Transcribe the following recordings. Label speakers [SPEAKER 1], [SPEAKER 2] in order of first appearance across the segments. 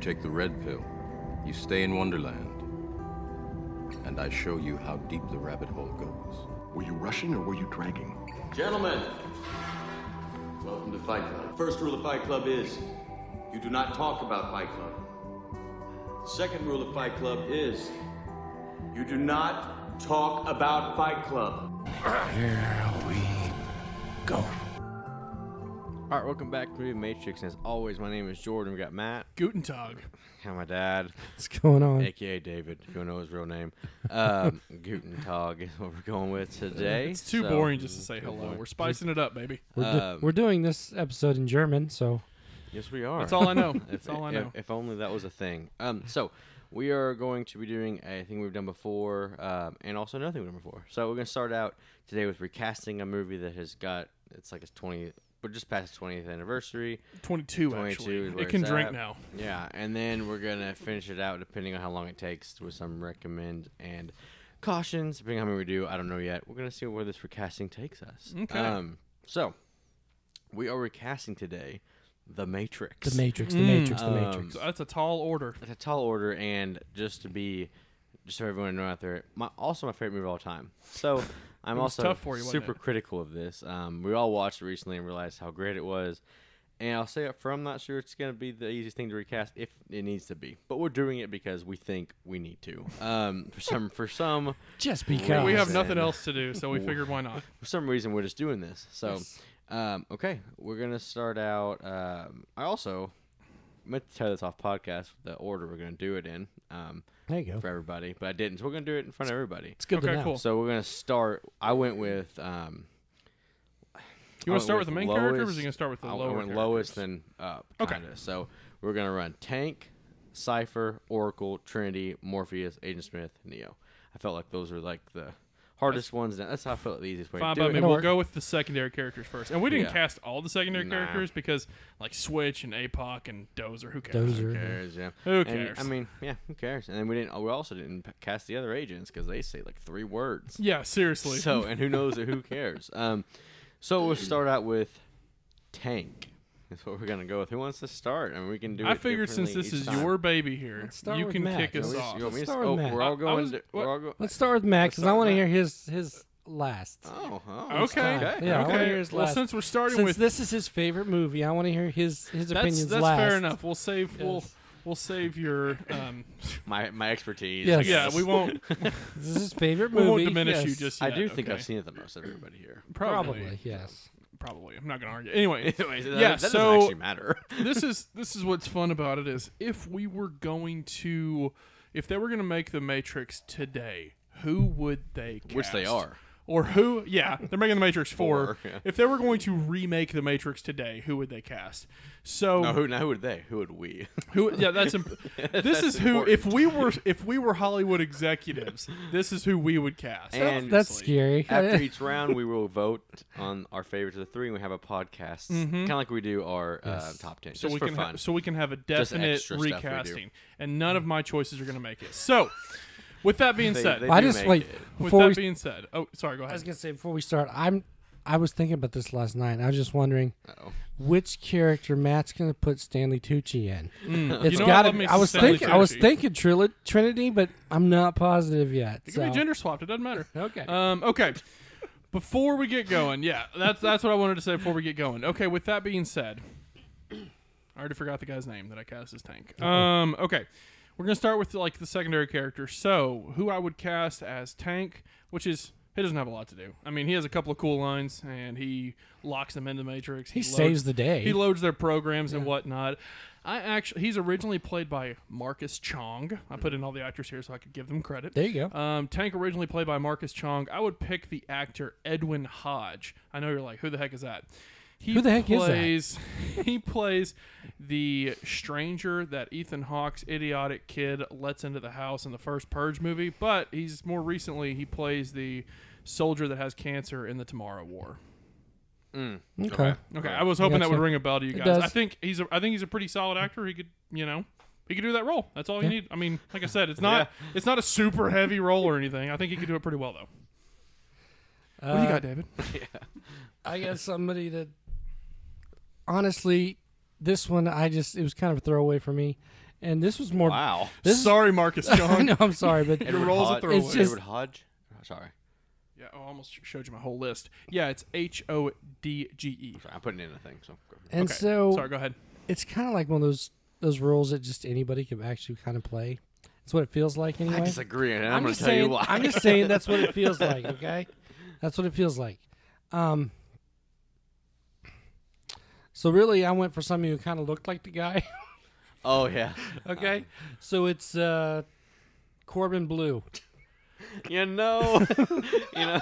[SPEAKER 1] take the red pill, you stay in Wonderland, and I show you how deep the rabbit hole goes.
[SPEAKER 2] Were you rushing or were you dragging?
[SPEAKER 3] Gentlemen, welcome to Fight Club. First rule of Fight Club is you do not talk about Fight Club. Second rule of Fight Club is you do not talk about Fight Club.
[SPEAKER 4] Here we go.
[SPEAKER 5] All right, welcome back to the Matrix. And as always, my name is Jordan. We got Matt
[SPEAKER 6] Guten Tag.
[SPEAKER 5] and my dad,
[SPEAKER 4] What's going on?
[SPEAKER 5] aka David, if you want to know his real name. Um, Guten Tag is what we're going with today.
[SPEAKER 6] It's too
[SPEAKER 5] So-
[SPEAKER 6] boring just to say hello. We're spicing it up, baby.
[SPEAKER 4] We're, do-
[SPEAKER 5] um,
[SPEAKER 4] we're doing this episode in German, so
[SPEAKER 5] Yes, we are.
[SPEAKER 6] That's all I know.
[SPEAKER 5] If,
[SPEAKER 6] That's all I
[SPEAKER 5] if-
[SPEAKER 6] know.
[SPEAKER 5] If, only that was a thing. Um, so we are going to be doing a thing we've done before, um, and also nothing we've done before. So we're going to start out today with recasting a movie that has got it's like its 20, but just past its 20th anniversary.
[SPEAKER 6] 22,
[SPEAKER 5] 22
[SPEAKER 6] actually.
[SPEAKER 5] is where
[SPEAKER 6] It can
[SPEAKER 5] it's
[SPEAKER 6] drink
[SPEAKER 5] at.
[SPEAKER 6] now.
[SPEAKER 5] Yeah, and then we're gonna finish it out depending on how long it takes with some recommend and cautions depending on how many we do. I don't know yet. We're gonna see where this recasting takes us.
[SPEAKER 6] Okay.
[SPEAKER 5] Um, so we are recasting today, The Matrix.
[SPEAKER 4] the Matrix, the
[SPEAKER 6] Mm.
[SPEAKER 4] Matrix, the Matrix.
[SPEAKER 6] So that's a tall order.
[SPEAKER 5] It's a tall order, and just to be, just so everyone know out there, my also my favorite movie of all time. So I'm
[SPEAKER 6] was
[SPEAKER 5] also
[SPEAKER 6] tough for you, wasn't
[SPEAKER 5] super
[SPEAKER 6] it?
[SPEAKER 5] critical of this. Um, we all watched it recently and realized how great it was. And I'll say up front, I'm not sure it's going to be the easiest thing to recast if it needs to be, but we're doing it because we think we need to. Um, for some, for some,
[SPEAKER 4] Just because
[SPEAKER 6] We have
[SPEAKER 5] Yes.
[SPEAKER 6] nothing else to do, so we figured why not.
[SPEAKER 5] for some reason we're just doing this. So, um, okay, we're gonna start out. Um, I also meant to tell this off podcast the order we're gonna do it in um,
[SPEAKER 4] There you go.
[SPEAKER 5] for everybody, but I didn't. So we're gonna do it in front of everybody.
[SPEAKER 4] It's good to
[SPEAKER 6] Okay,
[SPEAKER 4] know.
[SPEAKER 6] cool.
[SPEAKER 5] So we're gonna start. I went with. Um,
[SPEAKER 6] You
[SPEAKER 5] I
[SPEAKER 6] want
[SPEAKER 5] went
[SPEAKER 6] to start with the main character, or was
[SPEAKER 5] oh, lowest-
[SPEAKER 6] he going to start with the
[SPEAKER 5] I,
[SPEAKER 6] lower
[SPEAKER 5] I went
[SPEAKER 6] characters?
[SPEAKER 5] lowest then up.
[SPEAKER 6] Okay.
[SPEAKER 5] Kinda. So we're gonna run Tank, Cipher, Oracle, Trinity, Morpheus, Agent Smith, Neo. I felt like those were like the hardest ones. That's how I felt the easiest way
[SPEAKER 6] Fine
[SPEAKER 5] to do
[SPEAKER 6] by
[SPEAKER 5] it.
[SPEAKER 6] me.
[SPEAKER 4] It'll
[SPEAKER 6] We'll
[SPEAKER 4] work.
[SPEAKER 6] go with the secondary characters first. And we didn't
[SPEAKER 5] Yeah.
[SPEAKER 6] cast all the secondary
[SPEAKER 5] Nah.
[SPEAKER 6] characters because, like, Switch and APOC and Dozer, who cares?
[SPEAKER 4] Those are
[SPEAKER 5] cares? Yeah.
[SPEAKER 6] Who
[SPEAKER 5] And, I
[SPEAKER 6] cares?
[SPEAKER 5] mean, yeah, who cares? And then we didn't. We also didn't p- cast the other agents because they say like three words.
[SPEAKER 6] Yeah, seriously.
[SPEAKER 5] So and who knows? who cares? Um, so we'll start out with Tank. That's what we're gonna go with. Who wants to start? I mean, we can do.
[SPEAKER 6] I
[SPEAKER 5] it
[SPEAKER 6] figured since
[SPEAKER 5] differently
[SPEAKER 6] this
[SPEAKER 5] each
[SPEAKER 6] is
[SPEAKER 5] time.
[SPEAKER 6] your baby here,
[SPEAKER 4] start
[SPEAKER 6] you
[SPEAKER 4] with
[SPEAKER 6] can
[SPEAKER 4] Matt.
[SPEAKER 6] kick
[SPEAKER 4] At
[SPEAKER 6] us
[SPEAKER 4] least
[SPEAKER 6] off.
[SPEAKER 5] You want me to
[SPEAKER 4] Let's start
[SPEAKER 5] oh,
[SPEAKER 4] with Matt.
[SPEAKER 5] we're
[SPEAKER 6] I- I
[SPEAKER 5] all going.
[SPEAKER 6] was-
[SPEAKER 5] to,
[SPEAKER 6] what-
[SPEAKER 5] we're all go-
[SPEAKER 4] Let's start with Max, because I
[SPEAKER 5] start
[SPEAKER 4] want to
[SPEAKER 5] with
[SPEAKER 4] hear his his last.
[SPEAKER 5] oh, oh,
[SPEAKER 6] Okay.
[SPEAKER 4] Yeah,
[SPEAKER 5] Okay.
[SPEAKER 4] yeah, I want to
[SPEAKER 6] okay.
[SPEAKER 4] hear his
[SPEAKER 6] well,
[SPEAKER 4] last.
[SPEAKER 6] since we're starting
[SPEAKER 4] Since
[SPEAKER 6] with
[SPEAKER 4] this is his favorite movie, I want to hear his his
[SPEAKER 6] that's,
[SPEAKER 4] opinions
[SPEAKER 6] that's
[SPEAKER 4] last.
[SPEAKER 6] fair enough. We'll save we'll
[SPEAKER 4] Yes.
[SPEAKER 6] we'll save your um,
[SPEAKER 5] My my expertise.
[SPEAKER 4] Yes.
[SPEAKER 5] I
[SPEAKER 6] yeah.
[SPEAKER 5] guess.
[SPEAKER 6] We won't
[SPEAKER 4] This is his favorite
[SPEAKER 6] we
[SPEAKER 4] movie.
[SPEAKER 6] won't diminish
[SPEAKER 4] yes.
[SPEAKER 6] you just.
[SPEAKER 5] I
[SPEAKER 6] Yet.
[SPEAKER 5] do think
[SPEAKER 6] okay.
[SPEAKER 5] I've seen it the most of everybody here.
[SPEAKER 4] Probably, yes.
[SPEAKER 6] Probably. I'm not gonna argue. Anyway,
[SPEAKER 5] Anyways, that,
[SPEAKER 6] yeah.
[SPEAKER 5] that doesn't
[SPEAKER 6] so
[SPEAKER 5] actually matter.
[SPEAKER 6] this is this is what's fun about it is if we were going to if they were going to make the Matrix today, who would they? Cast?
[SPEAKER 5] Which they are.
[SPEAKER 6] Or who? Yeah, they're making the Matrix four.
[SPEAKER 5] Four, yeah.
[SPEAKER 6] If they were going to remake the Matrix today, who would they cast? So
[SPEAKER 5] No, who now? Who would they? Who would we?
[SPEAKER 6] Who? Yeah, that's imp- this is who. If we were if we were Hollywood executives, this is who we would cast.
[SPEAKER 5] And-
[SPEAKER 4] That's
[SPEAKER 6] obviously.
[SPEAKER 4] scary.
[SPEAKER 5] After each round, we will vote on our favorites of the three, and we have a podcast, kind of like we do our uh, top ten,
[SPEAKER 6] Mm-hmm. So
[SPEAKER 5] just
[SPEAKER 6] we
[SPEAKER 5] for
[SPEAKER 6] can
[SPEAKER 5] fun.
[SPEAKER 6] ha- so we can have a
[SPEAKER 5] Just
[SPEAKER 6] definite
[SPEAKER 5] extra stuff we do.
[SPEAKER 6] recasting, and none of my choices are going to make it. So, with that being
[SPEAKER 5] They-
[SPEAKER 6] said,
[SPEAKER 5] they
[SPEAKER 4] I
[SPEAKER 5] do
[SPEAKER 4] just
[SPEAKER 5] make
[SPEAKER 4] like
[SPEAKER 5] it.
[SPEAKER 6] with
[SPEAKER 4] before
[SPEAKER 6] that
[SPEAKER 4] we
[SPEAKER 6] being said, oh sorry, go
[SPEAKER 4] I was
[SPEAKER 6] ahead.
[SPEAKER 4] gonna say before we start, I'm I was thinking about this last night. and I was just wondering
[SPEAKER 5] Uh-oh.
[SPEAKER 4] which character Matt's gonna put Stanley Tucci in. It's
[SPEAKER 6] Mm. You know
[SPEAKER 4] gotta.
[SPEAKER 6] what? Let me
[SPEAKER 4] I was
[SPEAKER 6] Stanley
[SPEAKER 4] thinking. I was
[SPEAKER 6] Tucci.
[SPEAKER 4] thinking Tril- Trinity, but I'm not positive yet.
[SPEAKER 6] It
[SPEAKER 4] so.
[SPEAKER 6] can be gender swapped. It doesn't matter.
[SPEAKER 4] Okay.
[SPEAKER 6] Um. Okay. Before we get going, yeah, that's that's what I wanted to say before we get going. Okay. With that being said, I already forgot the guy's name that I cast as Tank. Um. Okay. We're gonna start with like the secondary character. So who I would cast as Tank, which is. He doesn't have a lot to do. I mean, he has a couple of cool lines, and he locks them into Matrix.
[SPEAKER 4] He saves the day.
[SPEAKER 6] He loads their programs and whatnot. I actually, he's originally played by Marcus Chong. I put in all the actors here so I could give them credit.
[SPEAKER 4] There you go.
[SPEAKER 6] Um, Tank originally played by Marcus Chong. I would pick the actor Edwin Hodge. I know you're like, who the heck is that? He
[SPEAKER 4] Who the heck is that?
[SPEAKER 6] plays, is that? He plays the stranger that Ethan Hawke's idiotic kid lets into the house in the first Purge movie, but he's more recently he plays the soldier that has cancer in the Tomorrow War.
[SPEAKER 4] okay.
[SPEAKER 6] Okay, I was hoping that
[SPEAKER 4] Gotcha.
[SPEAKER 6] would ring a bell to you guys.
[SPEAKER 4] does.
[SPEAKER 6] I think he's a, I think he's a pretty solid actor. He could, you know, he could do that role. That's all you need. I mean, like I said, it's not it's not a super heavy role or anything. I think he could do it pretty well though. what
[SPEAKER 4] Uh,
[SPEAKER 6] do you got, David?
[SPEAKER 4] I guess somebody that honestly this one I just it was kind of a throwaway for me, and this was more.
[SPEAKER 5] Wow.
[SPEAKER 4] This
[SPEAKER 6] Sorry, Marcus
[SPEAKER 4] I
[SPEAKER 6] John.
[SPEAKER 4] know. I'm sorry, but
[SPEAKER 6] Your roll's a
[SPEAKER 5] Hodge-
[SPEAKER 6] throwaway.
[SPEAKER 4] It's just-
[SPEAKER 5] Edward Hodge. Oh, sorry.
[SPEAKER 6] yeah, oh, I almost showed you my whole list. Yeah, it's H O D G E.
[SPEAKER 5] Sorry, I'm putting in a thing. So go for it.
[SPEAKER 4] and
[SPEAKER 6] Okay.
[SPEAKER 4] so
[SPEAKER 6] sorry, go ahead.
[SPEAKER 4] it's kind of like one of those those rules that just anybody can actually kind of play. It's what it feels like anyway.
[SPEAKER 5] I disagree, and I'm, going
[SPEAKER 4] just
[SPEAKER 5] to tell
[SPEAKER 4] saying,
[SPEAKER 5] you why.
[SPEAKER 4] I'm just saying that's what it feels like. Okay, that's what it feels like. Um. So really, I went for somebody who kind of looked like the guy.
[SPEAKER 5] oh yeah.
[SPEAKER 4] okay, so it's uh, Corbin Blue.
[SPEAKER 5] You know. you know.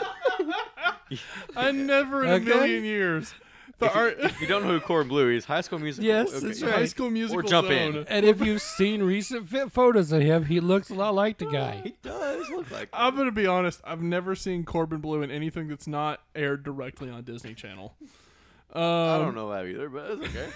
[SPEAKER 6] I never in
[SPEAKER 4] Okay.
[SPEAKER 6] a million years. The art,
[SPEAKER 5] If you don't know who Corbin Blue is, High School Musical.
[SPEAKER 4] Yes,
[SPEAKER 5] okay,
[SPEAKER 4] that's
[SPEAKER 5] yeah.
[SPEAKER 6] High
[SPEAKER 4] right.
[SPEAKER 6] School Musical
[SPEAKER 5] jump
[SPEAKER 6] Zone.
[SPEAKER 5] in.
[SPEAKER 4] And if you've seen recent fit photos of him, he looks a lot like the guy.
[SPEAKER 5] He does look like.
[SPEAKER 6] I'm gonna be honest. I've never seen Corbin Blue in anything that's not aired directly on Disney Channel.
[SPEAKER 5] I don't know that either, but it's okay.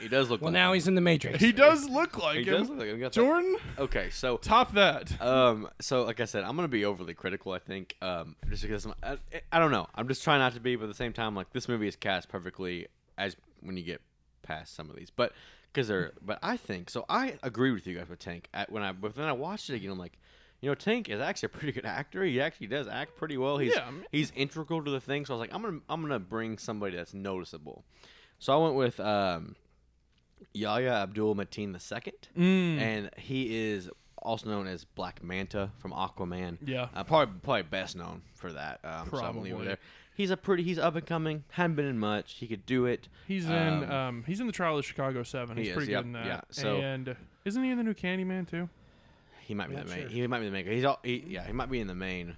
[SPEAKER 5] he does look.
[SPEAKER 4] Well,
[SPEAKER 5] like
[SPEAKER 4] now
[SPEAKER 5] him.
[SPEAKER 4] he's in the Matrix.
[SPEAKER 6] He does look like
[SPEAKER 5] He
[SPEAKER 6] him.
[SPEAKER 5] does look like him. He got that-
[SPEAKER 6] Jordan,
[SPEAKER 5] Okay, so
[SPEAKER 6] top that.
[SPEAKER 5] um, so like I said, I'm gonna be overly critical. I think um, just because I'm, I, I don't know. I'm just trying not to be, but at the same time, like this movie is cast perfectly as when you get past some of these, but because they're. But I think so. I agree with you guys with Tank. At, when I but then I watched it again, I'm like. You know, Tank is actually a pretty good actor. He actually does act pretty well. He's
[SPEAKER 6] Yeah, I mean-
[SPEAKER 5] he's integral to the thing. So I was like, I'm gonna I'm gonna bring somebody that's noticeable. So I went with um, Yahya Abdul Mateen II,
[SPEAKER 6] Mm.
[SPEAKER 5] and he is also known as Black Manta from Aquaman.
[SPEAKER 6] Yeah.
[SPEAKER 5] uh, probably probably best known for that. Um, probably. So I'm gonna leave it
[SPEAKER 6] Probably.
[SPEAKER 5] there. He's a pretty. He's up and coming. Hadn't been in much. He could do it.
[SPEAKER 6] He's in
[SPEAKER 5] Um,
[SPEAKER 6] um, he's in the Trial of Chicago Seven.
[SPEAKER 5] he
[SPEAKER 6] He's
[SPEAKER 5] is,
[SPEAKER 6] pretty
[SPEAKER 5] yep,
[SPEAKER 6] good in that.
[SPEAKER 5] yeah, so-
[SPEAKER 6] and isn't he in the new Candyman too?
[SPEAKER 5] He might be the
[SPEAKER 4] not
[SPEAKER 5] main.
[SPEAKER 4] sure.
[SPEAKER 5] He might be the main. He's all. He, yeah, he might be in the main.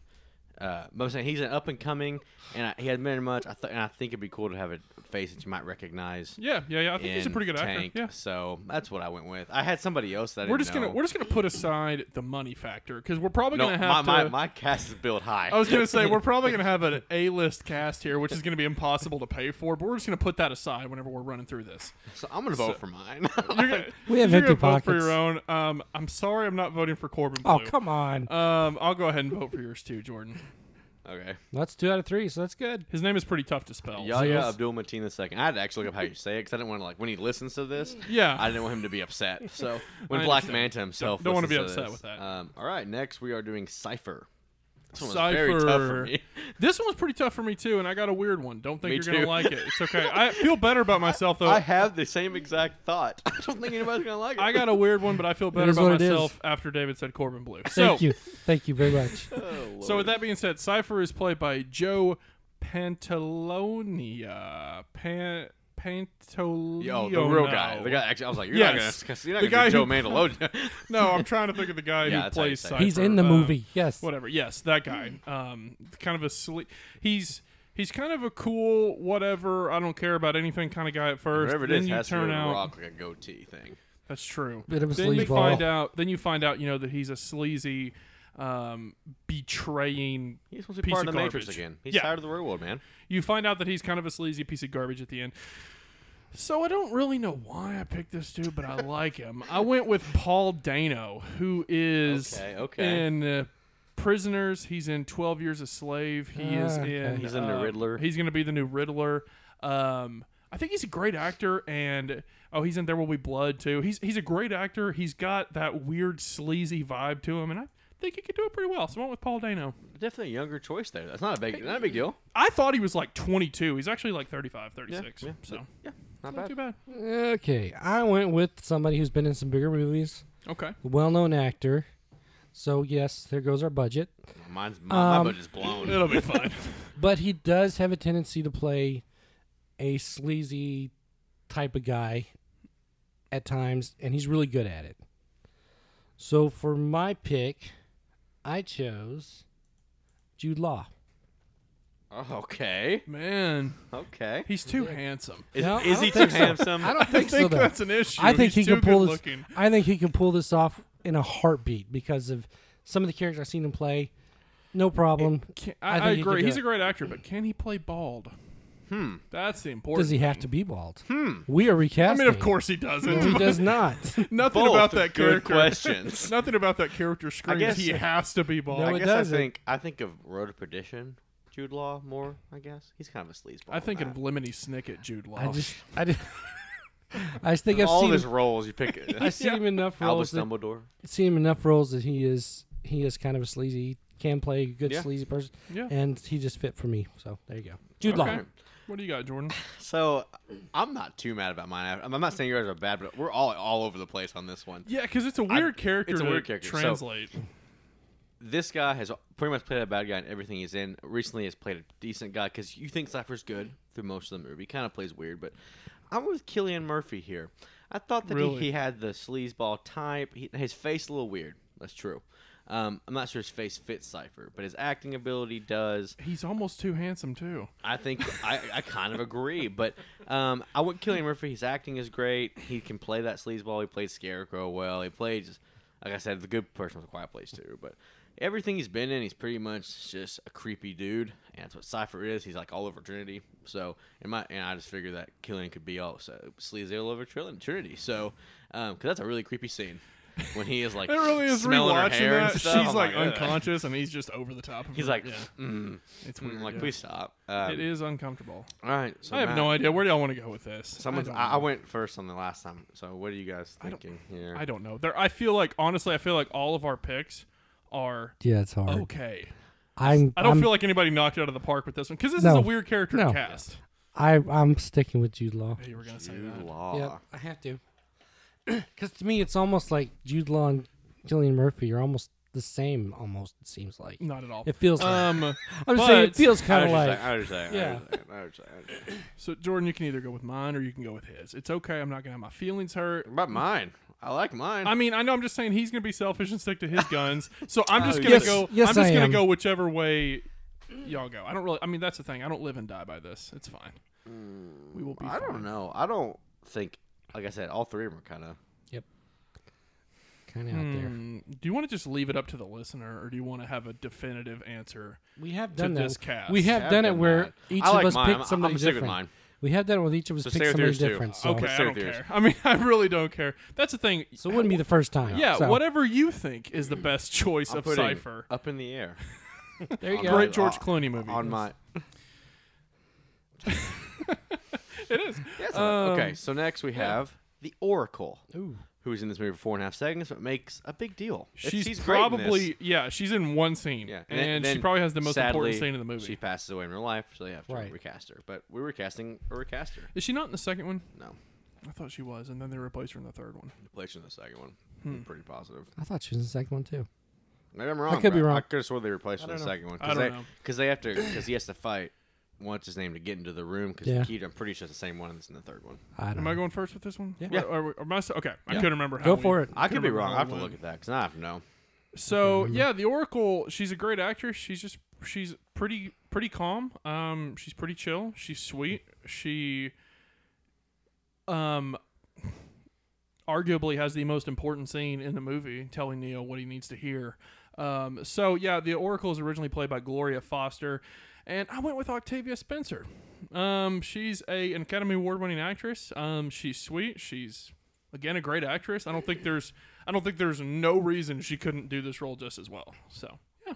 [SPEAKER 5] Uh, but I'm saying he's an up and coming, and I, he hadn't been in much. I thought, and I think it'd be cool to have a face that you might recognize.
[SPEAKER 6] Yeah, yeah, yeah. I think he's a
[SPEAKER 5] in
[SPEAKER 6] pretty good
[SPEAKER 5] Tank,
[SPEAKER 6] actor. Yeah.
[SPEAKER 5] So that's what I went with. I had somebody else that I
[SPEAKER 6] We're
[SPEAKER 5] didn't
[SPEAKER 6] just gonna
[SPEAKER 5] know.
[SPEAKER 6] we're just gonna put aside the money factor because we're probably
[SPEAKER 5] no,
[SPEAKER 6] gonna
[SPEAKER 5] my,
[SPEAKER 6] have
[SPEAKER 5] my,
[SPEAKER 6] to.
[SPEAKER 5] my cast is built high.
[SPEAKER 6] I was gonna say we're probably gonna have an A-list cast here, which is gonna be impossible to pay for. But we're just gonna put that aside whenever we're running through this.
[SPEAKER 5] so I'm gonna vote for mine.
[SPEAKER 6] You're gonna,
[SPEAKER 4] We have
[SPEAKER 6] you're gonna
[SPEAKER 4] empty
[SPEAKER 6] vote for
[SPEAKER 4] pockets.
[SPEAKER 6] your own. Um, I'm sorry, I'm not voting for Corbin.
[SPEAKER 4] Oh
[SPEAKER 6] Blue.
[SPEAKER 4] come on!
[SPEAKER 6] Um, I'll go ahead and vote for yours too, Jordan.
[SPEAKER 5] okay.
[SPEAKER 4] That's two out of three, so that's good.
[SPEAKER 6] His name is pretty tough to spell.
[SPEAKER 5] Yahya Abdul Mateen II. I had to actually look up how you say it because I didn't want to like when he listens to this.
[SPEAKER 6] Yeah.
[SPEAKER 5] I didn't want him to be upset. So
[SPEAKER 6] I
[SPEAKER 5] when Black
[SPEAKER 6] understand.
[SPEAKER 5] Manta himself
[SPEAKER 6] Don't- don't wanna
[SPEAKER 5] listens
[SPEAKER 6] be
[SPEAKER 5] to
[SPEAKER 6] upset
[SPEAKER 5] this.
[SPEAKER 6] with that.
[SPEAKER 5] Um, all right, next we are doing Cipher. This one was very tough for
[SPEAKER 6] Cypher.
[SPEAKER 5] me.
[SPEAKER 6] This one was pretty tough for me too, and I got a weird one. Don't think
[SPEAKER 5] Me
[SPEAKER 6] you're gonna
[SPEAKER 5] too.
[SPEAKER 6] like it. It's okay. I feel better about myself though.
[SPEAKER 5] I have the same exact thought. I don't think anybody's gonna like it.
[SPEAKER 6] I got a weird one, but I feel better
[SPEAKER 4] is
[SPEAKER 6] about
[SPEAKER 4] what it is.
[SPEAKER 6] myself after David said Corbin Blue. So,
[SPEAKER 4] Thank you, thank you very much.
[SPEAKER 6] so with that being said, Cipher is played by Joe Pantalonia. Pan Pantolio.
[SPEAKER 5] Yo, the real guy. The guy actually, I was like, you're
[SPEAKER 6] Yes.
[SPEAKER 5] not gonna, you're
[SPEAKER 6] The
[SPEAKER 5] not gonna
[SPEAKER 6] guy
[SPEAKER 5] do Joe
[SPEAKER 6] who-
[SPEAKER 5] Mandalorian.
[SPEAKER 6] No, I'm trying to think of the guy
[SPEAKER 5] Yeah,
[SPEAKER 6] who
[SPEAKER 5] that's how you
[SPEAKER 6] plays
[SPEAKER 5] say it.
[SPEAKER 6] Cypher.
[SPEAKER 4] He's in the
[SPEAKER 6] Uh,
[SPEAKER 4] movie. Yes.
[SPEAKER 6] whatever. Yes, that guy. Um, kind of a silly. He's he's kind of a cool whatever. I don't care about anything kind of guy at first.
[SPEAKER 5] Whatever it
[SPEAKER 6] then
[SPEAKER 5] is,
[SPEAKER 6] you
[SPEAKER 5] has to
[SPEAKER 6] turn
[SPEAKER 5] be a
[SPEAKER 6] out.
[SPEAKER 5] rock like a goatee thing.
[SPEAKER 6] That's true.
[SPEAKER 4] Bit of a
[SPEAKER 6] then you
[SPEAKER 4] sleazeball.
[SPEAKER 6] find out. Then you find out. You know that he's a sleazy, um, betraying.
[SPEAKER 5] He's supposed to be
[SPEAKER 6] piece
[SPEAKER 5] part
[SPEAKER 6] of
[SPEAKER 5] of the Matrix
[SPEAKER 6] garbage.
[SPEAKER 5] again. He's
[SPEAKER 6] yeah.
[SPEAKER 5] tired of the real world, man.
[SPEAKER 6] You find out that he's kind of a sleazy piece of garbage at the end. So I don't really know why I picked this dude, but I like him. I went with Paul Dano, who is
[SPEAKER 5] Okay, okay.
[SPEAKER 6] in uh, Prisoners. He's in Twelve Years a Slave. He is
[SPEAKER 4] Ah, okay.
[SPEAKER 6] in.
[SPEAKER 5] He's in the
[SPEAKER 6] um,
[SPEAKER 5] Riddler.
[SPEAKER 6] He's going to be the new Riddler. Um, I think he's a great actor, and oh, he's in There Will Be Blood too. He's he's a great actor. He's got that weird sleazy vibe to him, and I think he could do it pretty well. So I went with Paul Dano.
[SPEAKER 5] Definitely a younger choice there. That's not a big, not a big deal.
[SPEAKER 6] I thought he was like 22. He's actually like 35, 36.
[SPEAKER 5] yeah.
[SPEAKER 6] so
[SPEAKER 5] Yeah, not
[SPEAKER 6] not
[SPEAKER 5] bad.
[SPEAKER 6] too bad.
[SPEAKER 4] Okay, I went with somebody who's been in some bigger movies,
[SPEAKER 6] Okay.
[SPEAKER 4] well-known actor. So yes, there goes our budget.
[SPEAKER 5] Mine's my,
[SPEAKER 4] Um,
[SPEAKER 5] my budget's blown.
[SPEAKER 6] It'll be fine.
[SPEAKER 4] But he does have a tendency to play a sleazy type of guy at times, and he's really good at it. So for my pick, I chose Jude Law.
[SPEAKER 5] Oh, Okay,
[SPEAKER 6] Man,
[SPEAKER 5] okay.
[SPEAKER 6] he's too handsome.
[SPEAKER 5] Is,
[SPEAKER 4] No, I
[SPEAKER 5] is
[SPEAKER 4] don't
[SPEAKER 5] he too
[SPEAKER 4] think so.
[SPEAKER 5] handsome?
[SPEAKER 4] I don't think, so. Though.
[SPEAKER 6] that's an issue.
[SPEAKER 4] I think
[SPEAKER 6] he's
[SPEAKER 4] he
[SPEAKER 6] too
[SPEAKER 4] can pull
[SPEAKER 6] good
[SPEAKER 4] this.
[SPEAKER 6] looking.
[SPEAKER 4] I think he can pull this off in a heartbeat because of some of the characters I've seen him play. No problem.
[SPEAKER 6] Can-
[SPEAKER 4] I
[SPEAKER 6] I, I,
[SPEAKER 4] think he
[SPEAKER 6] agree.
[SPEAKER 4] could do
[SPEAKER 6] He's
[SPEAKER 4] it.
[SPEAKER 6] a great actor, but can he play bald? Hmm. That's the important.
[SPEAKER 4] Does he have to be bald? Hmm. We are
[SPEAKER 6] I
[SPEAKER 4] recasting.
[SPEAKER 6] mean, of course he doesn't.
[SPEAKER 4] he does not.
[SPEAKER 6] Nothing
[SPEAKER 5] Both
[SPEAKER 6] about
[SPEAKER 5] are
[SPEAKER 6] that
[SPEAKER 5] good
[SPEAKER 6] character.
[SPEAKER 5] questions.
[SPEAKER 6] Nothing about that character screams
[SPEAKER 5] guess-
[SPEAKER 6] he has to be bald.
[SPEAKER 4] No,
[SPEAKER 5] I
[SPEAKER 4] it
[SPEAKER 5] guess I
[SPEAKER 4] doesn't.
[SPEAKER 5] think I think of Road to Perdition. Jude Law more, I guess. He's kind of a sleazeball.
[SPEAKER 6] I
[SPEAKER 5] in
[SPEAKER 6] think
[SPEAKER 5] that.
[SPEAKER 6] of Lemony Snicket, Jude Law.
[SPEAKER 4] I just, I, just, I just think I've
[SPEAKER 5] all
[SPEAKER 4] seen,
[SPEAKER 5] of his
[SPEAKER 4] him,
[SPEAKER 5] roles, you pick
[SPEAKER 4] I've seen him enough roles.
[SPEAKER 5] Albus
[SPEAKER 4] That,
[SPEAKER 5] Dumbledore.
[SPEAKER 4] seen him enough roles that he is, he is kind of a sleazy, he can play a good
[SPEAKER 5] Yeah.
[SPEAKER 4] sleazy person,
[SPEAKER 6] Yeah.
[SPEAKER 4] and he just fit for me. So there you go, Jude Law.
[SPEAKER 6] Okay. What do you got, Jordan?
[SPEAKER 5] So I'm not too mad about mine. I'm I'm not saying yours are bad, but we're all all over the place on this one.
[SPEAKER 6] Yeah, because it's a weird character
[SPEAKER 5] it's a
[SPEAKER 6] to
[SPEAKER 5] weird character, so-
[SPEAKER 6] translate.
[SPEAKER 5] This guy has pretty much played a bad guy in everything he's in. Recently, has played a decent guy because you think Cypher's good through most of the movie. Kind of plays weird, but I'm with Killian Murphy here. I thought that
[SPEAKER 6] Really?
[SPEAKER 5] he, he had the sleazeball type. He, his face a little weird. That's true. Um, I'm not sure his face fits Cypher, but his acting ability does.
[SPEAKER 6] He's almost too handsome too.
[SPEAKER 5] I think I, I kind of agree, but um, I want Killian Murphy. His acting is great. He can play that sleazeball. He played Scarecrow well. He played, just, like I said, the good person with a quiet place too. But everything he's been in, he's pretty much just a creepy dude, and that's what Cipher is. He's like all over Trinity. So in my and I just figured that Killian could be also sleazy all over Trin- Trinity. So because that's a really creepy scene when he is like
[SPEAKER 6] It really is
[SPEAKER 5] smelling her
[SPEAKER 6] rewatching
[SPEAKER 5] hair and
[SPEAKER 6] that.
[SPEAKER 5] stuff.
[SPEAKER 6] She's
[SPEAKER 5] I'm
[SPEAKER 6] like
[SPEAKER 5] "Ugh."
[SPEAKER 6] unconscious, and he's just over the top. Of
[SPEAKER 5] He's
[SPEAKER 6] her.
[SPEAKER 5] like,
[SPEAKER 6] yeah.
[SPEAKER 5] mm,
[SPEAKER 6] it's
[SPEAKER 5] mm,
[SPEAKER 6] weird.
[SPEAKER 5] like
[SPEAKER 6] yeah.
[SPEAKER 5] please stop. Um,
[SPEAKER 6] It is uncomfortable.
[SPEAKER 5] All right, so
[SPEAKER 6] I have
[SPEAKER 5] Matt-
[SPEAKER 6] no idea where do y'all want to go with this.
[SPEAKER 5] Someone's.
[SPEAKER 6] I
[SPEAKER 5] I,
[SPEAKER 6] don't
[SPEAKER 5] I
[SPEAKER 6] know.
[SPEAKER 5] went first on the last time. So what are you guys thinking here?
[SPEAKER 6] I don't know. There, I feel like honestly, I feel like all of our picks are
[SPEAKER 4] Yeah, it's hard.
[SPEAKER 6] okay.
[SPEAKER 4] I'm,
[SPEAKER 6] Oh, I don't
[SPEAKER 4] I'm,
[SPEAKER 6] feel like anybody knocked it out of the park with this one because this is a
[SPEAKER 4] No.
[SPEAKER 6] weird character
[SPEAKER 4] No.
[SPEAKER 6] to cast.
[SPEAKER 4] I, I'm sticking with Jude Law.
[SPEAKER 6] You were gonna say
[SPEAKER 5] Jude
[SPEAKER 6] that.
[SPEAKER 5] Law.
[SPEAKER 4] Yeah, I have to. Because to me, it's almost like Jude Law and Killian Murphy are almost the same. Almost it seems like
[SPEAKER 6] Not at all.
[SPEAKER 4] it feels. Like,
[SPEAKER 6] um,
[SPEAKER 4] I'm just saying
[SPEAKER 6] but-
[SPEAKER 4] it feels
[SPEAKER 5] I
[SPEAKER 4] kind of
[SPEAKER 5] was
[SPEAKER 4] like.
[SPEAKER 5] just saying- I was just saying, I
[SPEAKER 4] yeah.
[SPEAKER 5] was just saying, I was just saying, I was just saying.
[SPEAKER 6] so Jordan, you can either go with mine or you can go with his. It's okay. I'm not gonna have my feelings hurt.
[SPEAKER 5] What about mine? I like mine.
[SPEAKER 6] I mean, I know I'm just saying he's gonna be selfish and stick to his guns. So I'm just
[SPEAKER 5] Oh,
[SPEAKER 6] gonna
[SPEAKER 5] yes.
[SPEAKER 6] go.
[SPEAKER 4] Yes,
[SPEAKER 6] I'm just
[SPEAKER 4] I
[SPEAKER 6] gonna
[SPEAKER 4] am.
[SPEAKER 6] go whichever way y'all go. I don't really. I mean, that's the thing. I don't live and die by this. It's fine. We will be.
[SPEAKER 5] I don't
[SPEAKER 6] fine.
[SPEAKER 5] know. I don't think. Like I said, all three of them are kind of.
[SPEAKER 4] kind of out there.
[SPEAKER 6] Mm, do you want to just leave it up to the listener, or do you want to have a definitive answer?
[SPEAKER 4] We
[SPEAKER 6] To
[SPEAKER 4] have done
[SPEAKER 6] this
[SPEAKER 4] that.
[SPEAKER 6] cast.
[SPEAKER 4] We have done it where each
[SPEAKER 5] I like
[SPEAKER 4] of us
[SPEAKER 5] mine. I'm-
[SPEAKER 4] picked somebody
[SPEAKER 5] I'm sticking with
[SPEAKER 4] different.
[SPEAKER 5] mine.
[SPEAKER 4] We have done it with each of us
[SPEAKER 5] So stay
[SPEAKER 4] picked
[SPEAKER 5] with
[SPEAKER 4] somebody
[SPEAKER 5] yours, too.
[SPEAKER 4] different. So,
[SPEAKER 6] okay,
[SPEAKER 5] let's
[SPEAKER 6] I
[SPEAKER 5] say
[SPEAKER 6] don't
[SPEAKER 5] yours.
[SPEAKER 6] care. I mean, I really don't care. That's the thing.
[SPEAKER 4] so it wouldn't be the first time.
[SPEAKER 6] Yeah,
[SPEAKER 4] So,
[SPEAKER 6] whatever you think is the best choice
[SPEAKER 5] I'm
[SPEAKER 6] of
[SPEAKER 5] putting
[SPEAKER 6] Cypher.
[SPEAKER 5] up in the air
[SPEAKER 4] There you
[SPEAKER 5] on
[SPEAKER 4] go.
[SPEAKER 5] my-
[SPEAKER 6] Great George Clooney movie.
[SPEAKER 5] on my.
[SPEAKER 6] It is. Um,
[SPEAKER 5] Yes, I like- okay, so next we have the Oracle, who's in this movie for four and a half seconds, but makes a big deal. It's-
[SPEAKER 6] She's,
[SPEAKER 5] he's great in this.
[SPEAKER 6] probably yeah. She's in one scene.
[SPEAKER 5] Yeah,
[SPEAKER 6] and,
[SPEAKER 5] then-
[SPEAKER 6] she
[SPEAKER 5] then
[SPEAKER 6] probably has the most important
[SPEAKER 5] sadly,
[SPEAKER 6] scene in the movie.
[SPEAKER 5] She passes away in real life, so they have to
[SPEAKER 4] Right.
[SPEAKER 5] recast her. But we're recasting a recaster.
[SPEAKER 6] Is she not in the second one?
[SPEAKER 5] No,
[SPEAKER 6] I thought she was, and then they replaced her in the third one.
[SPEAKER 5] replaced her in the second one.
[SPEAKER 4] Hmm.
[SPEAKER 5] I'm pretty positive.
[SPEAKER 4] I thought she was the second one too.
[SPEAKER 5] Maybe I'm wrong.
[SPEAKER 4] could be
[SPEAKER 5] bro. I
[SPEAKER 4] wrong.
[SPEAKER 5] could have swore they replaced her in the second one.
[SPEAKER 6] I don't
[SPEAKER 5] they,
[SPEAKER 6] know.
[SPEAKER 5] Because they have to. Because he has to fight. What's his name to get into the room? Because
[SPEAKER 4] Yeah.
[SPEAKER 5] I'm pretty sure it's the same one that's in the third one.
[SPEAKER 4] I don't.
[SPEAKER 6] Am
[SPEAKER 4] know.
[SPEAKER 6] I going first with this one? Yeah.
[SPEAKER 5] Yeah.
[SPEAKER 6] Or, or am I s- okay, I couldn't remember. How
[SPEAKER 4] Go
[SPEAKER 6] we-
[SPEAKER 4] for it.
[SPEAKER 5] I could be wrong. I have to
[SPEAKER 6] one.
[SPEAKER 5] look at that because I have no.
[SPEAKER 6] So
[SPEAKER 4] Mm-hmm.
[SPEAKER 6] yeah, the Oracle. She's a great actress. She's just she's pretty pretty calm. Um, she's pretty chill. She's sweet. She, um, arguably has the most important scene in the movie, telling Neo what he needs to hear. Um, so yeah, the Oracle is originally played by Gloria Foster, and I went with Octavia Spencer. Um, she's a an Academy Award winning actress. Um, she's sweet. She's again a great actress. I don't think there's I don't think there's no reason she couldn't do this role just as well. So yeah,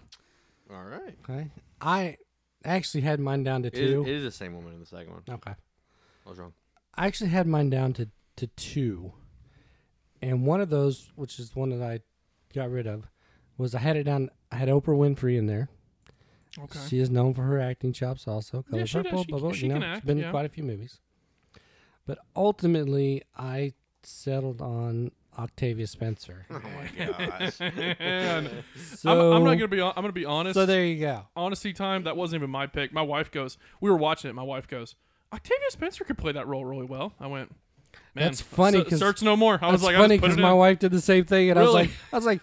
[SPEAKER 5] All right.
[SPEAKER 4] Okay. I actually had mine down to
[SPEAKER 5] It is,
[SPEAKER 4] two.
[SPEAKER 5] it is the same woman in the second one.
[SPEAKER 4] okay.
[SPEAKER 5] I was wrong.
[SPEAKER 4] I actually had mine down to, to two. And one of those, which is the one that I got rid of, was I had it down. I had Oprah Winfrey in there.
[SPEAKER 6] okay.
[SPEAKER 4] She is known for her acting chops also. Color
[SPEAKER 6] she does.
[SPEAKER 4] Purple,
[SPEAKER 6] She-
[SPEAKER 4] blah, blah,
[SPEAKER 6] she
[SPEAKER 4] you know,
[SPEAKER 6] can
[SPEAKER 4] has
[SPEAKER 6] act,
[SPEAKER 4] been in
[SPEAKER 6] yeah.
[SPEAKER 4] quite a few movies. But ultimately, I settled on Octavia Spencer.
[SPEAKER 6] Oh And
[SPEAKER 4] So,
[SPEAKER 6] I'm, I'm not gonna be. hon- I'm gonna be honest.
[SPEAKER 4] so there you go.
[SPEAKER 6] Honesty time. That wasn't even my pick. My wife goes. We were watching it. My wife goes. Octavia Spencer could play that role really well. I went. Man,
[SPEAKER 4] That's funny
[SPEAKER 6] se-
[SPEAKER 4] 'cause-
[SPEAKER 6] search no more. I was
[SPEAKER 4] That's
[SPEAKER 6] like,
[SPEAKER 4] funny
[SPEAKER 6] I was
[SPEAKER 4] because
[SPEAKER 6] putting
[SPEAKER 4] my
[SPEAKER 6] it in.
[SPEAKER 4] wife did the same thing, and I was
[SPEAKER 6] Really?
[SPEAKER 4] like, I was like,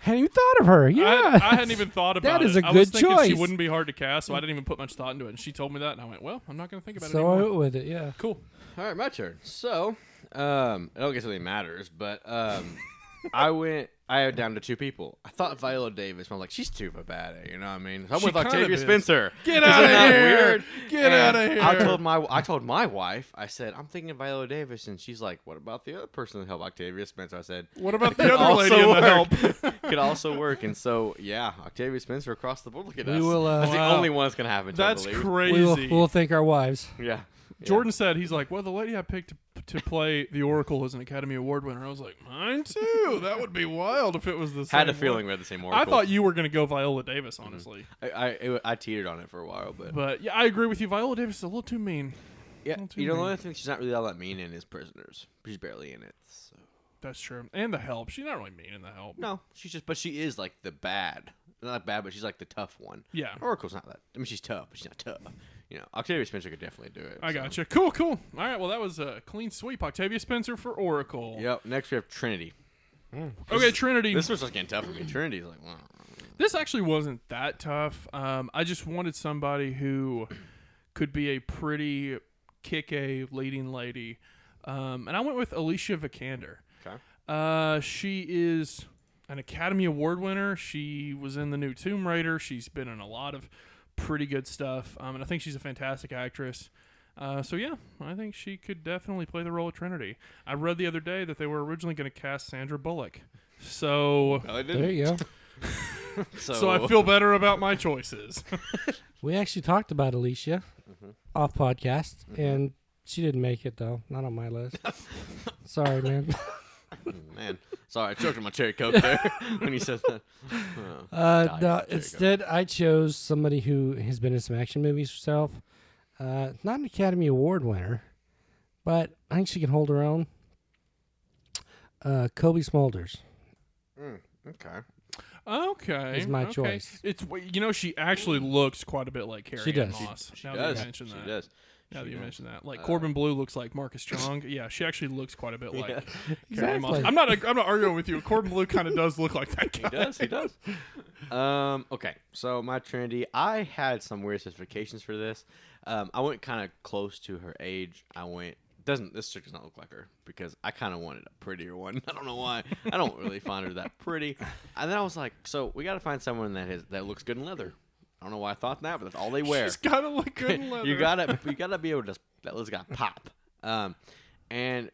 [SPEAKER 4] hadn't even thought of her. Yeah,
[SPEAKER 6] I, I hadn't even thought about
[SPEAKER 4] That is
[SPEAKER 6] it.
[SPEAKER 4] a
[SPEAKER 6] I was
[SPEAKER 4] good
[SPEAKER 6] thinking She
[SPEAKER 4] choice.
[SPEAKER 6] wouldn't be hard to cast, so I didn't even put much thought into it. And she told me that, and I went, "Well, I'm not going to think about
[SPEAKER 4] So
[SPEAKER 6] it
[SPEAKER 4] I
[SPEAKER 6] anymore."
[SPEAKER 4] went with it. Yeah.
[SPEAKER 6] Cool.
[SPEAKER 5] All right, my turn. So, um, I don't guess it really matters, but um, I went. I went down to two people. I thought Viola Davis. But I'm like, she's too bad at it. You know what I mean? So I'm
[SPEAKER 6] She
[SPEAKER 5] with
[SPEAKER 6] kind of
[SPEAKER 5] Octavia
[SPEAKER 6] is.
[SPEAKER 5] Spencer.
[SPEAKER 6] Get
[SPEAKER 5] Isn't
[SPEAKER 6] outta
[SPEAKER 5] that
[SPEAKER 6] here.
[SPEAKER 5] Weird?
[SPEAKER 6] Get
[SPEAKER 5] And uh,
[SPEAKER 6] outta
[SPEAKER 5] I
[SPEAKER 6] here.
[SPEAKER 5] told my I told my wife. I said I'm thinking of Viola Davis, and she's like, "What about the other person that helped Octavia Spencer?" I said,
[SPEAKER 6] What about
[SPEAKER 5] "Could
[SPEAKER 6] the other lady in the help?
[SPEAKER 5] work. Could also work." And so, yeah, Octavia Spencer across the board. Look at
[SPEAKER 4] We
[SPEAKER 5] us.
[SPEAKER 4] will, uh,
[SPEAKER 5] that's
[SPEAKER 6] Wow.
[SPEAKER 5] the only one that's gonna happen. To, I
[SPEAKER 6] That's
[SPEAKER 5] believe.
[SPEAKER 6] crazy.
[SPEAKER 4] We will, we'll thank our wives.
[SPEAKER 5] Yeah.
[SPEAKER 6] Jordan said he's like, well, the lady I picked to, to play the Oracle is an Academy Award winner. I was like, mine too. That would be wild if it was the same.
[SPEAKER 5] yeah. had a
[SPEAKER 6] one.
[SPEAKER 5] feeling we had the same
[SPEAKER 6] I
[SPEAKER 5] Oracle.
[SPEAKER 6] thought you were going to go Viola Davis, honestly.
[SPEAKER 5] I, I, it- I teetered on it for a while, but
[SPEAKER 6] But yeah, I agree with you. Viola Davis is a little too mean.
[SPEAKER 5] yeah,
[SPEAKER 6] not too
[SPEAKER 5] you know the
[SPEAKER 6] mean.
[SPEAKER 5] only thing she's not really all that mean in is prisoners. She's barely in it. So.
[SPEAKER 6] That's true. And the help. She's not really mean in the help.
[SPEAKER 5] No, she's just, but she is like the bad, not bad, but she's like the tough one.
[SPEAKER 6] Yeah.
[SPEAKER 5] Oracle's not that. I mean, she's tough, but she's not tough. You know, Octavia Spencer could definitely do it.
[SPEAKER 6] I
[SPEAKER 5] so.
[SPEAKER 6] gotcha. Cool, cool. All right. Well, that was a clean sweep. Octavia Spencer for Oracle.
[SPEAKER 5] Yep. Next we have Trinity.
[SPEAKER 6] Okay, Trinity.
[SPEAKER 5] This was just getting tough for me. Trinity's like, wow.
[SPEAKER 6] This actually wasn't that tough. Um, I just wanted somebody who could be a pretty kick a leading lady. Um, and I went with Alicia Vikander.
[SPEAKER 5] Okay.
[SPEAKER 6] Uh, she is an Academy Award winner. She was in the new Tomb Raider. She's been in a lot of pretty good stuff. Um, and I think she's a fantastic actress. Uh, so yeah, I think she could definitely play the role of Trinity. I read the other day that they were originally going to cast Sandra Bullock. So,
[SPEAKER 5] No, they didn't.
[SPEAKER 4] There you go.
[SPEAKER 5] So,
[SPEAKER 6] so I feel better about my choices.
[SPEAKER 4] We actually talked about Alicia off podcast, and she didn't make it though. Not on my list. Sorry, man.
[SPEAKER 5] man. Sorry, I choked on my cherry coke there when you said that.
[SPEAKER 4] Uh,
[SPEAKER 5] There you
[SPEAKER 4] no,
[SPEAKER 5] go.
[SPEAKER 4] instead, I chose somebody who has been in some action movies herself. Uh, not an Academy Award winner, but I think she can hold her own. Uh, Kobe Smulders.
[SPEAKER 5] Okay.
[SPEAKER 6] Okay,
[SPEAKER 4] Is my
[SPEAKER 6] okay.
[SPEAKER 4] choice.
[SPEAKER 6] It's you know she actually looks quite a bit like Carrie.
[SPEAKER 4] She
[SPEAKER 6] Ann
[SPEAKER 4] does.
[SPEAKER 6] Moss,
[SPEAKER 5] She
[SPEAKER 6] now
[SPEAKER 5] does.
[SPEAKER 6] That you mention
[SPEAKER 5] she
[SPEAKER 6] that.
[SPEAKER 5] does.
[SPEAKER 6] Now
[SPEAKER 5] She
[SPEAKER 6] that you
[SPEAKER 5] does. Uh,
[SPEAKER 6] mention that, like Corbin Blue looks like Marcus Chong. yeah, she actually looks quite a bit like Carrie Ann Moss.
[SPEAKER 4] Exactly.
[SPEAKER 6] I'm not. I'm not arguing with you. Corbin Blue kind of does look like that guy.
[SPEAKER 5] He does. He does. um, okay, so my Trinity, I had some weird specifications for this. Um, I went kind of close to her age. I went doesn't this chick does not look like her because I kind of wanted a prettier one. I don't know why. I don't really find her that pretty. And then I was like, so we got to find someone that is that looks good in leather. I don't know why I thought that, but that's all they wear.
[SPEAKER 6] She's gotta look good in leather.
[SPEAKER 5] you gotta you gotta be able to that let's got pop. Um, and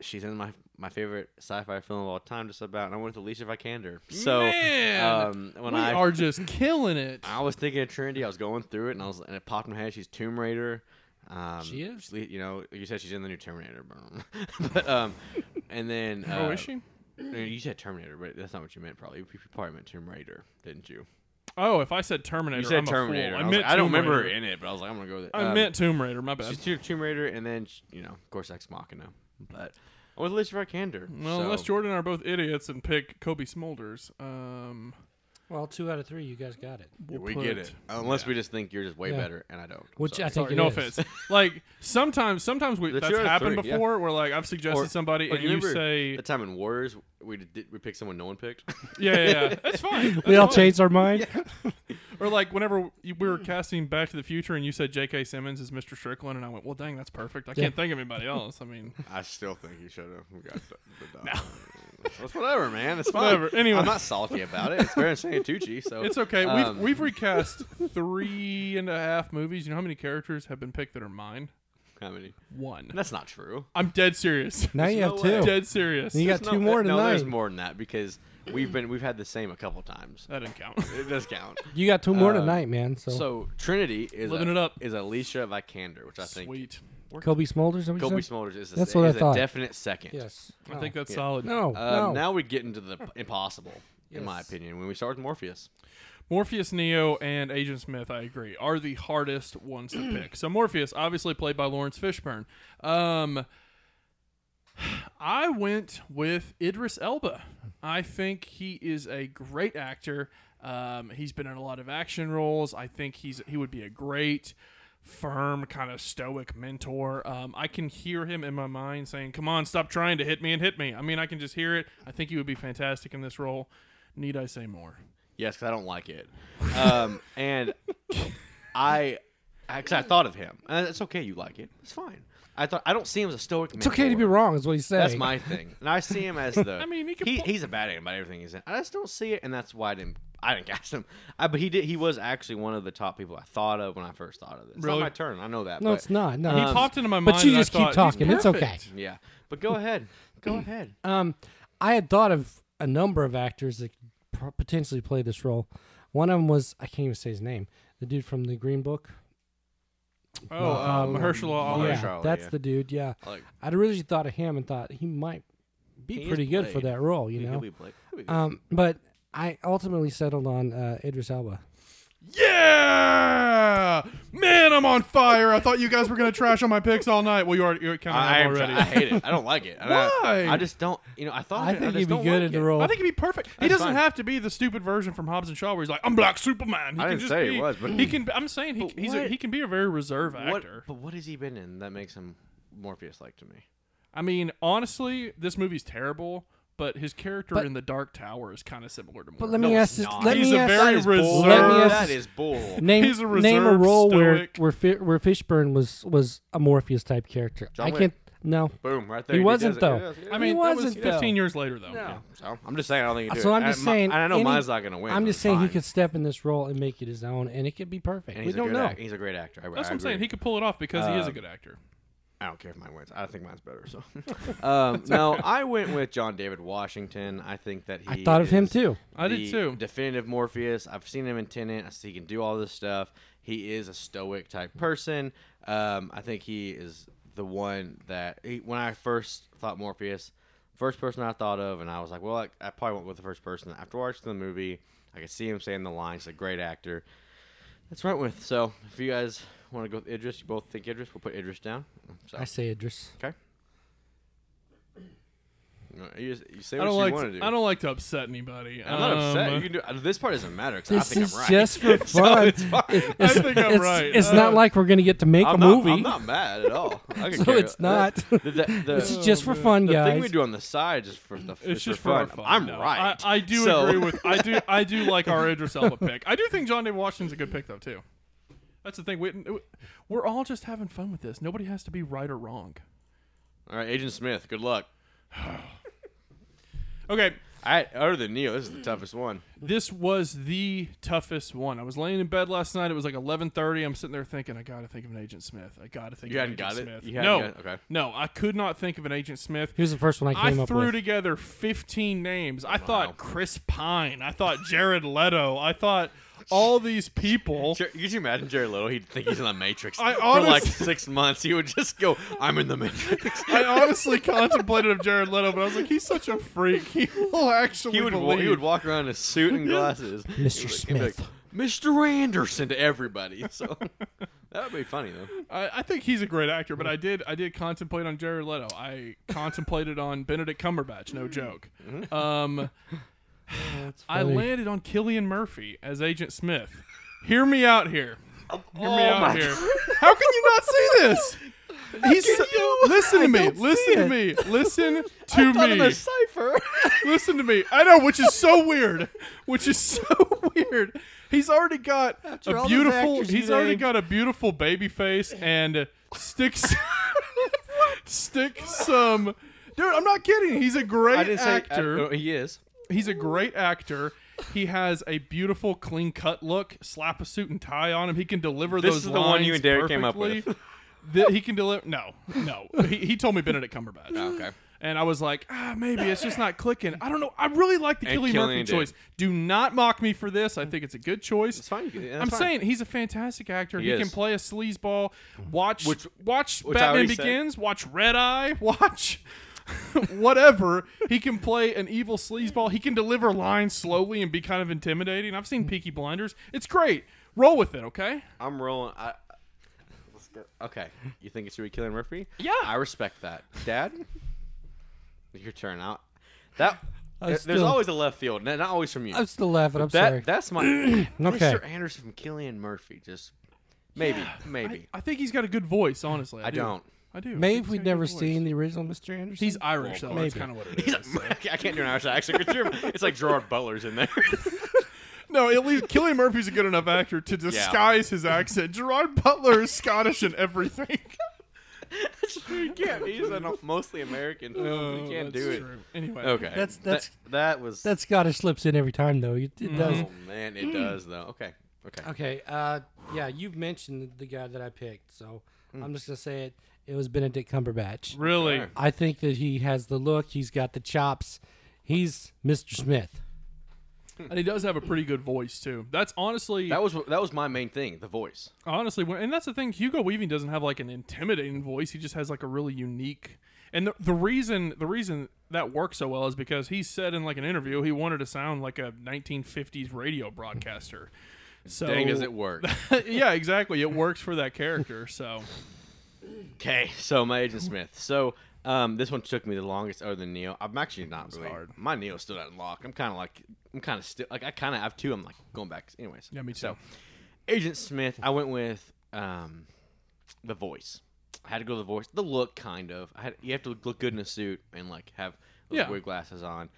[SPEAKER 5] she's in my my favorite sci-fi film of all time, just about. And I went with Alicia Vikander. So
[SPEAKER 6] Man,
[SPEAKER 5] um, when
[SPEAKER 6] we
[SPEAKER 5] I
[SPEAKER 6] are just killing it.
[SPEAKER 5] I was thinking of Trinity, I was going through it, and I was and it popped in my head. She's Tomb Raider. Um,
[SPEAKER 4] She is?
[SPEAKER 5] le- You know, you said she's in the new Terminator, but- but um, and then uh,
[SPEAKER 6] Oh, is she?
[SPEAKER 5] no, You said Terminator, but that's not what you meant. Probably you probably meant Tomb Raider, didn't you?
[SPEAKER 6] Oh, if I said Terminator,
[SPEAKER 5] You said
[SPEAKER 6] I'm a fool. I,
[SPEAKER 5] Terminator. and I, was
[SPEAKER 6] meant
[SPEAKER 5] like, I don't
[SPEAKER 6] Tomb
[SPEAKER 5] remember her
[SPEAKER 6] Raider.
[SPEAKER 5] in it, but I was like, I'm gonna go with it.
[SPEAKER 6] I
[SPEAKER 5] Um,
[SPEAKER 6] meant Tomb Raider. My bad.
[SPEAKER 5] She's Tomb, Tomb Raider, and then sh- you know, of course, Ex Machina. But I was Alicia Vikander.
[SPEAKER 6] Well,
[SPEAKER 5] so.
[SPEAKER 6] unless Jordan and I are both idiots and pick Kobe Smulders, um,
[SPEAKER 4] Well, two out of three, you guys got it.
[SPEAKER 6] we'll
[SPEAKER 5] we
[SPEAKER 6] put-
[SPEAKER 5] get it. Unless we just think you're just way
[SPEAKER 4] Yeah.
[SPEAKER 5] better, and I don't. I'm
[SPEAKER 4] Which I
[SPEAKER 5] sorry.
[SPEAKER 4] think
[SPEAKER 6] Sorry,
[SPEAKER 4] it
[SPEAKER 6] no
[SPEAKER 4] is.
[SPEAKER 6] offense. like sometimes, sometimes we
[SPEAKER 5] The
[SPEAKER 6] that's
[SPEAKER 5] two out of
[SPEAKER 6] happened
[SPEAKER 5] three, yeah.
[SPEAKER 6] before. Where like I've suggested
[SPEAKER 5] Or-
[SPEAKER 6] somebody,
[SPEAKER 5] or
[SPEAKER 6] and you
[SPEAKER 5] remember
[SPEAKER 6] say,
[SPEAKER 5] the time in Warriors we did, we picked someone no one picked.
[SPEAKER 6] yeah, yeah, yeah, that's fine.
[SPEAKER 4] We
[SPEAKER 6] That's
[SPEAKER 4] all
[SPEAKER 6] fine.
[SPEAKER 4] changed our mind.
[SPEAKER 6] Or like whenever you- we were casting Back to the Future, and you said J.K. Simmons is Mr. Strickland, and I went, well, dang, that's perfect. I can't think of anybody else. I mean,
[SPEAKER 5] I still think you should have got the, the dog. It's whatever, man. It's fine.
[SPEAKER 6] Whatever. Anyway.
[SPEAKER 5] I'm not salty about it. It's Baron Santucci, so
[SPEAKER 6] it's okay.
[SPEAKER 5] um,
[SPEAKER 6] we've we've recast three and a half movies. You know how many characters have been picked that are mine?
[SPEAKER 5] how many?
[SPEAKER 6] One.
[SPEAKER 5] That's not true.
[SPEAKER 6] I'm dead serious.
[SPEAKER 4] Now you
[SPEAKER 5] There's
[SPEAKER 4] have
[SPEAKER 5] no way.
[SPEAKER 4] two.
[SPEAKER 6] dead serious.
[SPEAKER 4] You got
[SPEAKER 5] There's
[SPEAKER 4] two more
[SPEAKER 5] no, there's
[SPEAKER 4] tonight.
[SPEAKER 5] more than that because we've been we've had the same a couple times.
[SPEAKER 6] that didn't count.
[SPEAKER 5] It does count.
[SPEAKER 4] You got two more
[SPEAKER 5] Um,
[SPEAKER 4] tonight, man. So,
[SPEAKER 5] So Trinity is
[SPEAKER 6] Living
[SPEAKER 5] a-
[SPEAKER 6] it up.
[SPEAKER 5] is Alicia Vikander, which I think
[SPEAKER 6] Sweet.
[SPEAKER 4] Kobe Smulders. is that what you
[SPEAKER 5] Kobe
[SPEAKER 4] said?
[SPEAKER 5] Smulders is, a,
[SPEAKER 4] That's
[SPEAKER 5] se-
[SPEAKER 4] what I
[SPEAKER 5] is a
[SPEAKER 4] thought.
[SPEAKER 5] definite second.
[SPEAKER 4] Yes.
[SPEAKER 6] I
[SPEAKER 4] No.
[SPEAKER 6] think that's
[SPEAKER 5] Yeah.
[SPEAKER 6] solid.
[SPEAKER 4] Oh, No.
[SPEAKER 5] Um,
[SPEAKER 4] no.
[SPEAKER 5] Now we get into the p- impossible, in my
[SPEAKER 4] Yes.
[SPEAKER 5] opinion, when we start with Morpheus.
[SPEAKER 6] Morpheus, Neo, and Agent Smith, I agree, are the hardest ones to pick. So Morpheus, obviously played by Lawrence Fishburne. Um, I went with Idris Elba. I think he is a great actor. Um, he's been in a lot of action roles. I think he's he would be a great, firm, kind of stoic mentor. Um, I can hear him in my mind saying, "Come on, stop trying to hit me and hit me." I mean, I can just hear it. I think he would be fantastic in this role. Need I say more?
[SPEAKER 5] Yes, because I don't like it. Um, Uh, and I, because I thought of him. And it's okay, you like it. It's fine. I thought I don't see him as a stoic.
[SPEAKER 4] It's okay to be wrong, is what he's saying.
[SPEAKER 5] That's my thing, and I see him as the.
[SPEAKER 6] I mean, he can pull-
[SPEAKER 5] he's a bad at about everything he's in. I just don't see it, and that's why I didn't. I didn't cast him. I, but he did. He was actually one of the top people I thought of when I first thought of this. It's
[SPEAKER 6] Really?
[SPEAKER 5] not my turn. I know that.
[SPEAKER 4] No,
[SPEAKER 5] but-
[SPEAKER 4] it's not. No, Um,
[SPEAKER 6] he popped into my mind.
[SPEAKER 4] but you
[SPEAKER 6] and I
[SPEAKER 4] just keep
[SPEAKER 6] thought, he's
[SPEAKER 4] talking. It's okay.
[SPEAKER 6] perfect.
[SPEAKER 5] Yeah, but go ahead. Go ahead.
[SPEAKER 4] Um, I had thought of a number of actors that could pro- potentially play this role. One of them was I can't even say his name. The dude from the Green Book.
[SPEAKER 6] Oh, uh,
[SPEAKER 4] um,
[SPEAKER 6] Mahershala Ali.
[SPEAKER 4] yeah,
[SPEAKER 5] Mahershala,
[SPEAKER 4] that's
[SPEAKER 5] Oh, yeah.
[SPEAKER 4] the dude. Yeah,
[SPEAKER 5] I like-
[SPEAKER 4] I'd originally thought of him and thought he might be
[SPEAKER 5] He is
[SPEAKER 4] pretty good for
[SPEAKER 5] played.
[SPEAKER 4] that role. You
[SPEAKER 5] He'll
[SPEAKER 4] know,
[SPEAKER 5] be Blake. He'll be good.
[SPEAKER 4] um, but I ultimately settled on uh, Idris Elba.
[SPEAKER 6] Yeah, man, I'm on fire. I thought you guys were gonna trash on my picks all night. Well, you already you kind of
[SPEAKER 5] I,
[SPEAKER 6] have
[SPEAKER 5] am-
[SPEAKER 6] already.
[SPEAKER 5] I hate it. I don't like it. And I-
[SPEAKER 6] Why?
[SPEAKER 5] I, just don't. You know, I thought
[SPEAKER 4] I
[SPEAKER 5] of it,
[SPEAKER 4] think
[SPEAKER 5] just
[SPEAKER 4] he'd be
[SPEAKER 5] don't
[SPEAKER 4] good
[SPEAKER 5] like
[SPEAKER 4] in the
[SPEAKER 5] it.
[SPEAKER 4] role.
[SPEAKER 6] I think he'd be perfect. he
[SPEAKER 5] That's
[SPEAKER 6] doesn't
[SPEAKER 5] fine.
[SPEAKER 6] have to be the stupid version from Hobbs and Shaw, where he's like, "I'm Black Superman." He
[SPEAKER 5] I
[SPEAKER 6] can
[SPEAKER 5] didn't
[SPEAKER 6] just
[SPEAKER 5] say
[SPEAKER 6] be,
[SPEAKER 5] he was, but-
[SPEAKER 6] he can. I'm saying he,
[SPEAKER 5] But
[SPEAKER 6] he's a,
[SPEAKER 5] what-
[SPEAKER 6] he can be a very reserve
[SPEAKER 5] What,
[SPEAKER 6] actor.
[SPEAKER 5] but what has he been in that makes him Morpheus-like to me?
[SPEAKER 6] I mean, honestly, this movie's terrible, but his character
[SPEAKER 4] But-
[SPEAKER 6] in the Dark Tower is kind of similar to. Morpheus.
[SPEAKER 4] But let
[SPEAKER 5] No,
[SPEAKER 4] me
[SPEAKER 5] it's
[SPEAKER 4] ask this.
[SPEAKER 5] not.
[SPEAKER 4] Let
[SPEAKER 6] He's
[SPEAKER 4] me
[SPEAKER 6] a
[SPEAKER 4] ask
[SPEAKER 6] very
[SPEAKER 5] that is bull.
[SPEAKER 4] Let me ask-
[SPEAKER 5] that is bull.
[SPEAKER 4] Name,
[SPEAKER 6] He's a
[SPEAKER 4] name a
[SPEAKER 6] reserved
[SPEAKER 4] role where
[SPEAKER 6] stoic.
[SPEAKER 4] where Fi- where Fishburne was was a Morpheus type character.
[SPEAKER 5] John
[SPEAKER 4] I
[SPEAKER 5] Wick.
[SPEAKER 4] can't. No,
[SPEAKER 5] Boom, right there.
[SPEAKER 4] he
[SPEAKER 5] does
[SPEAKER 4] wasn't
[SPEAKER 5] it.
[SPEAKER 4] though.
[SPEAKER 5] does it.
[SPEAKER 6] I
[SPEAKER 4] He
[SPEAKER 6] mean, that was
[SPEAKER 4] wasn't, though.
[SPEAKER 6] 15 years later, though.
[SPEAKER 4] No.
[SPEAKER 5] So I'm just saying I don't think. He
[SPEAKER 4] So I'm just
[SPEAKER 5] I,
[SPEAKER 4] saying,
[SPEAKER 5] My, and I know
[SPEAKER 4] any-
[SPEAKER 5] mine's not gonna win.
[SPEAKER 4] I'm
[SPEAKER 5] but
[SPEAKER 4] just
[SPEAKER 5] it's
[SPEAKER 4] saying he
[SPEAKER 5] fine.
[SPEAKER 4] could step in this role and make it his own, and it could be perfect.
[SPEAKER 5] And
[SPEAKER 4] we
[SPEAKER 5] he's a
[SPEAKER 4] don't
[SPEAKER 5] good
[SPEAKER 4] know.
[SPEAKER 5] act- he's a great actor. I,
[SPEAKER 6] That's
[SPEAKER 5] I
[SPEAKER 6] what I'm saying.
[SPEAKER 5] agree.
[SPEAKER 6] He could pull it off because he is a
[SPEAKER 5] Um,
[SPEAKER 6] good actor.
[SPEAKER 5] I don't care if mine wins. I think mine's better. So, um, no, I went with John David Washington. I think that
[SPEAKER 4] I
[SPEAKER 5] he
[SPEAKER 4] thought of him
[SPEAKER 5] is
[SPEAKER 4] too.
[SPEAKER 6] I did
[SPEAKER 5] the
[SPEAKER 6] too.
[SPEAKER 5] Definitive Morpheus. I've seen him in Tenet. I see he can do all this stuff. He is a stoic type person. Um, I think he is the one that he, when I first thought Morpheus, first person I thought of, and I was like, well, I, I probably went with the first person. After watching the movie, I could see him saying the lines. He's a great actor. That's right with. So if you guys want to go with Idris, you both think Idris, we'll put Idris down. So,
[SPEAKER 4] I say Idris.
[SPEAKER 5] okay. You, you say
[SPEAKER 6] I
[SPEAKER 5] what
[SPEAKER 6] don't
[SPEAKER 5] you
[SPEAKER 6] like.
[SPEAKER 5] want
[SPEAKER 6] To,
[SPEAKER 5] to do.
[SPEAKER 6] I don't like to upset anybody.
[SPEAKER 5] I'm not upset.
[SPEAKER 6] Um,
[SPEAKER 5] You can do uh, this part doesn't matter because I
[SPEAKER 4] This
[SPEAKER 5] think
[SPEAKER 4] is
[SPEAKER 5] I'm right.
[SPEAKER 4] just for
[SPEAKER 5] So
[SPEAKER 4] fun.
[SPEAKER 5] it's fine.
[SPEAKER 6] I
[SPEAKER 4] It's-
[SPEAKER 6] think I'm
[SPEAKER 4] it's,
[SPEAKER 6] right.
[SPEAKER 4] It's
[SPEAKER 6] Uh,
[SPEAKER 4] not like we're gonna get to make
[SPEAKER 5] I'm
[SPEAKER 4] a
[SPEAKER 5] not,
[SPEAKER 4] movie.
[SPEAKER 5] I'm not mad at all. I could
[SPEAKER 4] So
[SPEAKER 5] care-
[SPEAKER 4] it's not.
[SPEAKER 5] The, the, the,
[SPEAKER 4] this is just for fun,
[SPEAKER 5] the
[SPEAKER 4] guys.
[SPEAKER 5] thing we do on the side just for the
[SPEAKER 6] It's just
[SPEAKER 5] for fun.
[SPEAKER 6] our fun.
[SPEAKER 5] I'm
[SPEAKER 6] no.
[SPEAKER 5] right.
[SPEAKER 6] I, I do
[SPEAKER 5] So-
[SPEAKER 6] agree with. I do. I do like our Idris Elba pick. I do think John David Washington's a good pick though too. That's the thing. We, we're all just having fun with this. Nobody has to be right or wrong.
[SPEAKER 5] All right, Agent Smith. Good luck.
[SPEAKER 6] Okay,
[SPEAKER 5] All right, other than Neil, this is the toughest one.
[SPEAKER 6] this was the toughest one. I was laying in bed last night. It was like 11:30. I'm sitting there thinking, I gotta think of an Agent Smith. I gotta think.
[SPEAKER 5] You
[SPEAKER 6] of an
[SPEAKER 5] hadn't
[SPEAKER 6] Agent
[SPEAKER 5] got it?
[SPEAKER 6] Smith.
[SPEAKER 5] You hadn't
[SPEAKER 6] no,
[SPEAKER 5] got it? Okay.
[SPEAKER 6] no, I could not think of an Agent Smith.
[SPEAKER 4] Here's the first one I
[SPEAKER 6] I
[SPEAKER 4] came up
[SPEAKER 6] threw
[SPEAKER 4] with.
[SPEAKER 6] together 15 names. I thought Chris Pine. I thought Jared Leto. I thought all these people.
[SPEAKER 5] Jer- Could you imagine Jerry Little? He'd think he's in the Matrix
[SPEAKER 6] I
[SPEAKER 5] for like
[SPEAKER 6] honest-
[SPEAKER 5] six months. He would just go, "I'm in the Matrix."
[SPEAKER 6] I honestly contemplated of Jared Leto, but I was like, he's such a freak. He will actually
[SPEAKER 5] He would wa-
[SPEAKER 6] believe.
[SPEAKER 5] he would walk around in a suit and glasses.
[SPEAKER 4] Mr.
[SPEAKER 5] He'd be like,
[SPEAKER 4] Smith.
[SPEAKER 5] Mr. Anderson to everybody. So that would be funny though.
[SPEAKER 6] I, I think he's a great actor, but I did I did contemplate on Jared Leto. I contemplated on Benedict Cumberbatch. No joke.
[SPEAKER 5] Mm-hmm.
[SPEAKER 6] Um, I
[SPEAKER 4] funny.
[SPEAKER 6] landed on Killian Murphy as Agent Smith. Hear me out here.
[SPEAKER 5] Oh
[SPEAKER 6] Hear me out here. How can you not see this? He's listen to me. Listen to me. Listen to me.
[SPEAKER 5] cipher.
[SPEAKER 6] Listen to me. I know, which is so weird. Which is so weird. He's already got a
[SPEAKER 5] all those
[SPEAKER 6] beautiful.
[SPEAKER 5] actors
[SPEAKER 6] He's
[SPEAKER 5] you
[SPEAKER 6] already
[SPEAKER 5] named.
[SPEAKER 6] got a beautiful baby face and sticks. stick some. Dude, I'm not kidding. He's a
[SPEAKER 5] I
[SPEAKER 6] great
[SPEAKER 5] didn't say
[SPEAKER 6] actor.
[SPEAKER 5] I- oh, he is.
[SPEAKER 6] He's a great actor. He has a beautiful, clean cut look. Slap a suit and tie on him. He can deliver
[SPEAKER 5] This
[SPEAKER 6] those.
[SPEAKER 5] is the one you
[SPEAKER 6] lines
[SPEAKER 5] and Derek came up
[SPEAKER 6] perfectly.
[SPEAKER 5] with.
[SPEAKER 6] Th- he can deliver. No, no. He, he told me Benedict Cumberbatch.
[SPEAKER 5] Oh, Okay.
[SPEAKER 6] And I was like, ah, maybe it's just not clicking. I don't know. I really like the
[SPEAKER 5] And
[SPEAKER 6] Killian
[SPEAKER 5] Cillian
[SPEAKER 6] Murphy
[SPEAKER 5] did.
[SPEAKER 6] choice. Do not mock me for this. I think it's a good choice.
[SPEAKER 5] It's fine. You can- that's
[SPEAKER 6] I'm
[SPEAKER 5] fine.
[SPEAKER 6] saying he's a fantastic actor. He,
[SPEAKER 5] He
[SPEAKER 6] can
[SPEAKER 5] is.
[SPEAKER 6] play a sleazeball. Watch
[SPEAKER 5] Which-
[SPEAKER 6] watch
[SPEAKER 5] which I
[SPEAKER 6] Batman
[SPEAKER 5] already said.
[SPEAKER 6] Begins. Watch Red Eye. Watch whatever. He can play an evil sleazeball. He can deliver lines slowly and be kind of intimidating. I've seen Peaky Blinders. It's great. Roll with it, okay?
[SPEAKER 5] I'm rolling. I, let's go. Okay. You think it's really Killian Murphy?
[SPEAKER 6] Yeah.
[SPEAKER 5] I respect that. Dad, your turn out. That there- there's
[SPEAKER 4] still-
[SPEAKER 5] always a left field, not not always from you.
[SPEAKER 4] I'm still laughing. I'm
[SPEAKER 5] that
[SPEAKER 4] sorry.
[SPEAKER 5] that's my Mr. Anderson from Killian Murphy. Just maybe,
[SPEAKER 6] I,
[SPEAKER 5] maybe.
[SPEAKER 6] I think he's got a good voice, honestly. I,
[SPEAKER 5] I
[SPEAKER 6] do.
[SPEAKER 5] don't.
[SPEAKER 6] I do. I
[SPEAKER 4] Maybe
[SPEAKER 6] think
[SPEAKER 4] if
[SPEAKER 6] he's
[SPEAKER 4] we'd
[SPEAKER 6] got a good
[SPEAKER 4] never
[SPEAKER 6] voice.
[SPEAKER 4] seen the original Mr. Anderson.
[SPEAKER 6] He's Irish, though. That's
[SPEAKER 4] maybe.
[SPEAKER 6] kind of what it is.
[SPEAKER 5] He's like, I can't do an Irish accent. 'cause you're- It's like Gerard Butler's in there.
[SPEAKER 6] No, at least Killian Murphy's a good enough actor to disguise his accent. Gerard Butler is Scottish and everything.
[SPEAKER 5] you can't. He's a mostly American.
[SPEAKER 6] Oh,
[SPEAKER 5] you can't
[SPEAKER 6] that's
[SPEAKER 5] do it.
[SPEAKER 6] true. Anyway.
[SPEAKER 5] Okay.
[SPEAKER 4] That's-
[SPEAKER 5] That-
[SPEAKER 4] that's-
[SPEAKER 5] that, was
[SPEAKER 4] That Scottish slips in every time, though. It, it does.
[SPEAKER 5] Oh man, it does though. Okay. Okay.
[SPEAKER 4] Okay. Uh, yeah, you've mentioned the guy that I picked, so
[SPEAKER 5] Hmm.
[SPEAKER 4] I'm just gonna say it. It was Benedict Cumberbatch.
[SPEAKER 6] Really?
[SPEAKER 5] Sure.
[SPEAKER 4] I think that he has the look. He's got the chops. He's Mr. Smith.
[SPEAKER 6] And he does have a pretty good voice too. That's honestly
[SPEAKER 5] That was that was my main thing. The voice.
[SPEAKER 6] honestly when- and that's the thing hugo weaving doesn't have like an intimidating voice he just has like a really unique and the, the reason the reason that works so well is because he said in like an interview he wanted to sound like a 1950s radio broadcaster so
[SPEAKER 5] Dang, does it work?
[SPEAKER 6] yeah exactly it works for that character so
[SPEAKER 5] Okay, so my agent Smith. So um, this one took me the longest, other than Neo. I'm actually not really.
[SPEAKER 6] hard.
[SPEAKER 5] My Neo's still not locked. I'm kind of like, I'm kind of still like, I kind of have two. I'm like going back, anyways.
[SPEAKER 6] yeah me too
[SPEAKER 5] So Agent Smith, I went with um, the voice. I had to go to the voice, the look, kind of. I had, you have to look good in a suit and like have those
[SPEAKER 6] Yeah.
[SPEAKER 5] weird glasses on.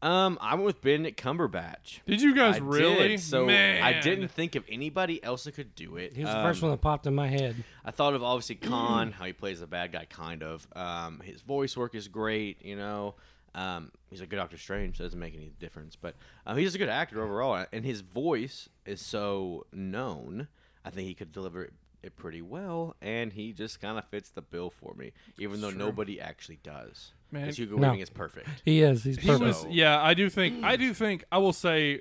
[SPEAKER 5] Um, I went with Benedict Cumberbatch.
[SPEAKER 6] did you guys
[SPEAKER 5] I
[SPEAKER 6] really
[SPEAKER 5] did, so
[SPEAKER 6] Man.
[SPEAKER 5] I didn't think of anybody else that could do it.
[SPEAKER 4] He was the
[SPEAKER 5] Um,
[SPEAKER 4] first one that popped in my head.
[SPEAKER 5] I thought of obviously Khan, how he plays the bad guy, kind of. Um, his voice work is great, you know. Um, he's a good Doctor Strange, so it doesn't make any difference. But um, he's a good actor overall, and his voice is so known. I think he could deliver it, it pretty well, and he just kind of fits the bill for me, even though nobody actually does.
[SPEAKER 6] Man.
[SPEAKER 5] Because Hugo
[SPEAKER 4] No.
[SPEAKER 5] Weaving is perfect.
[SPEAKER 4] He is. He's
[SPEAKER 6] He
[SPEAKER 4] perfect.
[SPEAKER 6] was, yeah, I do think, I
[SPEAKER 5] Mm.
[SPEAKER 6] do think, I will say,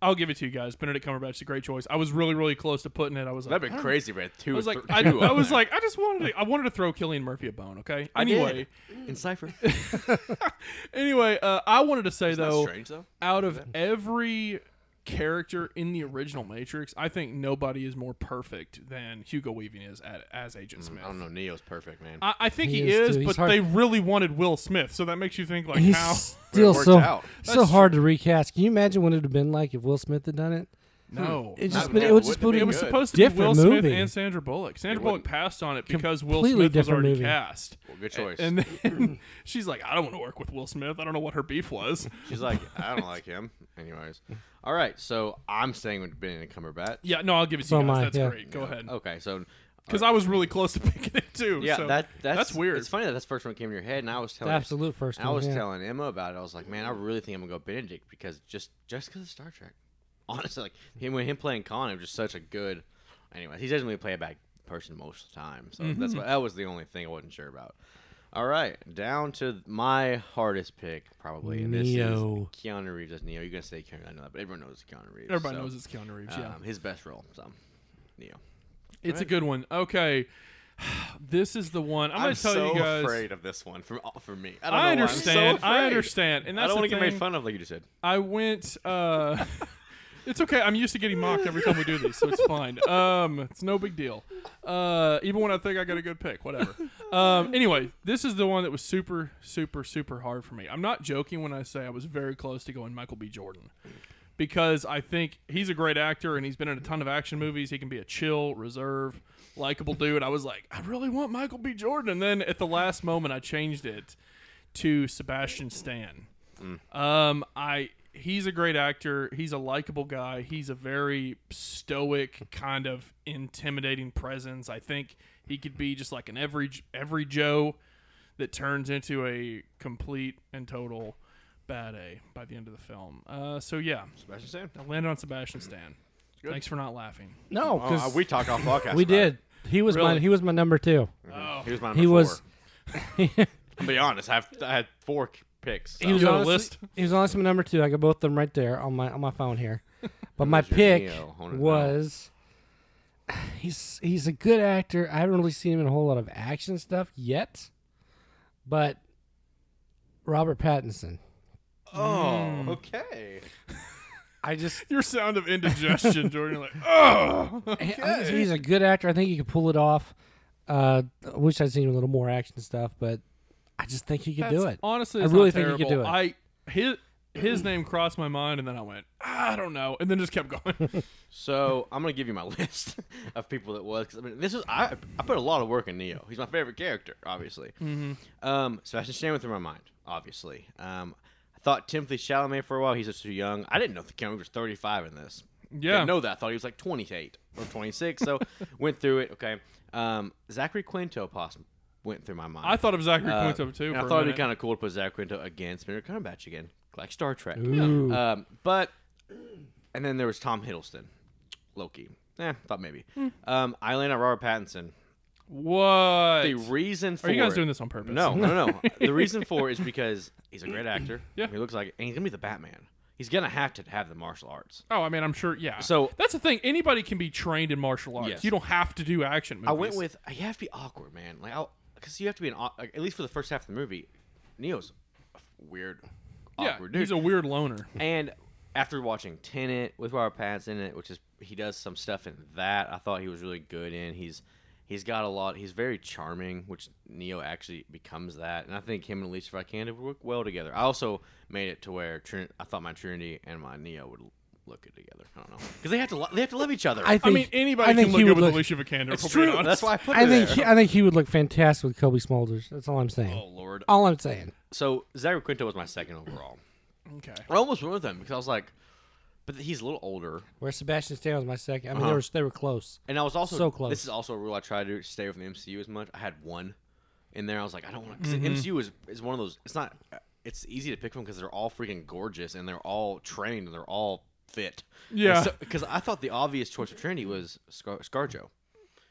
[SPEAKER 6] I'll give it to you guys. Benedict Cumberbatch is a great choice. I was really, really close to putting it. I was like,
[SPEAKER 5] That'd
[SPEAKER 6] I
[SPEAKER 5] be
[SPEAKER 6] don't-
[SPEAKER 5] crazy, man. Two,
[SPEAKER 6] I was like,
[SPEAKER 5] th-
[SPEAKER 6] I,
[SPEAKER 5] two
[SPEAKER 6] I
[SPEAKER 5] of
[SPEAKER 6] was
[SPEAKER 5] them.
[SPEAKER 6] like, I just wanted, to, I wanted to throw Killian Murphy a bone. Okay.
[SPEAKER 5] I did.
[SPEAKER 6] Anyway,
[SPEAKER 5] in Cipher.
[SPEAKER 6] anyway, uh, I wanted to say
[SPEAKER 5] That's
[SPEAKER 6] though,
[SPEAKER 5] strange though.
[SPEAKER 6] out of every character in the original Matrix, I think nobody is more perfect than Hugo Weaving is at, as Agent Smith.
[SPEAKER 5] Mm, I don't know. Neo's perfect, man.
[SPEAKER 6] I, I think
[SPEAKER 4] He
[SPEAKER 6] he,
[SPEAKER 4] is,
[SPEAKER 6] is,
[SPEAKER 4] too. He's
[SPEAKER 6] but
[SPEAKER 4] hard-
[SPEAKER 6] they really wanted Will Smith, so that makes you think like
[SPEAKER 4] He's
[SPEAKER 6] how.
[SPEAKER 5] Well, it
[SPEAKER 4] still
[SPEAKER 5] worked
[SPEAKER 4] so
[SPEAKER 5] out.
[SPEAKER 4] so hard to recast. Can you imagine what it'd have been like if Will Smith had done it?
[SPEAKER 6] No,
[SPEAKER 4] It
[SPEAKER 5] Not
[SPEAKER 4] just
[SPEAKER 5] at
[SPEAKER 4] been, it
[SPEAKER 5] all.
[SPEAKER 4] was just
[SPEAKER 5] Wouldn't have
[SPEAKER 4] put
[SPEAKER 6] It
[SPEAKER 5] been
[SPEAKER 6] was
[SPEAKER 5] good.
[SPEAKER 6] supposed to be Will
[SPEAKER 4] Different
[SPEAKER 6] Smith
[SPEAKER 4] movie.
[SPEAKER 6] and Sandra Bullock. Sandra
[SPEAKER 5] wouldn't-
[SPEAKER 6] Bullock passed on it because Will
[SPEAKER 4] Completely
[SPEAKER 6] Smith was
[SPEAKER 4] different
[SPEAKER 6] already
[SPEAKER 4] movie.
[SPEAKER 6] cast.
[SPEAKER 5] Well, good choice.
[SPEAKER 6] And then she's like, I don't want to work with Will Smith. I don't know what her beef was.
[SPEAKER 5] She's like, I don't like him. Anyways, all right. So I'm staying with Benedict Cumberbatch.
[SPEAKER 6] Yeah, no, I'll give it to
[SPEAKER 4] So
[SPEAKER 6] you
[SPEAKER 4] am
[SPEAKER 6] guys.
[SPEAKER 4] I,
[SPEAKER 6] That's
[SPEAKER 4] yeah.
[SPEAKER 6] great. Go ahead.
[SPEAKER 5] Okay, so
[SPEAKER 6] Because I was really close to picking it too.
[SPEAKER 5] yeah,
[SPEAKER 6] so
[SPEAKER 5] that that's,
[SPEAKER 6] weird.
[SPEAKER 5] It's funny that that's the first one that came to your head, and I was
[SPEAKER 4] The
[SPEAKER 5] telling
[SPEAKER 4] absolute first
[SPEAKER 5] I
[SPEAKER 4] one,
[SPEAKER 5] was
[SPEAKER 4] yeah.
[SPEAKER 5] telling Emma about it. I was like, man, I really think I'm gonna go Benedict because just just because of Star Trek. Honestly, like him when him playing Khan, it was just such a good. Anyways, he doesn't really play a bad person most of the time, so
[SPEAKER 6] Mm-hmm.
[SPEAKER 5] that's what, that was the only thing I wasn't sure about. All right, down to my hardest pick probably, and this is
[SPEAKER 4] Neo.
[SPEAKER 5] Keanu Reeves as Neo. You're gonna say Keanu, I know that, but everyone knows Keanu Reeves.
[SPEAKER 6] Everybody
[SPEAKER 5] so,
[SPEAKER 6] knows it's Keanu Reeves. Yeah,
[SPEAKER 5] um, his best role. So Neo.
[SPEAKER 6] it's a good one. Okay, this is the one. I'm, gonna tell you guys.
[SPEAKER 5] afraid of this one for for me. I, don't
[SPEAKER 6] I
[SPEAKER 5] know why. I'm so
[SPEAKER 6] understand. I
[SPEAKER 5] afraid.
[SPEAKER 6] understand. And
[SPEAKER 5] I
[SPEAKER 6] that's
[SPEAKER 5] don't
[SPEAKER 6] the
[SPEAKER 5] want to get made
[SPEAKER 6] thing.
[SPEAKER 5] fun of like you just said.
[SPEAKER 6] I went. Uh, it's okay. I'm used to getting mocked every time we do these, so it's fine. Um, it's no big deal. Uh, even when I think I got a good pick, whatever. Um, anyway, this is the one that was super, super, super hard for me. I'm not joking when I say I was very close to going Michael B. Jordan. Because I think he's a great actor and he's been in a ton of action movies. He can be a chill, reserved, likable dude. I was like, I really want Michael B. Jordan. And then at the last moment, I changed it to Sebastian Stan. Um, I he's a great actor. He's a likable guy. He's a very stoic, kind of intimidating presence. I think he could be just like an every every Joe that turns into a complete and total bad A by the end of the film. Uh, so yeah,
[SPEAKER 5] Sebastian Stan.
[SPEAKER 6] I landed on Sebastian Stan. Thanks for not laughing.
[SPEAKER 4] No,
[SPEAKER 5] Oh, uh,
[SPEAKER 4] because
[SPEAKER 5] we talked off podcast.
[SPEAKER 4] we
[SPEAKER 5] about it.
[SPEAKER 4] did. He was my
[SPEAKER 6] Really?
[SPEAKER 4] he was my number two.
[SPEAKER 5] He was my number
[SPEAKER 4] He was.
[SPEAKER 5] four. I'm gonna Oh. be honest. I have I had four k- picks. so.
[SPEAKER 4] He was
[SPEAKER 6] You got a
[SPEAKER 4] honestly,
[SPEAKER 6] list?
[SPEAKER 4] He was honestly my number two. I got both of them right there on my on my phone here. But my pick
[SPEAKER 5] Neo? I wanna know.
[SPEAKER 4] was he's he's a good actor. I haven't really seen him in a whole lot of action stuff yet, but Robert Pattinson.
[SPEAKER 5] oh, okay.
[SPEAKER 4] I just
[SPEAKER 6] Your sound of indigestion, Jordan. You're like, oh,
[SPEAKER 4] I- I think he's a good actor. I think he could pull it off. Uh, I wish I'd seen him a little more action stuff, but I just think he could do
[SPEAKER 6] That's-
[SPEAKER 4] it.
[SPEAKER 6] Honestly,
[SPEAKER 4] I
[SPEAKER 6] it's
[SPEAKER 4] really
[SPEAKER 6] not
[SPEAKER 4] think he could
[SPEAKER 6] terrible.
[SPEAKER 4] do it.
[SPEAKER 6] I his his name crossed my mind, and then I went, I don't know, and then just kept going.
[SPEAKER 5] So I'm gonna give you my list of people that was. 'cause, I mean, this is I, I put a lot of work in Neo. He's my favorite character, obviously. Mm-hmm. Um, Sebastian Stan went through my mind, obviously. Um, I thought Timothy Chalamet for a while. He's just too young. I didn't know the Keanu was 35 in this.
[SPEAKER 6] Yeah.
[SPEAKER 5] didn't know that. I thought he was like 28 or 26. So went through it. Okay. Um, Zachary Quinto poss- went through my mind.
[SPEAKER 6] I thought of Zachary
[SPEAKER 5] Uh,
[SPEAKER 6] Quinto too.
[SPEAKER 5] and
[SPEAKER 6] For
[SPEAKER 5] I
[SPEAKER 6] a
[SPEAKER 5] thought it'd
[SPEAKER 6] minute.
[SPEAKER 5] be kind of cool to put Zach Quinto against Benedict Cumberbatch again, like Star Trek.
[SPEAKER 4] Ooh.
[SPEAKER 5] Um, but and then there was Tom Hiddleston, Loki. Eh, thought maybe. Um, Eileen Robert Pattinson.
[SPEAKER 6] What?
[SPEAKER 5] The reason for
[SPEAKER 6] Are you guys
[SPEAKER 5] it-
[SPEAKER 6] doing this on purpose?
[SPEAKER 5] No, no, no. the reason for it is because he's a great actor.
[SPEAKER 6] Yeah.
[SPEAKER 5] he looks like, it, and he's gonna be the Batman. He's gonna have to have the martial arts.
[SPEAKER 6] Oh, I mean, I'm sure. Yeah.
[SPEAKER 5] So-
[SPEAKER 6] that's the thing. Anybody can be trained in martial arts.
[SPEAKER 5] Yes.
[SPEAKER 6] You don't have to do action movies.
[SPEAKER 5] I went with you have to be awkward, man. Like, because you have to be an au- like, at least for the first half of the movie. Neo's a f- weird,
[SPEAKER 6] yeah.
[SPEAKER 5] awkward dude.
[SPEAKER 6] He's a weird loner.
[SPEAKER 5] and after watching Tenet with Robert Pattinson in it, which is he does some stuff in that, I thought he was really good in. He's he's got a lot. He's very charming, which Neo actually becomes that, and I think him and Alicia Vikander would work well together. I also made it to where Trin- I thought my Trinity and my Neo would l- look good together. I don't know because they have to lo- they have to love each other.
[SPEAKER 4] I
[SPEAKER 6] I
[SPEAKER 4] think
[SPEAKER 6] mean, anybody
[SPEAKER 4] I think
[SPEAKER 6] can
[SPEAKER 4] he
[SPEAKER 6] look
[SPEAKER 4] would
[SPEAKER 6] good with
[SPEAKER 4] look,
[SPEAKER 6] Alicia Vikander.
[SPEAKER 5] it's
[SPEAKER 6] if we're being
[SPEAKER 5] true.
[SPEAKER 6] honest.
[SPEAKER 5] That's why I put.
[SPEAKER 4] I
[SPEAKER 5] her
[SPEAKER 4] think
[SPEAKER 5] there.
[SPEAKER 4] he, I think he would look fantastic with Kobe Smulders. That's all I'm saying.
[SPEAKER 5] oh Lord.
[SPEAKER 4] All I'm saying.
[SPEAKER 5] So Zachary Quinto was my second overall.
[SPEAKER 6] Okay.
[SPEAKER 5] I almost went with him because I was like, but he's a little older,
[SPEAKER 4] Where Sebastian Stan was my second. I
[SPEAKER 5] Uh-huh.
[SPEAKER 4] mean, they were they were close.
[SPEAKER 5] and I was also
[SPEAKER 4] So close.
[SPEAKER 5] This is also a rule I try to stay from the MCU as much. I had one in there. I was like, I don't want
[SPEAKER 6] Mm-hmm.
[SPEAKER 5] to. MCU is is one of those. It's not. It's easy to pick from because they're all freaking gorgeous and they're all trained and they're all fit.
[SPEAKER 6] Yeah.
[SPEAKER 5] Because I thought the obvious choice for Trinity was Scar- ScarJo.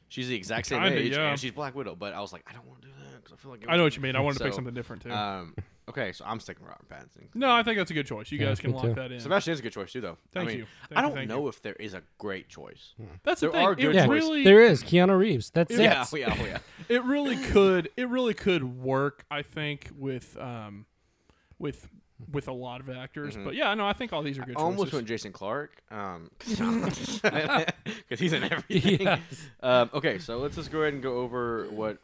[SPEAKER 5] She's the exact same
[SPEAKER 6] Kinda,
[SPEAKER 5] age
[SPEAKER 6] yeah.
[SPEAKER 5] and she's Black Widow, but I was like, I don't want to do that because I feel like it
[SPEAKER 6] I know
[SPEAKER 5] was-
[SPEAKER 6] what you mean. I wanted to pick
[SPEAKER 5] So,
[SPEAKER 6] something different too.
[SPEAKER 5] Um, okay, so I'm sticking with Robert Pattinson.
[SPEAKER 6] no, I think that's a good choice. You guys can
[SPEAKER 4] me
[SPEAKER 6] lock
[SPEAKER 4] too.
[SPEAKER 6] that in.
[SPEAKER 5] Sebastian is a good choice too, though.
[SPEAKER 6] Thank
[SPEAKER 5] I mean,
[SPEAKER 6] you. Thank
[SPEAKER 5] I
[SPEAKER 6] you,
[SPEAKER 5] don't
[SPEAKER 6] thank
[SPEAKER 5] know
[SPEAKER 6] you.
[SPEAKER 5] if there is a great choice.
[SPEAKER 6] that's the
[SPEAKER 5] there
[SPEAKER 6] thing.
[SPEAKER 5] are good
[SPEAKER 6] it
[SPEAKER 4] Yeah,
[SPEAKER 5] choices.
[SPEAKER 6] really,
[SPEAKER 4] there is Keanu Reeves. That's it.
[SPEAKER 5] Yeah, oh, yeah, oh, yeah.
[SPEAKER 6] it really could. It really could work. I think with um, with with a lot of actors. But yeah, no, I think all these are good.
[SPEAKER 5] Mm-hmm. Almost
[SPEAKER 6] choices.
[SPEAKER 5] went Jason Clark, um, because he's in everything. Um, okay, so let's just go ahead and go over what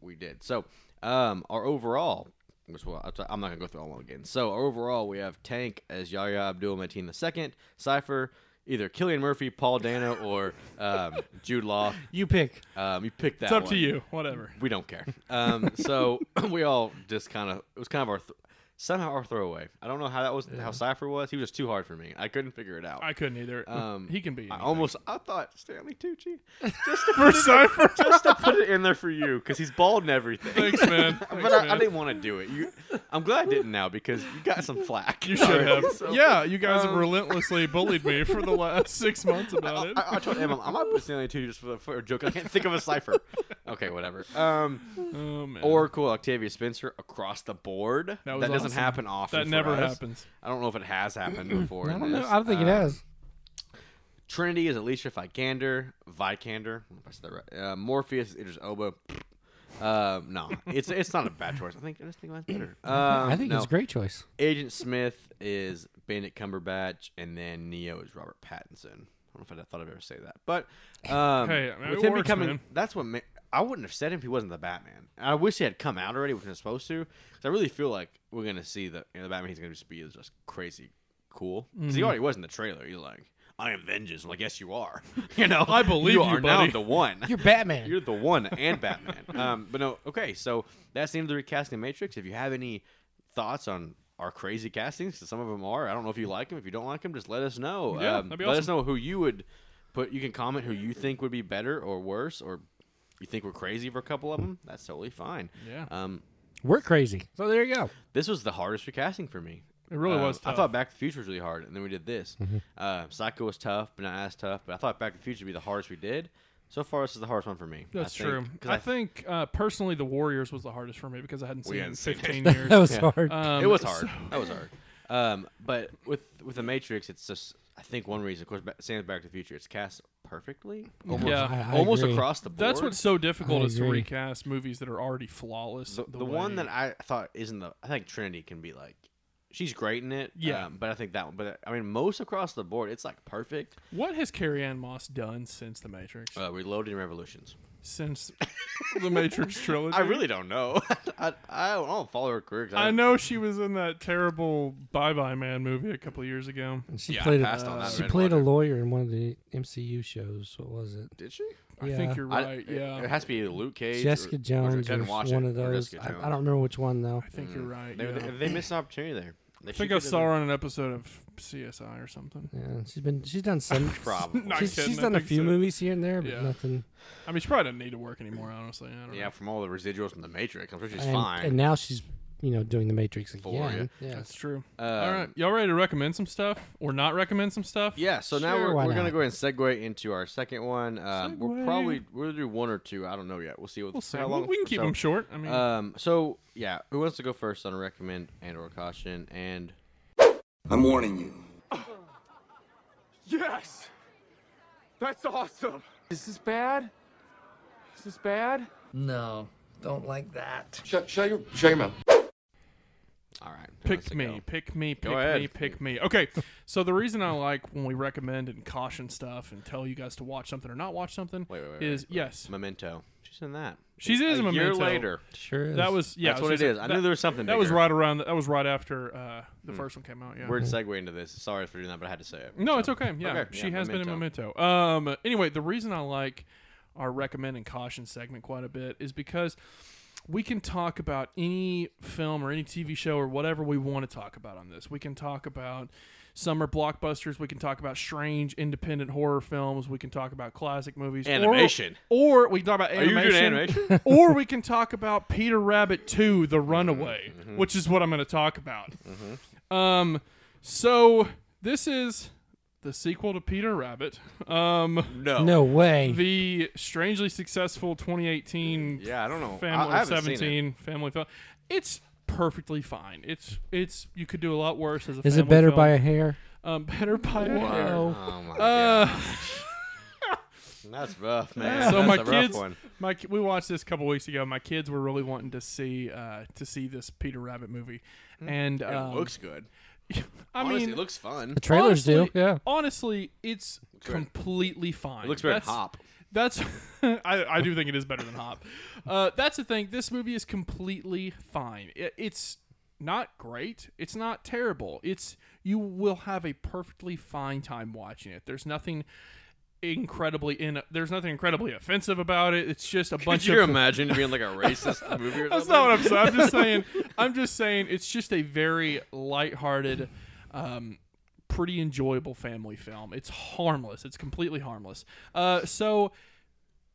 [SPEAKER 5] we did. So, um, our overall, which well, I'll t- I'm not gonna go through all of them again. So, our overall, we have Tank as Yahya Abdul Mateen II, Cipher, either Killian Murphy, Paul Dano, or um, Jude Law.
[SPEAKER 4] You pick.
[SPEAKER 5] Um, you picked that.
[SPEAKER 6] It's up to
[SPEAKER 5] one.
[SPEAKER 6] you. Whatever.
[SPEAKER 5] We don't care. Um, so we all just kind of it was kind of our th- somehow our throwaway. I don't know how that was how Cipher was. He was too hard for me. I couldn't figure it out.
[SPEAKER 6] I couldn't either.
[SPEAKER 5] um,
[SPEAKER 6] he can be.
[SPEAKER 5] I
[SPEAKER 6] anything.
[SPEAKER 5] almost I thought Stanley Tucci just to put it, just to put it in there for you because he's bald and everything.
[SPEAKER 6] Thanks, man. Thanks,
[SPEAKER 5] But I, I
[SPEAKER 6] man.
[SPEAKER 5] didn't want to do it. You, I'm glad I didn't now because you got some flack.
[SPEAKER 6] You should have.
[SPEAKER 5] So-
[SPEAKER 6] yeah, you guys have
[SPEAKER 5] um,
[SPEAKER 6] relentlessly bullied me for the last six months about
[SPEAKER 5] I,
[SPEAKER 6] it.
[SPEAKER 5] I, I told Emma I might put Stanley Tucci just for, the- for a joke. I can't think of a cipher. Okay, whatever. Um,
[SPEAKER 6] Oh, man.
[SPEAKER 5] Oracle Octavia Spencer across the board.
[SPEAKER 6] That
[SPEAKER 5] That,
[SPEAKER 6] was
[SPEAKER 5] doesn't
[SPEAKER 6] awesome.
[SPEAKER 5] happen often.
[SPEAKER 6] that
[SPEAKER 5] for
[SPEAKER 6] never
[SPEAKER 5] us.
[SPEAKER 6] happens.
[SPEAKER 5] I don't know if it has happened before.
[SPEAKER 4] I
[SPEAKER 5] in
[SPEAKER 4] don't know.
[SPEAKER 5] this.
[SPEAKER 4] I don't think it
[SPEAKER 5] Uh,
[SPEAKER 4] has.
[SPEAKER 5] Trinity is Alicia Vikander. Vikander. I don't know if I said that right. Uh, Morpheus is Idris Elba. Um, no, it's it's not a bad choice. I think I just think mine's better. Um,
[SPEAKER 4] I think
[SPEAKER 5] no.
[SPEAKER 4] it's a great choice.
[SPEAKER 5] Agent Smith is Benedict Cumberbatch, and then Neo is Robert Pattinson. I don't know if I thought I'd ever say that, but um,
[SPEAKER 6] Hey, I mean,
[SPEAKER 5] with
[SPEAKER 6] it
[SPEAKER 5] him
[SPEAKER 6] works,
[SPEAKER 5] becoming,
[SPEAKER 6] man.
[SPEAKER 5] that's what ma- I wouldn't have said him if he wasn't the Batman. I wish he had come out already, which he was supposed to. 'cause I really feel like we're gonna see the you know, the Batman. He's gonna just be just crazy cool 'Cause
[SPEAKER 6] Mm-hmm.
[SPEAKER 5] he already was in the trailer. He's like, I am vengeance. I'm like, yes, you are. You know,
[SPEAKER 6] I believe you,
[SPEAKER 5] you are
[SPEAKER 6] buddy.
[SPEAKER 5] now the one.
[SPEAKER 4] You're Batman.
[SPEAKER 5] You're the one and Batman. um, but no, okay. So that's the end of the recasting of Matrix. If you have any thoughts on our crazy castings, 'cause some of them are. I don't know if you like them. If you don't like them, just let us know.
[SPEAKER 6] Yeah,
[SPEAKER 5] um,
[SPEAKER 6] that'd be
[SPEAKER 5] let us
[SPEAKER 6] awesome.
[SPEAKER 5] know who you would put. You can comment who you think would be better or worse, or you think we're crazy for a couple of them. That's totally fine.
[SPEAKER 6] Yeah.
[SPEAKER 5] Um,
[SPEAKER 4] We're crazy. So there you go.
[SPEAKER 5] this was the hardest recasting for me.
[SPEAKER 6] It really
[SPEAKER 5] Um,
[SPEAKER 6] was. Tough.
[SPEAKER 5] I thought Back to the Future was really hard, and then we did this. Uh, Psycho was tough, but not as tough. But I thought Back to the Future would be the hardest we did. So far, this is the hardest one for me. I
[SPEAKER 6] That's
[SPEAKER 5] think-
[SPEAKER 6] true.
[SPEAKER 5] 'cause
[SPEAKER 6] I, think uh, personally, The Warriors was the hardest for me because I hadn't seen it in
[SPEAKER 5] hadn't seen it.
[SPEAKER 6] 15
[SPEAKER 4] That
[SPEAKER 6] years.
[SPEAKER 4] was hard.
[SPEAKER 6] Um,
[SPEAKER 5] it was hard.
[SPEAKER 6] so-
[SPEAKER 5] That was hard. Um, but with with the Matrix, it's just I think one reason. Of course, ba- same as Back to the Future. It's cast perfectly, almost,
[SPEAKER 6] Yeah.
[SPEAKER 4] I- I
[SPEAKER 5] almost
[SPEAKER 4] agree.
[SPEAKER 5] across the board.
[SPEAKER 6] That's what's so difficult
[SPEAKER 4] I
[SPEAKER 6] is to
[SPEAKER 4] agree.
[SPEAKER 6] recast movies that are already flawless.
[SPEAKER 5] the,
[SPEAKER 6] the
[SPEAKER 5] the one
[SPEAKER 6] way-
[SPEAKER 5] that I thought isn't the. I think Trinity can be like. She's great in it,
[SPEAKER 6] Yeah.
[SPEAKER 5] Um, but I think that one. But I mean, most across the board, it's like perfect.
[SPEAKER 6] What has Carrie Ann Moss done since The Matrix?
[SPEAKER 5] Uh, Reloaded and Revolutions.
[SPEAKER 6] since The Matrix trilogy?
[SPEAKER 5] I really don't know. I, I don't- I don't follow her career. 'cause
[SPEAKER 6] I
[SPEAKER 5] don't-
[SPEAKER 6] know she was in that terrible Bye Bye Man movie a couple years ago.
[SPEAKER 4] She
[SPEAKER 5] Yeah, I
[SPEAKER 4] played
[SPEAKER 5] passed
[SPEAKER 4] a,
[SPEAKER 5] on that.
[SPEAKER 4] she
[SPEAKER 5] Red
[SPEAKER 4] played a
[SPEAKER 5] Water.
[SPEAKER 4] lawyer in one of the MCU shows. What was it?
[SPEAKER 5] Did she?
[SPEAKER 6] I
[SPEAKER 4] yeah.
[SPEAKER 6] think you're
[SPEAKER 5] I-
[SPEAKER 6] right.
[SPEAKER 5] it-
[SPEAKER 6] yeah,
[SPEAKER 5] It, has to be either Luke Cage.
[SPEAKER 4] Jessica
[SPEAKER 5] or,
[SPEAKER 4] Jones
[SPEAKER 5] or
[SPEAKER 4] or
[SPEAKER 5] Watch
[SPEAKER 4] one of
[SPEAKER 5] or
[SPEAKER 4] those.
[SPEAKER 5] Jessica
[SPEAKER 4] I, I
[SPEAKER 5] Jones.
[SPEAKER 4] don't remember which one though.
[SPEAKER 6] I think you're right.
[SPEAKER 5] Mm. They,
[SPEAKER 6] yeah.
[SPEAKER 5] they, they missed an opportunity there. They
[SPEAKER 6] I think I
[SPEAKER 5] should get
[SPEAKER 6] saw her
[SPEAKER 5] another-
[SPEAKER 6] on an episode of CSI or something.
[SPEAKER 4] Yeah, she's been she's done some.
[SPEAKER 5] Probably.
[SPEAKER 6] Not
[SPEAKER 4] she's,
[SPEAKER 6] kidding,
[SPEAKER 4] she's
[SPEAKER 6] I
[SPEAKER 4] done a
[SPEAKER 6] think
[SPEAKER 4] few
[SPEAKER 6] so.
[SPEAKER 4] movies here and there, but
[SPEAKER 6] Yeah.
[SPEAKER 4] nothing.
[SPEAKER 6] I mean, she probably doesn't need to work anymore, honestly. I don't
[SPEAKER 5] Yeah,
[SPEAKER 6] know.
[SPEAKER 5] from all the residuals from The Matrix, I'm sure she's
[SPEAKER 4] and,
[SPEAKER 5] fine.
[SPEAKER 4] and now she's you know doing the Matrix again.
[SPEAKER 5] Four,
[SPEAKER 4] yeah.
[SPEAKER 6] That's true. All
[SPEAKER 5] Um,
[SPEAKER 6] right. Y'all ready to recommend some stuff or not recommend some stuff?
[SPEAKER 5] Yeah, so now
[SPEAKER 4] Sure,
[SPEAKER 5] we're,
[SPEAKER 4] why
[SPEAKER 5] we're gonna
[SPEAKER 4] not?
[SPEAKER 5] go ahead and segue into our second one. Um, we're
[SPEAKER 6] Segue.
[SPEAKER 5] probably we're gonna do one or two. I don't know yet. We'll see. What,
[SPEAKER 6] We'll see.
[SPEAKER 5] How
[SPEAKER 6] We-
[SPEAKER 5] long
[SPEAKER 6] we can keep
[SPEAKER 5] so,
[SPEAKER 6] them short. I mean,
[SPEAKER 5] Um, so yeah, who wants to go first on a recommend and or caution? And
[SPEAKER 7] I'm warning you.
[SPEAKER 8] Yes! That's awesome! Is this bad? Is this bad?
[SPEAKER 9] No, don't like that.
[SPEAKER 2] Shut, shut your, shut your mouth.
[SPEAKER 5] all right, who wants
[SPEAKER 6] pick
[SPEAKER 5] to
[SPEAKER 6] me,
[SPEAKER 5] go?
[SPEAKER 6] pick me, pick
[SPEAKER 5] Go ahead.
[SPEAKER 6] me, pick me. Okay, so the reason I like when we recommend and caution stuff and tell you guys to watch something or not watch something
[SPEAKER 5] Wait, wait, wait,
[SPEAKER 6] is yes,
[SPEAKER 5] Memento. She's in that.
[SPEAKER 6] she's in
[SPEAKER 5] a
[SPEAKER 6] Memento.
[SPEAKER 5] year later.
[SPEAKER 4] Sure is.
[SPEAKER 6] That was yeah. I
[SPEAKER 5] That's
[SPEAKER 6] was
[SPEAKER 5] what it
[SPEAKER 6] gonna
[SPEAKER 5] is.
[SPEAKER 6] say,
[SPEAKER 5] I
[SPEAKER 6] that-
[SPEAKER 5] knew there was something.
[SPEAKER 6] That was
[SPEAKER 5] bigger. Hmm.
[SPEAKER 6] right around. That was right after uh, the first one came out. Yeah.
[SPEAKER 5] Weird segue into this. Sorry for doing that, but I had to say it.
[SPEAKER 6] No, it's okay. Yeah,
[SPEAKER 5] Okay,
[SPEAKER 6] she
[SPEAKER 5] yeah,
[SPEAKER 6] has been in Memento. Um, anyway, the reason I like our recommend and caution segment quite a bit is because we can talk about any film or any TV show or whatever we want to talk about on this. We can talk about summer blockbusters. We can talk about strange independent horror films. We can talk about classic movies. Or-
[SPEAKER 5] Animation.
[SPEAKER 6] Or, we can talk about
[SPEAKER 5] you
[SPEAKER 6] animation.
[SPEAKER 5] doing animation?
[SPEAKER 6] or we can talk about Peter Rabbit 2, The Runaway,
[SPEAKER 5] Mm-hmm.
[SPEAKER 6] which is what I'm going to talk about. Um, so this is the sequel to Peter Rabbit. Um,
[SPEAKER 5] No.
[SPEAKER 4] no way.
[SPEAKER 6] the strangely successful 2018.
[SPEAKER 5] Yeah, I don't know. I-
[SPEAKER 6] Family
[SPEAKER 5] I haven't seen it.
[SPEAKER 6] 17 family film. It's perfectly fine. It's it's you could do a lot worse as a.
[SPEAKER 4] is it
[SPEAKER 6] family
[SPEAKER 4] better
[SPEAKER 6] film.
[SPEAKER 4] by a hair?
[SPEAKER 6] Um, better by a hair.
[SPEAKER 4] Whoa.
[SPEAKER 5] Oh my god.
[SPEAKER 6] Uh,
[SPEAKER 5] That's rough, man.
[SPEAKER 6] so
[SPEAKER 5] That's
[SPEAKER 6] my
[SPEAKER 5] a rough
[SPEAKER 6] kids,
[SPEAKER 5] one.
[SPEAKER 6] my ki- we watched this a couple weeks ago. My kids were really wanting to see uh, to see this Peter Rabbit movie, and
[SPEAKER 5] Hmm. It
[SPEAKER 6] um,
[SPEAKER 5] looks good.
[SPEAKER 6] I
[SPEAKER 5] Honestly,
[SPEAKER 6] mean,
[SPEAKER 5] it looks fun.
[SPEAKER 4] The trailers do.
[SPEAKER 6] honestly-
[SPEAKER 4] Yeah.
[SPEAKER 6] Honestly, it's
[SPEAKER 5] very-
[SPEAKER 6] completely fine.
[SPEAKER 5] It looks very
[SPEAKER 6] That's-
[SPEAKER 5] hop.
[SPEAKER 6] That's I, I do think it is better than Hop. Uh, that's the thing. This movie is completely fine. I it's not great. It's not terrible. It's you will have a perfectly fine time watching it. There's nothing incredibly in. There's nothing incredibly offensive about it. It's just a bunch
[SPEAKER 5] Could you
[SPEAKER 6] of
[SPEAKER 5] imagine being like a racist movie or
[SPEAKER 6] that's
[SPEAKER 5] something?
[SPEAKER 6] not what I'm saying. I'm just saying. I'm just saying. It's just a very lighthearted, um, pretty enjoyable family film. It's harmless. It's completely harmless. Uh, so.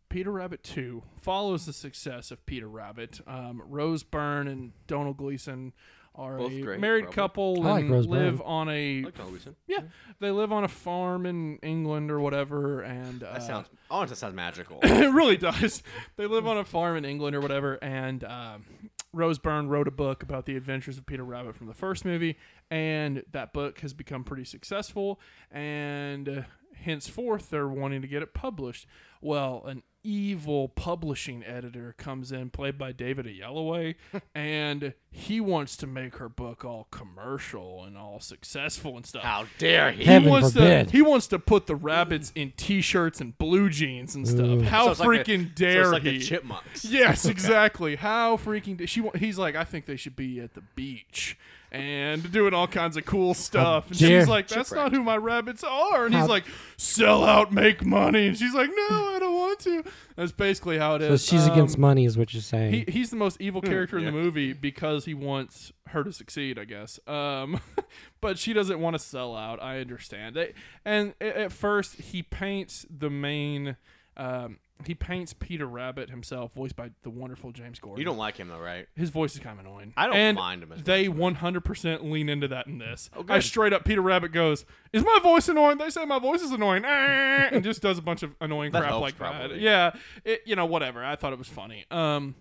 [SPEAKER 6] Peter Rabbit 2 follows the success of Peter Rabbit. Um, Rose Byrne and Donald Gleason are
[SPEAKER 5] Both
[SPEAKER 6] a
[SPEAKER 5] great,
[SPEAKER 6] married
[SPEAKER 5] probably.
[SPEAKER 6] couple
[SPEAKER 4] I like
[SPEAKER 6] and
[SPEAKER 4] Rose
[SPEAKER 6] live
[SPEAKER 4] Byrne.
[SPEAKER 6] on a
[SPEAKER 5] Like Donald Gleason.
[SPEAKER 6] yeah, they live on a farm in England or whatever. And uh,
[SPEAKER 5] That sounds. Honestly, that sounds magical.
[SPEAKER 6] it really does. They live on a farm in England or whatever, and um, Rose Byrne wrote a book about the adventures of Peter Rabbit from the first movie, and that book has become pretty successful, and uh, henceforth they're wanting to get it published. Well, an evil publishing editor comes in, played by David Yelloway, and he wants to make her book all commercial and all successful and stuff
[SPEAKER 5] How dare he?
[SPEAKER 4] Heaven
[SPEAKER 6] wants
[SPEAKER 4] forbid.
[SPEAKER 6] to he wants to put the rabbits in t-shirts and blue jeans and stuff. How
[SPEAKER 5] it's like a-
[SPEAKER 6] freaking
[SPEAKER 5] so
[SPEAKER 6] dare
[SPEAKER 5] it's like
[SPEAKER 6] he?
[SPEAKER 5] the chipmunks.
[SPEAKER 6] Yes, exactly. How freaking da- she? wa- He's like, I think they should be at the beach and doing all kinds of cool stuff. And
[SPEAKER 4] dare-
[SPEAKER 6] she's like, That's not who my rabbits are. And he's
[SPEAKER 4] How-
[SPEAKER 6] like, Sell out, make money. And she's like, No, I don't want to. That's basically how it
[SPEAKER 4] So
[SPEAKER 6] is.
[SPEAKER 4] she's
[SPEAKER 6] Um,
[SPEAKER 4] against money, is what you're saying.
[SPEAKER 6] he, he's the most evil character in the movie because he wants her to succeed, I guess. Um, but she doesn't want to sell out. I understand. They, and a- at first, he paints the main. Um, he paints Peter Rabbit himself, voiced by the wonderful James Gordon.
[SPEAKER 5] You don't like him though, right?
[SPEAKER 6] His voice is kind of annoying.
[SPEAKER 5] I don't
[SPEAKER 6] and
[SPEAKER 5] mind him as Oh,
[SPEAKER 6] They 100% lean into that in this. I
[SPEAKER 5] good.
[SPEAKER 6] straight up, Peter Rabbit goes, "Is my voice annoying?" They say my voice is annoying, Eh, and just does a bunch of annoying
[SPEAKER 5] That
[SPEAKER 6] crap
[SPEAKER 5] helps
[SPEAKER 6] like that.
[SPEAKER 5] probably.
[SPEAKER 6] Yeah, it, you know, whatever. I thought it was funny. Um,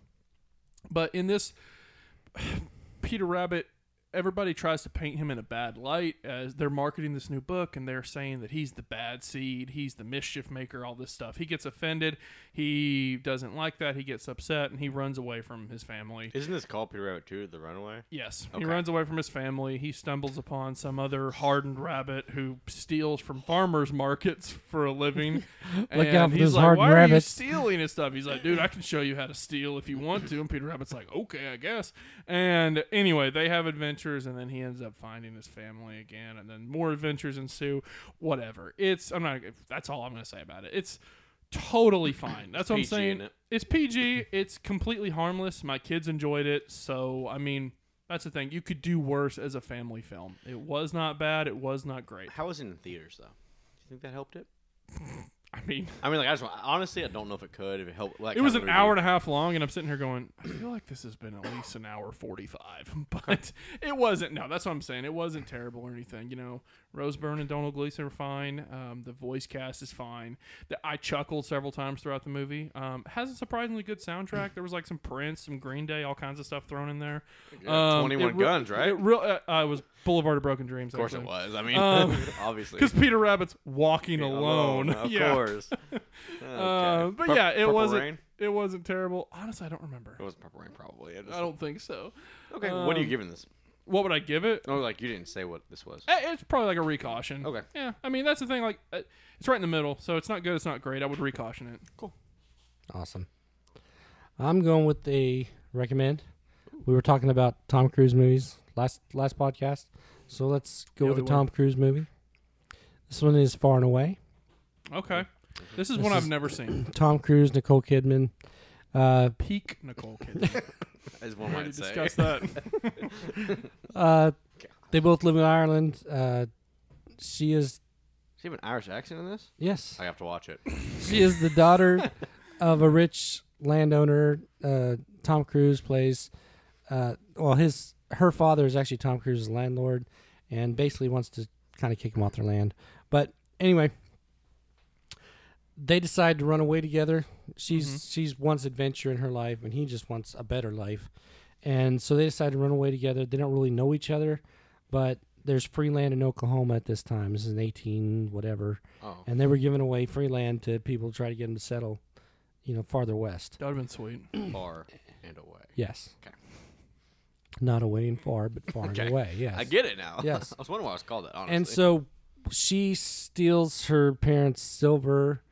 [SPEAKER 6] but in this, Peter Rabbit, everybody tries to paint him in a bad light as they're marketing this new book and they're saying that he's the bad seed, he's the mischief maker, all this stuff. He gets offended, he doesn't like that, he gets upset, and he runs away from his family.
[SPEAKER 5] Isn't this called Peter Rabbit 2, The Runaway?
[SPEAKER 6] Yes, he runs away from his family. He stumbles upon some other hardened rabbit who steals from farmers markets for a living.
[SPEAKER 4] Look
[SPEAKER 6] and
[SPEAKER 4] out for
[SPEAKER 6] he's
[SPEAKER 4] those
[SPEAKER 6] like,
[SPEAKER 4] hardened
[SPEAKER 6] "Why
[SPEAKER 4] rabbits."
[SPEAKER 6] are you stealing and stuff?" He's like, "Dude, I can show you how to steal if you want to." And Peter Rabbit's like, "Okay, I guess." And anyway, they have adventures, and then he ends up finding his family again, and then more adventures ensue. Whatever. It's I'm not. That's all I'm gonna say about it. It's totally fine. That's what I'm
[SPEAKER 5] PG,
[SPEAKER 6] saying.
[SPEAKER 5] isn't it?
[SPEAKER 6] It's PG. It's completely harmless. My kids enjoyed it, so I mean, That's the thing. You could do worse as a family film. It was not bad. It was not great.
[SPEAKER 5] How was it in theaters though? Do you think that helped it?
[SPEAKER 6] I mean,
[SPEAKER 5] I mean, like I just honestly, I don't know if it could. If it helped, like,
[SPEAKER 6] it was an hour and a half long, and I'm sitting here going, I feel like this has been at least an hour 45. But it wasn't. No, that's what I'm saying. It wasn't terrible or anything. You know, Rose Byrne and Donald Gleason are fine. Um, the voice cast is fine. The, I chuckled several times throughout the movie. Um, has a surprisingly good soundtrack. There was like some Prince, some Green Day, all kinds of stuff thrown in there.
[SPEAKER 5] Yeah,
[SPEAKER 6] Um,
[SPEAKER 5] 21
[SPEAKER 6] it re-
[SPEAKER 5] Guns, right?
[SPEAKER 6] It real, uh, uh, it was Boulevard of Broken Dreams.
[SPEAKER 5] Of course, it was. I mean, obviously,
[SPEAKER 6] Because Peter Rabbit's walking Um, alone.
[SPEAKER 5] Of
[SPEAKER 6] Yeah.
[SPEAKER 5] course.
[SPEAKER 6] Uh,
[SPEAKER 5] Okay.
[SPEAKER 6] but
[SPEAKER 5] Pur-
[SPEAKER 6] yeah, it
[SPEAKER 5] Purple
[SPEAKER 6] wasn't.
[SPEAKER 5] Rain?
[SPEAKER 6] It wasn't terrible. Honestly, I don't remember.
[SPEAKER 5] It was Purple Rain, probably. I, just,
[SPEAKER 6] I don't think so.
[SPEAKER 5] okay, what are you
[SPEAKER 6] um,
[SPEAKER 5] giving this?
[SPEAKER 6] What would I give it?
[SPEAKER 5] Oh, like you didn't say what this was.
[SPEAKER 6] Eh, It's probably like a recaution.
[SPEAKER 5] Okay.
[SPEAKER 6] Yeah. I mean, that's the thing. Like, uh, it's right in the middle, so it's not good. It's not great. I would recaution it. Cool.
[SPEAKER 4] Awesome. I'm going with a recommend. We were talking about Tom Cruise movies last last podcast, so let's go
[SPEAKER 6] Yeah,
[SPEAKER 4] with a
[SPEAKER 6] we
[SPEAKER 4] Tom Cruise movie. This one is Far and Away.
[SPEAKER 6] Okay. This is one I've never seen.
[SPEAKER 4] Tom Cruise, Nicole Kidman. Uh,
[SPEAKER 6] Peak Nicole Kidman.
[SPEAKER 5] As one
[SPEAKER 6] Already
[SPEAKER 5] might say.
[SPEAKER 6] discussed that.
[SPEAKER 4] uh, they both live in Ireland. Uh, she is
[SPEAKER 5] Does he have an Irish accent in this?
[SPEAKER 4] yes,
[SPEAKER 5] I have to watch it.
[SPEAKER 4] she is the daughter of a rich landowner. Uh, Tom Cruise plays. Uh, well, his her father is actually Tom Cruise's landlord, and basically wants to kind of kick him off their land. But anyway, they decide to run away together. She's she's wants adventure in her life, and he just wants a better life. And so they decide to run away together. They don't really know each other, but there's free land in Oklahoma at this time. This is an 18 whatever,
[SPEAKER 5] Oh.
[SPEAKER 4] and they were giving away free land to people to try to get them to settle, you know, farther west.
[SPEAKER 6] That would have been sweet.
[SPEAKER 5] Far and away.
[SPEAKER 4] Yes.
[SPEAKER 5] Okay.
[SPEAKER 4] Not away and far, but far and away. Yes.
[SPEAKER 5] I get it now.
[SPEAKER 4] Yes.
[SPEAKER 5] I was wondering why I was called that. Honestly.
[SPEAKER 4] and so she steals her parents' silver,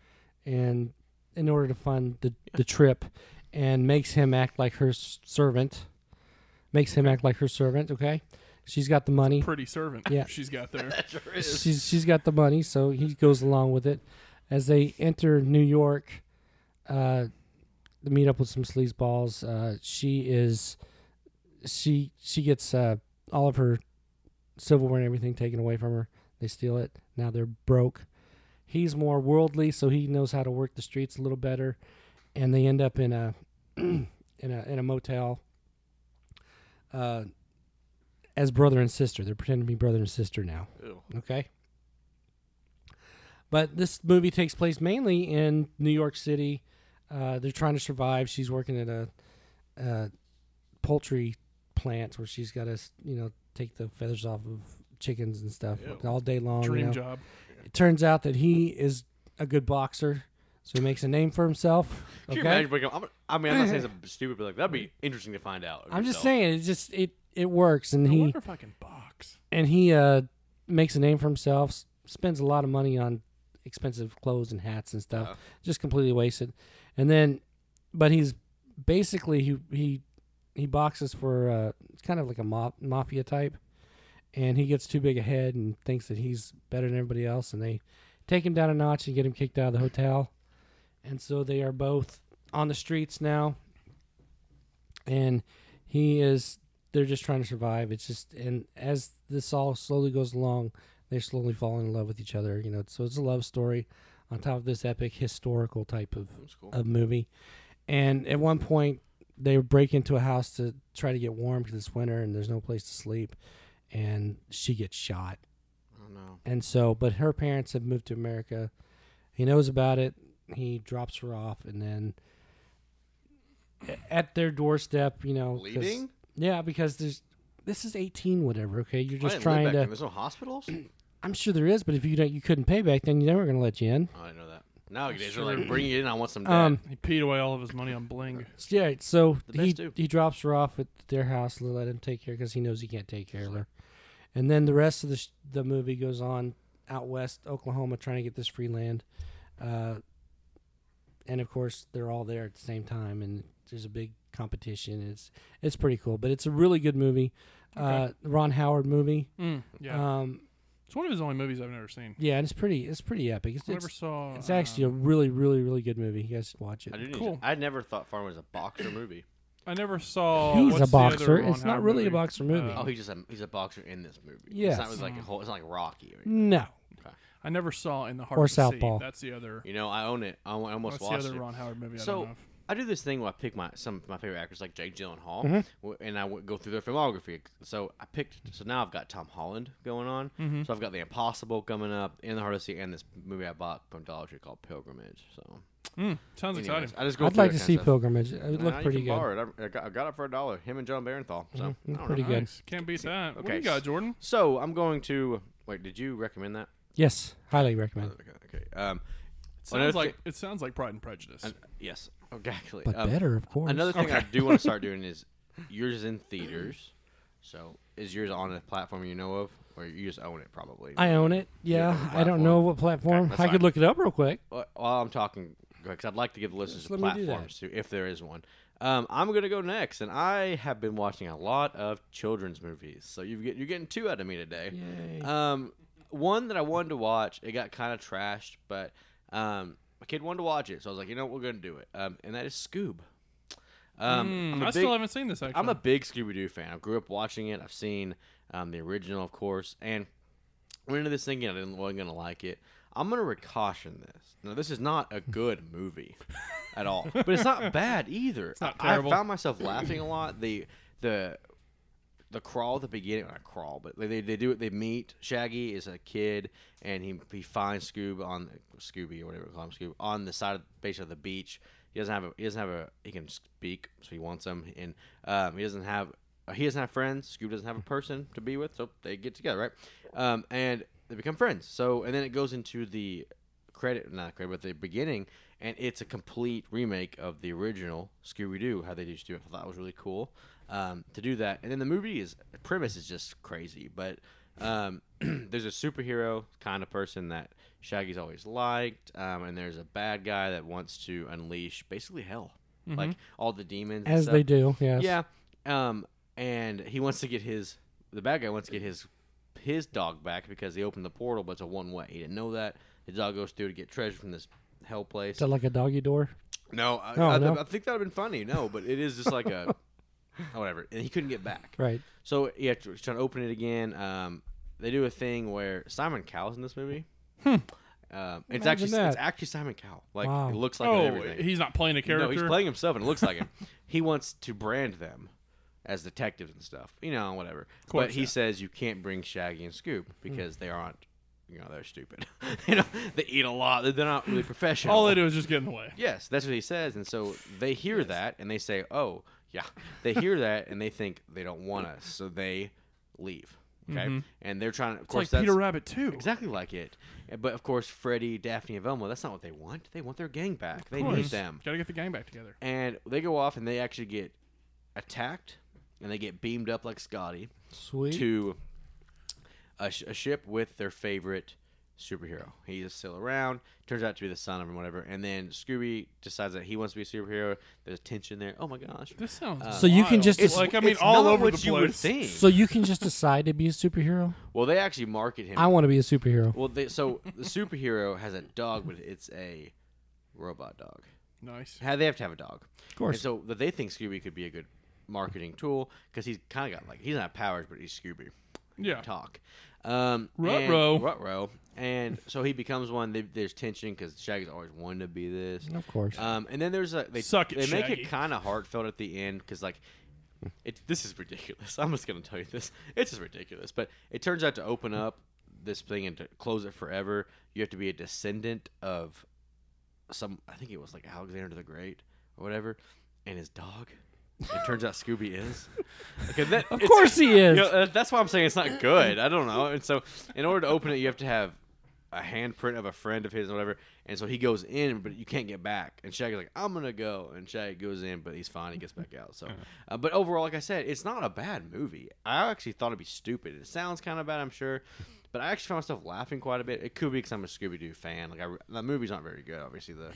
[SPEAKER 4] and in order to fund the, the trip, and makes him act like her s- servant. Makes him act like her servant. Okay. She's got the money.
[SPEAKER 6] Pretty servant.
[SPEAKER 4] Yeah.
[SPEAKER 6] She's got there.
[SPEAKER 5] Sure is.
[SPEAKER 4] she's she's got the money, so he goes along with it. As they enter New York, uh, to meet up with some sleazeballs, uh, she is she she gets uh, all of her silverware and everything taken away from her. They steal it. Now they're broke. He's more worldly, so he knows how to work the streets a little better, and they end up in a in a in a motel. Uh, as brother and sister, they're pretending to be brother and sister now.
[SPEAKER 5] Ew.
[SPEAKER 4] Okay. But this movie takes place mainly in New York City. Uh, they're trying to survive. She's working at a, a poultry plant where she's got to, you know, take the feathers off of chickens and stuff all day long. you
[SPEAKER 6] Dream
[SPEAKER 4] know.
[SPEAKER 6] job.
[SPEAKER 4] It turns out that he is a good boxer, so he makes a name for himself.
[SPEAKER 5] Can you
[SPEAKER 4] okay?
[SPEAKER 5] imagine waking up- I'm, I mean, I'm not saying it's stupid, but like that'd be interesting to find out.
[SPEAKER 4] I'm just
[SPEAKER 5] yourself.
[SPEAKER 4] saying, it just it it works, and
[SPEAKER 6] I
[SPEAKER 4] he
[SPEAKER 6] wonder if I can box.
[SPEAKER 4] and he uh, makes a name for himself. s- Spends a lot of money on expensive clothes and hats and stuff. Just completely wasted. And then, but he's basically he he he boxes for uh, it's kind of like a ma- mafia type, and he gets too big a head and thinks that he's better than everybody else, and they take him down a notch and get him kicked out of the hotel. And so they are both on the streets now, and he is they're just trying to survive. It's just and as this all slowly goes along, they're slowly falling in love with each other. You know, so it's a love story on top of this epic historical type of of movie. And at one point, they break into a house to try to get warm because it's winter and there's no place to sleep, and she gets shot.
[SPEAKER 5] Oh, no.
[SPEAKER 4] And so, but her parents have moved to America. He knows about it. He drops her off, and then at their doorstep, you know, 'cause-
[SPEAKER 5] Bleeding?
[SPEAKER 4] yeah, because there's this is eighteen, whatever. Okay, you're
[SPEAKER 5] I
[SPEAKER 4] just
[SPEAKER 5] didn't live
[SPEAKER 4] trying
[SPEAKER 5] back
[SPEAKER 4] to.
[SPEAKER 5] then. There's no hospitals. Oh, I
[SPEAKER 4] I'm sure there is, but if you don't, you couldn't pay back then, they were going to let you in.
[SPEAKER 5] didn't know that. Nowadays they're like bringing it in. I want some dead.
[SPEAKER 4] Um,
[SPEAKER 6] He peed away all of his money on bling.
[SPEAKER 4] So, yeah, so
[SPEAKER 5] The
[SPEAKER 4] he
[SPEAKER 5] best do.
[SPEAKER 4] he drops her off at their house and they let him take care because he knows he can't take care of her. And then the rest of the sh- the movie goes on out west, Oklahoma, trying to get this free land. Uh, and of course, they're all there at the same time, and there's a big competition. It's it's pretty cool, but it's a really good movie. Uh, Ron Howard movie.
[SPEAKER 5] Hmm.
[SPEAKER 6] Mm, yeah.
[SPEAKER 4] Um,
[SPEAKER 6] it's one of his only movies I've never seen.
[SPEAKER 4] yeah, and it's pretty it's pretty epic. It's
[SPEAKER 6] I never
[SPEAKER 4] it's,
[SPEAKER 6] saw.
[SPEAKER 4] it's
[SPEAKER 6] uh,
[SPEAKER 4] actually a really really really good movie. You guys should watch it.
[SPEAKER 5] um, I do need
[SPEAKER 6] cool.
[SPEAKER 5] to- I never thought Farm was a boxer movie.
[SPEAKER 6] I never saw.
[SPEAKER 4] He's
[SPEAKER 6] what's
[SPEAKER 4] a
[SPEAKER 6] the other
[SPEAKER 4] boxer.
[SPEAKER 6] Ron
[SPEAKER 4] It's not
[SPEAKER 6] Howard
[SPEAKER 4] really a
[SPEAKER 6] movie? Uh,
[SPEAKER 4] boxer movie.
[SPEAKER 5] Oh, he's just a, he's a boxer in this movie.
[SPEAKER 4] Yes.
[SPEAKER 5] It's not really like a whole. It's not like Rocky. Or,
[SPEAKER 4] No.
[SPEAKER 6] I never saw in the heart
[SPEAKER 4] Or
[SPEAKER 6] of the Sea.
[SPEAKER 4] Southpaw.
[SPEAKER 6] That's the other.
[SPEAKER 5] you know, I own it. I al- I almost
[SPEAKER 6] What's the
[SPEAKER 5] watched
[SPEAKER 6] other
[SPEAKER 5] it.
[SPEAKER 6] Ron Howard movie? I
[SPEAKER 5] so
[SPEAKER 6] don't know.
[SPEAKER 5] I do this thing where I pick my some of my favorite actors like Jake Gyllenhaal, w- and I would go through their filmography. So I picked. So now I've got Tom Holland going on. So I've got The Impossible coming up, In the Heart of the Sea, and this movie I bought from Dollar Tree called Pilgrimage. So
[SPEAKER 6] Sounds
[SPEAKER 5] anyways,
[SPEAKER 6] exciting.
[SPEAKER 5] I just go.
[SPEAKER 4] I'd
[SPEAKER 5] through that
[SPEAKER 4] like to
[SPEAKER 5] kinda
[SPEAKER 4] see
[SPEAKER 5] stuff.
[SPEAKER 4] Pilgrimage. It would
[SPEAKER 5] Nah,
[SPEAKER 4] look
[SPEAKER 5] you
[SPEAKER 4] pretty
[SPEAKER 5] can
[SPEAKER 4] good. Mm-hmm.
[SPEAKER 5] borrow it. I, I got, I got it for a dollar. Him and John Barenthal. So I don't
[SPEAKER 4] pretty
[SPEAKER 5] know.
[SPEAKER 4] good.
[SPEAKER 6] Nice. Can't beat that. What do
[SPEAKER 5] Okay,
[SPEAKER 6] you got,
[SPEAKER 5] s-
[SPEAKER 6] Jordan?
[SPEAKER 5] So I'm going to wait. Did you recommend that?
[SPEAKER 4] Yes, highly recommend.
[SPEAKER 5] Okay. okay. Um, another
[SPEAKER 6] Sounds
[SPEAKER 5] thi-
[SPEAKER 6] like it sounds like Pride and Prejudice.
[SPEAKER 5] yes. Exactly.
[SPEAKER 4] But
[SPEAKER 5] Um,
[SPEAKER 4] better, of course.
[SPEAKER 5] Another thing I do want to start doing is yours is in theaters. So is yours on a platform you know of, or you just own it probably?
[SPEAKER 4] I own it. Yeah,
[SPEAKER 5] own the
[SPEAKER 4] I don't know
[SPEAKER 5] platform.
[SPEAKER 4] what platform.
[SPEAKER 5] Okay, that's
[SPEAKER 4] I could
[SPEAKER 5] fine.
[SPEAKER 4] look it up real quick.
[SPEAKER 5] Wh- While I'm talking, because I'd like to give the listeners
[SPEAKER 4] Just let me do that.
[SPEAKER 5] platforms to, if there is one. Um, I'm gonna go next, and I have been watching a lot of children's movies. So you get you're getting two out of me today. Um, one that I wanted to watch, it got kind of trashed, but um, my kid wanted to watch it, so I was like, you know, what, we're gonna do it. Um, and that is Scoob. Um,
[SPEAKER 6] Hmm,
[SPEAKER 5] I'm a
[SPEAKER 6] I
[SPEAKER 5] big-
[SPEAKER 6] still haven't seen this. Actually,
[SPEAKER 5] I'm a big Scooby Doo fan. I grew up watching it. I've seen um, the original, of course, and went into this thinking I didn't wasn't gonna like it. I'm gonna re- caution this. Now, this is not a good movie at all, but it's not bad either. It's
[SPEAKER 6] not
[SPEAKER 5] I
[SPEAKER 6] terrible.
[SPEAKER 5] found myself laughing a lot. The the the crawl at the beginning, not crawl, but they, they, they do it. They meet Shaggy is a kid, and he he finds Scoob on Scooby or whatever you call him Scoob on the side of base of the beach. He doesn't have a he doesn't have a he can speak, so he wants him, and um, he doesn't have he doesn't have friends. Scoob doesn't have a person to be with, so they get together, right? Um, and they become friends. So and then it goes into the credit, not credit, but the beginning, and it's a complete remake of the original Scooby Doo. How they used to do it, I thought was really cool um, to do that. And then the movie is the premise is just crazy, but um, there's a superhero kind of person that Shaggy's always liked, um, and there's a bad guy that wants to unleash basically hell, like all the demons and
[SPEAKER 4] As they
[SPEAKER 5] stuff.
[SPEAKER 4] do, yes.
[SPEAKER 5] Yeah. Um, and he wants to get his the bad guy wants to get his his dog back because he opened the portal, but it's a one way. He didn't know that. The dog goes through to get treasure from this hell place.
[SPEAKER 4] Is that like a doggy door?
[SPEAKER 5] Oh, No, I,
[SPEAKER 4] No,
[SPEAKER 5] I,
[SPEAKER 4] no.
[SPEAKER 5] I think that'd have been funny. No, but it is just like a oh, whatever, and he couldn't get back.
[SPEAKER 4] Right.
[SPEAKER 5] So yeah, tr- trying to open it again. Um, they do a thing where Simon Cowell's in this movie. Um, it's
[SPEAKER 4] Imagine
[SPEAKER 5] actually
[SPEAKER 4] that.
[SPEAKER 5] it's actually Simon Cowell. Like
[SPEAKER 4] Wow.
[SPEAKER 5] it looks like it and
[SPEAKER 6] oh,
[SPEAKER 5] everything.
[SPEAKER 6] he's not playing a character.
[SPEAKER 5] No, he's playing himself, and it looks like him. he wants to brand them as detectives and stuff, you know, whatever. but
[SPEAKER 6] course,
[SPEAKER 5] he
[SPEAKER 6] yeah. Hmm.
[SPEAKER 5] says you can't bring Shaggy and Scoop because they aren't, you know, they're stupid. you know, they eat a lot. They're not really professional.
[SPEAKER 6] All they do is just get in the way.
[SPEAKER 5] Yes, that's what he says, and so they hear that and they say, "Oh, yeah." They hear that and they think they don't want us, so they leave. Okay, and they're trying. Of
[SPEAKER 6] Mm-hmm. It's
[SPEAKER 5] course,
[SPEAKER 6] like Peter
[SPEAKER 5] that's-
[SPEAKER 6] Rabbit too.
[SPEAKER 5] exactly like it. But of course, Freddy, Daphne, and Velma—that's not what they want. They want their gang back. They need them
[SPEAKER 6] Got to get the gang back together.
[SPEAKER 5] and they go off and they actually get attacked and they get beamed up like Scotty
[SPEAKER 4] Sweet.
[SPEAKER 5] to a, sh- a ship with their favorite superhero. He is still around. Turns out to be the son of him, whatever. And then Scooby decides that he wants to be a superhero. There's tension there. Oh my gosh!
[SPEAKER 6] This sounds.
[SPEAKER 4] So you can
[SPEAKER 6] wild.
[SPEAKER 4] just-
[SPEAKER 6] It's like I mean, all
[SPEAKER 5] not
[SPEAKER 6] over
[SPEAKER 5] what
[SPEAKER 6] the
[SPEAKER 5] you would
[SPEAKER 6] place.
[SPEAKER 5] think.
[SPEAKER 4] So you can just decide to be a superhero.
[SPEAKER 5] well, they actually market him.
[SPEAKER 4] I want to be a superhero.
[SPEAKER 5] well, they, so the superhero has a dog, but it's a robot dog.
[SPEAKER 6] Nice.
[SPEAKER 5] How they have to have a dog, of
[SPEAKER 4] course.
[SPEAKER 5] And so that they think Scooby could be a good marketing tool because he's kind of got like he's not powers, but he's Scooby.
[SPEAKER 6] Yeah.
[SPEAKER 5] talk. Um,
[SPEAKER 6] Ruh-roh.
[SPEAKER 5] and- Ruh-roh. And so he becomes one. They, there's tension because Shaggy's always wanted to be this.
[SPEAKER 4] Of course.
[SPEAKER 5] Um, and then there's a they
[SPEAKER 6] Suck it,
[SPEAKER 5] they make
[SPEAKER 6] Shaggy.
[SPEAKER 5] it kind of heartfelt at the end because like. It, this is ridiculous. I'm just gonna tell you this. It's just ridiculous. But it turns out to open up this thing and to close it forever, you have to be a descendant of some. I think it was like Alexander the Great or whatever, and his dog. It turns out Scooby is. Okay, that,
[SPEAKER 4] of course he is.
[SPEAKER 5] you know, uh, that's why I'm saying it's not good. I don't know. And so, in order to open it, you have to have a handprint of a friend of his or whatever. And so he goes in, but you can't get back. And Shaggy's like, "I'm gonna go." And Shaggy goes in, but he's fine. He gets back out. So,
[SPEAKER 4] Uh-huh.
[SPEAKER 5] uh, but overall, like I said, it's not a bad movie. I actually thought it'd be stupid. It sounds kind of bad, I'm sure, but I actually found myself laughing quite a bit. It could be because I'm a Scooby Doo fan. Like, I, re- the movie's not very good, obviously the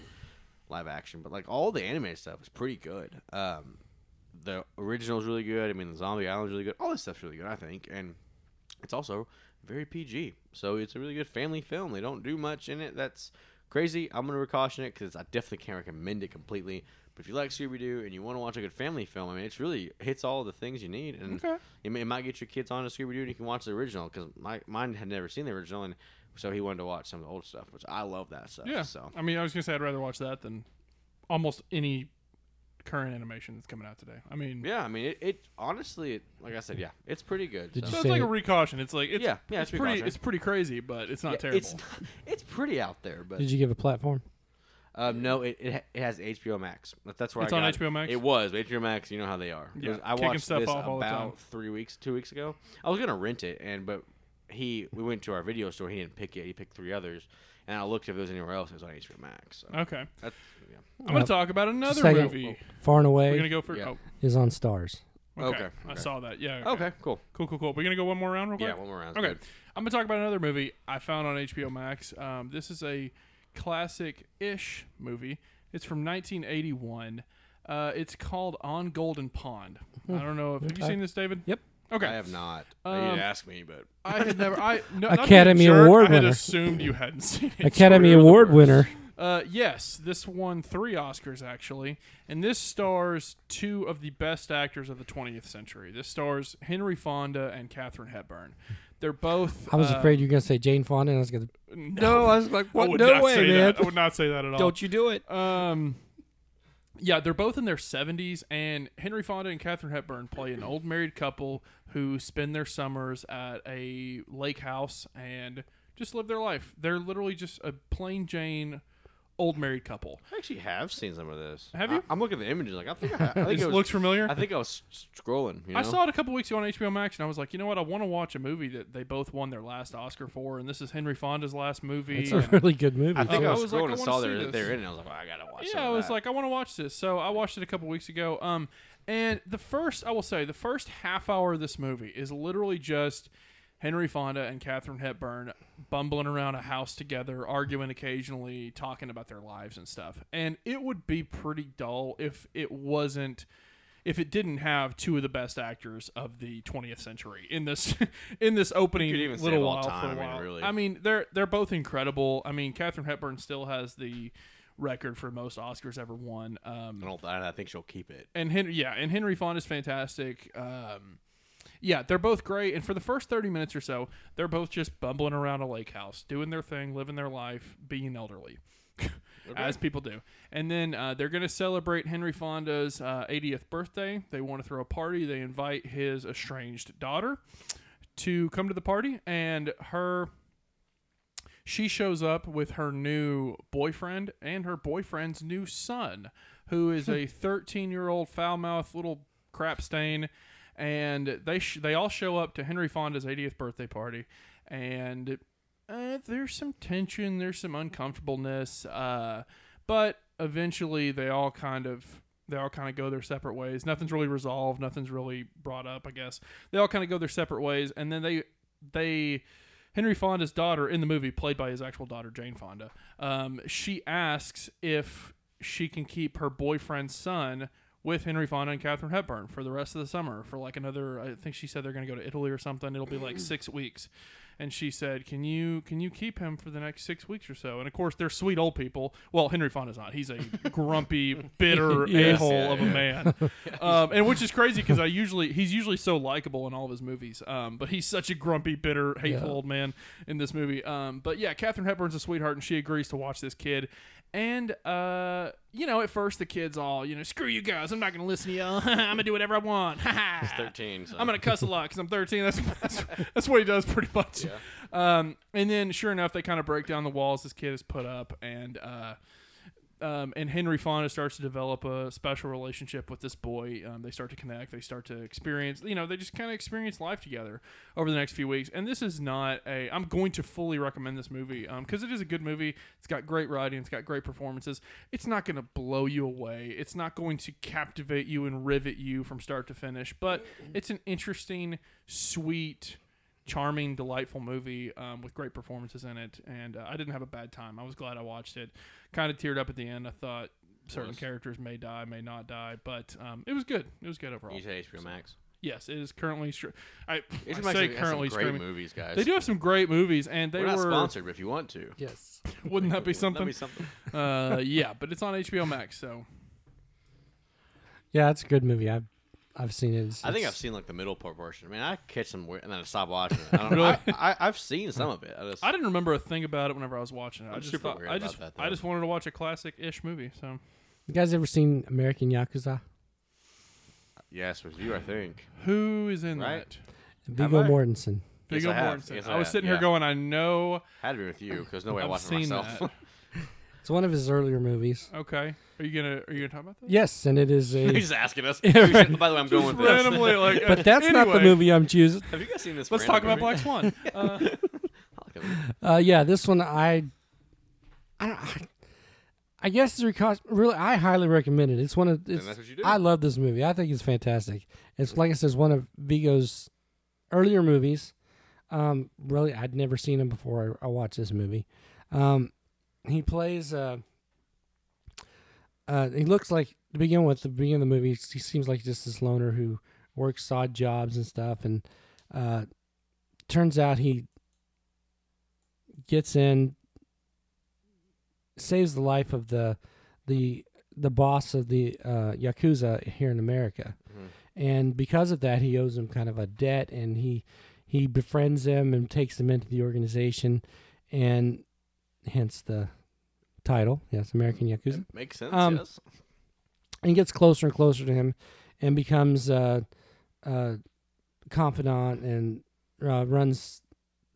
[SPEAKER 5] live action, but like all the anime stuff is pretty good. Um, the original's really good. I mean, the Zombie Island's really good. All this stuff's really good, I think. And it's also very PG. So it's a really good family film. They don't do much in it that's crazy. I'm going to caution it because I definitely can't recommend it completely. But if you like Scooby Doo and you want to watch a good family film, I mean, it's really hits all the things you need, and
[SPEAKER 6] Okay.
[SPEAKER 5] it, may, it might get your kids onto Scooby Doo, and you can watch the original because my mine had never seen the original, and so he wanted to watch some of the old stuff, which I love that stuff.
[SPEAKER 6] Yeah.
[SPEAKER 5] So
[SPEAKER 6] I mean, I was gonna say I'd rather watch that than almost any current animation that's coming out today. I mean,
[SPEAKER 5] yeah, I mean, it, it honestly, it, like I said, yeah, it's pretty good.
[SPEAKER 4] Did
[SPEAKER 5] so.
[SPEAKER 6] So
[SPEAKER 4] Say
[SPEAKER 6] it's like a
[SPEAKER 4] it.
[SPEAKER 6] recaution. It's like it's,
[SPEAKER 5] Yeah, yeah,
[SPEAKER 6] it's,
[SPEAKER 5] it's
[SPEAKER 6] pretty
[SPEAKER 5] precaution.
[SPEAKER 6] it's pretty crazy, but it's not
[SPEAKER 5] Yeah,
[SPEAKER 6] terrible.
[SPEAKER 5] It's not- it's pretty out there, but
[SPEAKER 4] Did you give a platform?
[SPEAKER 5] um, no, it, it ha- it has HBO Max. That- That's where
[SPEAKER 6] It's
[SPEAKER 5] I
[SPEAKER 6] on
[SPEAKER 5] got it.
[SPEAKER 6] HBO Max?
[SPEAKER 5] It was but HBO Max. You know how they are. It
[SPEAKER 6] Yeah,
[SPEAKER 5] was- I
[SPEAKER 6] kicking
[SPEAKER 5] watched
[SPEAKER 6] stuff
[SPEAKER 5] this
[SPEAKER 6] off all the time.
[SPEAKER 5] about three weeks, two weeks ago. I was gonna rent it, and but he we went to our video store. He didn't pick it. He picked three others, and I looked if there was anywhere else. It was on HBO Max. So
[SPEAKER 6] okay.
[SPEAKER 5] that's, yeah.
[SPEAKER 6] I'm gonna talk about another
[SPEAKER 4] Second,
[SPEAKER 5] Oh,
[SPEAKER 6] movie.
[SPEAKER 4] Far and
[SPEAKER 6] We're gonna
[SPEAKER 4] Away
[SPEAKER 6] go for
[SPEAKER 5] Yeah.
[SPEAKER 4] is on Stars.
[SPEAKER 6] oh okay.
[SPEAKER 5] Okay,
[SPEAKER 6] I
[SPEAKER 5] okay.
[SPEAKER 6] saw that. Yeah.
[SPEAKER 5] okay, cool.
[SPEAKER 6] Cool, cool, cool. We're gonna go one more round, real quick.
[SPEAKER 5] Yeah, one more round's
[SPEAKER 6] Okay,
[SPEAKER 5] good.
[SPEAKER 6] I'm gonna talk about another movie I found on HBO Max. Um, this is a classic-ish movie. It's from 1981. Uh, it's called On Golden Pond. I don't know if have you
[SPEAKER 4] Okay.
[SPEAKER 6] seen this, David?
[SPEAKER 4] Yep.
[SPEAKER 6] Okay.
[SPEAKER 5] I have not. you
[SPEAKER 6] Um,
[SPEAKER 5] didn't ask me, but
[SPEAKER 6] I had never. I no, not being a
[SPEAKER 4] Academy
[SPEAKER 6] jerk,
[SPEAKER 4] Award
[SPEAKER 6] I had
[SPEAKER 4] winner.
[SPEAKER 6] assumed you hadn't seen it.
[SPEAKER 4] Academy
[SPEAKER 5] Scooby-Doo
[SPEAKER 4] Award
[SPEAKER 5] Universe.
[SPEAKER 4] winner.
[SPEAKER 6] Uh, yes, this won three Oscars actually, and this stars two of the best actors of the 20th century. This stars Henry Fonda and Katherine Hepburn. They're both.
[SPEAKER 4] I was
[SPEAKER 6] uh,
[SPEAKER 4] afraid you were gonna say Jane Fonda, and I was gonna.
[SPEAKER 6] No,
[SPEAKER 4] I was like,
[SPEAKER 6] I would not say that. I would not say that at all.
[SPEAKER 4] you do it?
[SPEAKER 6] Um, yeah, they're both in their 70s, and Henry Fonda and Katherine Hepburn play an old married couple who spend their summers at a lake house and just live their life. They're literally just a plain Jane old married couple.
[SPEAKER 5] I actually have seen some of this.
[SPEAKER 6] Have
[SPEAKER 5] I-
[SPEAKER 6] you?
[SPEAKER 5] I'm looking at the images. Like I think I, I think
[SPEAKER 6] This
[SPEAKER 5] it was,
[SPEAKER 6] looks familiar.
[SPEAKER 5] I think I was s- scrolling. You know?
[SPEAKER 6] I saw it a couple weeks ago on HBO Max, and I was like, you know what? I want to watch a movie that they both won their last Oscar for, and this is Henry Fonda's last movie.
[SPEAKER 4] It's
[SPEAKER 6] and-
[SPEAKER 4] a really good movie.
[SPEAKER 5] I think
[SPEAKER 6] Oh,
[SPEAKER 5] I
[SPEAKER 6] I
[SPEAKER 5] was,
[SPEAKER 6] was like,
[SPEAKER 5] scrolling
[SPEAKER 6] I
[SPEAKER 5] and
[SPEAKER 6] wanna
[SPEAKER 5] saw
[SPEAKER 6] see
[SPEAKER 5] they're,
[SPEAKER 6] this.
[SPEAKER 5] they're in, and I was like, well, I gotta watch. some
[SPEAKER 6] yeah, I
[SPEAKER 5] of
[SPEAKER 6] was
[SPEAKER 5] that.
[SPEAKER 6] like, I want to watch this. So I watched it a couple weeks ago. Um, and the first, I will say, the first half hour of this movie is literally just Henry Fonda and Katherine Hepburn bumbling around a house together, arguing occasionally, talking about their lives and stuff. And it would be pretty dull if it wasn't. If it didn't have two of the best actors of the 20th century in this in this opening
[SPEAKER 5] could even say
[SPEAKER 6] little
[SPEAKER 5] of all
[SPEAKER 6] while
[SPEAKER 5] time,
[SPEAKER 6] for a
[SPEAKER 5] I mean,
[SPEAKER 6] while.
[SPEAKER 5] really.
[SPEAKER 6] I mean, they're they're both incredible. I mean, Katherine Hepburn still has the record for most Oscars ever won.
[SPEAKER 5] I
[SPEAKER 6] Um,
[SPEAKER 5] don't. I think she'll keep it.
[SPEAKER 6] and Henry, yeah, and Henry Fonda's fantastic. Um, yeah, they're both great. And for the first thirty minutes or so, they're both just bumbling around a lake house, doing their thing, living their life, being elderly. As people do, and then uh, they're going to celebrate Henry Fonda's uh, 80th birthday. They want to throw a party. They invite his estranged daughter to come to the party, and her she shows up with her new boyfriend and her boyfriend's new son, who is a 13 year old foul mouthed little crap stain. And they sh- they all show up to Henry Fonda's 80th birthday party, and uh, there's some tension, there's some uncomfortableness, uh, but eventually they all kind of they all kind of go their separate ways. Nothing's really resolved, nothing's really brought up, I guess. They all kind of go their separate ways, and then they they Henry Fonda's daughter in the movie, played by his actual daughter Jane Fonda, um, she asks if she can keep her boyfriend's son with Henry Fonda and Katherine Hepburn for the rest of the summer for like another. I think she said they're going to go to Italy or something. It'll be like six weeks, and she said, "Can you can you keep him for the next six weeks or so?" And of course, they're sweet old people. Well, Henry Fonda's not. He's a grumpy, bitter a hole
[SPEAKER 5] yeah,
[SPEAKER 6] of a
[SPEAKER 5] yeah.
[SPEAKER 6] man, um, and which is crazy because I usually he's usually so likable in all of his movies, um, but he's such a grumpy, bitter, hateful old man in this movie. Um, but yeah, Katherine Hepburn's a sweetheart, and she agrees to watch this kid. And uh, you know, at first the kid's all you know, screw you guys, I'm not gonna listen to y'all. I'm gonna do whatever I want. He's
[SPEAKER 5] 13, so-
[SPEAKER 6] I'm gonna cuss a lot because I'm 13. That's, that's that's what he does pretty much. Um, and then sure enough, they kind of break down the walls this kid has put up, and uh, um, and Henry Fonda starts to develop a special relationship with this boy. Um, they start to connect. They start to experience. You know, they just kind of experience life together over the next few weeks. And this is not a. I'm going to fully recommend this movie because it is a good movie. It's got great writing. It's got great performances. It's not going to blow you away. It's not going to captivate you and rivet you from start to finish. But it's an interesting, sweet charming, delightful movie um, with great performances in it, and uh, I didn't have a bad time. I was glad I watched it. Kind of teared up at the end. I thought certain characters may die, may not die, but um, it was good. It was good overall.
[SPEAKER 5] You said HBO Max.
[SPEAKER 6] Yes, it is currently. Str- I, I
[SPEAKER 5] HBO Max
[SPEAKER 6] say
[SPEAKER 5] has
[SPEAKER 6] currently
[SPEAKER 5] some great
[SPEAKER 6] streaming.
[SPEAKER 5] movies, guys.
[SPEAKER 6] They do have some great movies, and they
[SPEAKER 5] We're not
[SPEAKER 6] were
[SPEAKER 5] sponsored, but if you want to,
[SPEAKER 4] yes.
[SPEAKER 6] Wouldn't that be something?
[SPEAKER 5] That'd be something.
[SPEAKER 6] uh, yeah, but it's on HBO Max, so
[SPEAKER 4] Yeah, it's a good movie. I've I've seen it. It's-
[SPEAKER 5] I think I've
[SPEAKER 4] it's-
[SPEAKER 5] seen like the middle part portion. Man, I catch some weird, and then I stop watching it. I don't know. I, I, I've seen some of it. I just,
[SPEAKER 6] I didn't remember a thing about it whenever I was watching it. i
[SPEAKER 5] I'm
[SPEAKER 6] just
[SPEAKER 5] super
[SPEAKER 6] thought
[SPEAKER 5] weird
[SPEAKER 6] I
[SPEAKER 5] about
[SPEAKER 6] just
[SPEAKER 5] that, though.
[SPEAKER 6] I just wanted to watch a classic ish movie. So
[SPEAKER 4] You guys ever seen American Yakuza?
[SPEAKER 5] yes, with you, I think.
[SPEAKER 6] who is in
[SPEAKER 5] Right.
[SPEAKER 6] that?
[SPEAKER 4] Viggo
[SPEAKER 5] I?
[SPEAKER 4] Mortensen.
[SPEAKER 6] Viggo
[SPEAKER 5] I have.
[SPEAKER 6] Mortensen.
[SPEAKER 5] Yes,
[SPEAKER 6] I,
[SPEAKER 5] I
[SPEAKER 6] was
[SPEAKER 5] have.
[SPEAKER 6] sitting
[SPEAKER 5] Yeah.
[SPEAKER 6] here going, I know
[SPEAKER 5] Had to be with you because no way I
[SPEAKER 6] I've
[SPEAKER 5] watched it
[SPEAKER 6] seen
[SPEAKER 5] myself.
[SPEAKER 6] that.
[SPEAKER 4] It's one of his earlier movies.
[SPEAKER 6] Okay. Are you gonna Are you gonna talk about that?
[SPEAKER 4] Yes, and it is a.
[SPEAKER 5] He's just asking us. By the way, I'm going with this.
[SPEAKER 6] Randomly, like, uh,
[SPEAKER 4] but that's not the
[SPEAKER 6] anyway,
[SPEAKER 4] movie I'm choosing.
[SPEAKER 5] Have you guys seen this?
[SPEAKER 6] Let's
[SPEAKER 5] random
[SPEAKER 6] talk about
[SPEAKER 5] movie?
[SPEAKER 6] Black Swan. Uh,
[SPEAKER 4] Uh, yeah, this one I, I don't. I, I guess it's reco- really. I highly recommend it. It's one of. It's,
[SPEAKER 5] that's what you do.
[SPEAKER 4] I love this movie. I think it's fantastic. It's like I said, it's one of Vigo's earlier movies. Um, really, I'd never seen him before. I, I watched this movie. Um, he plays. Uh, uh, he looks like to begin with. The beginning of the movie, he seems like just this loner who works odd jobs and stuff. And uh, turns out he gets in, saves the life of the the the boss of the uh, yakuza here in America, and because of that, he owes him kind of a debt, and he he befriends him and takes him into the organization, and hence the title, yes, American Yakuza
[SPEAKER 5] Makes sense.
[SPEAKER 4] Um,
[SPEAKER 5] yes.
[SPEAKER 4] and he gets closer and closer to him and becomes uh, uh, confidant and uh, runs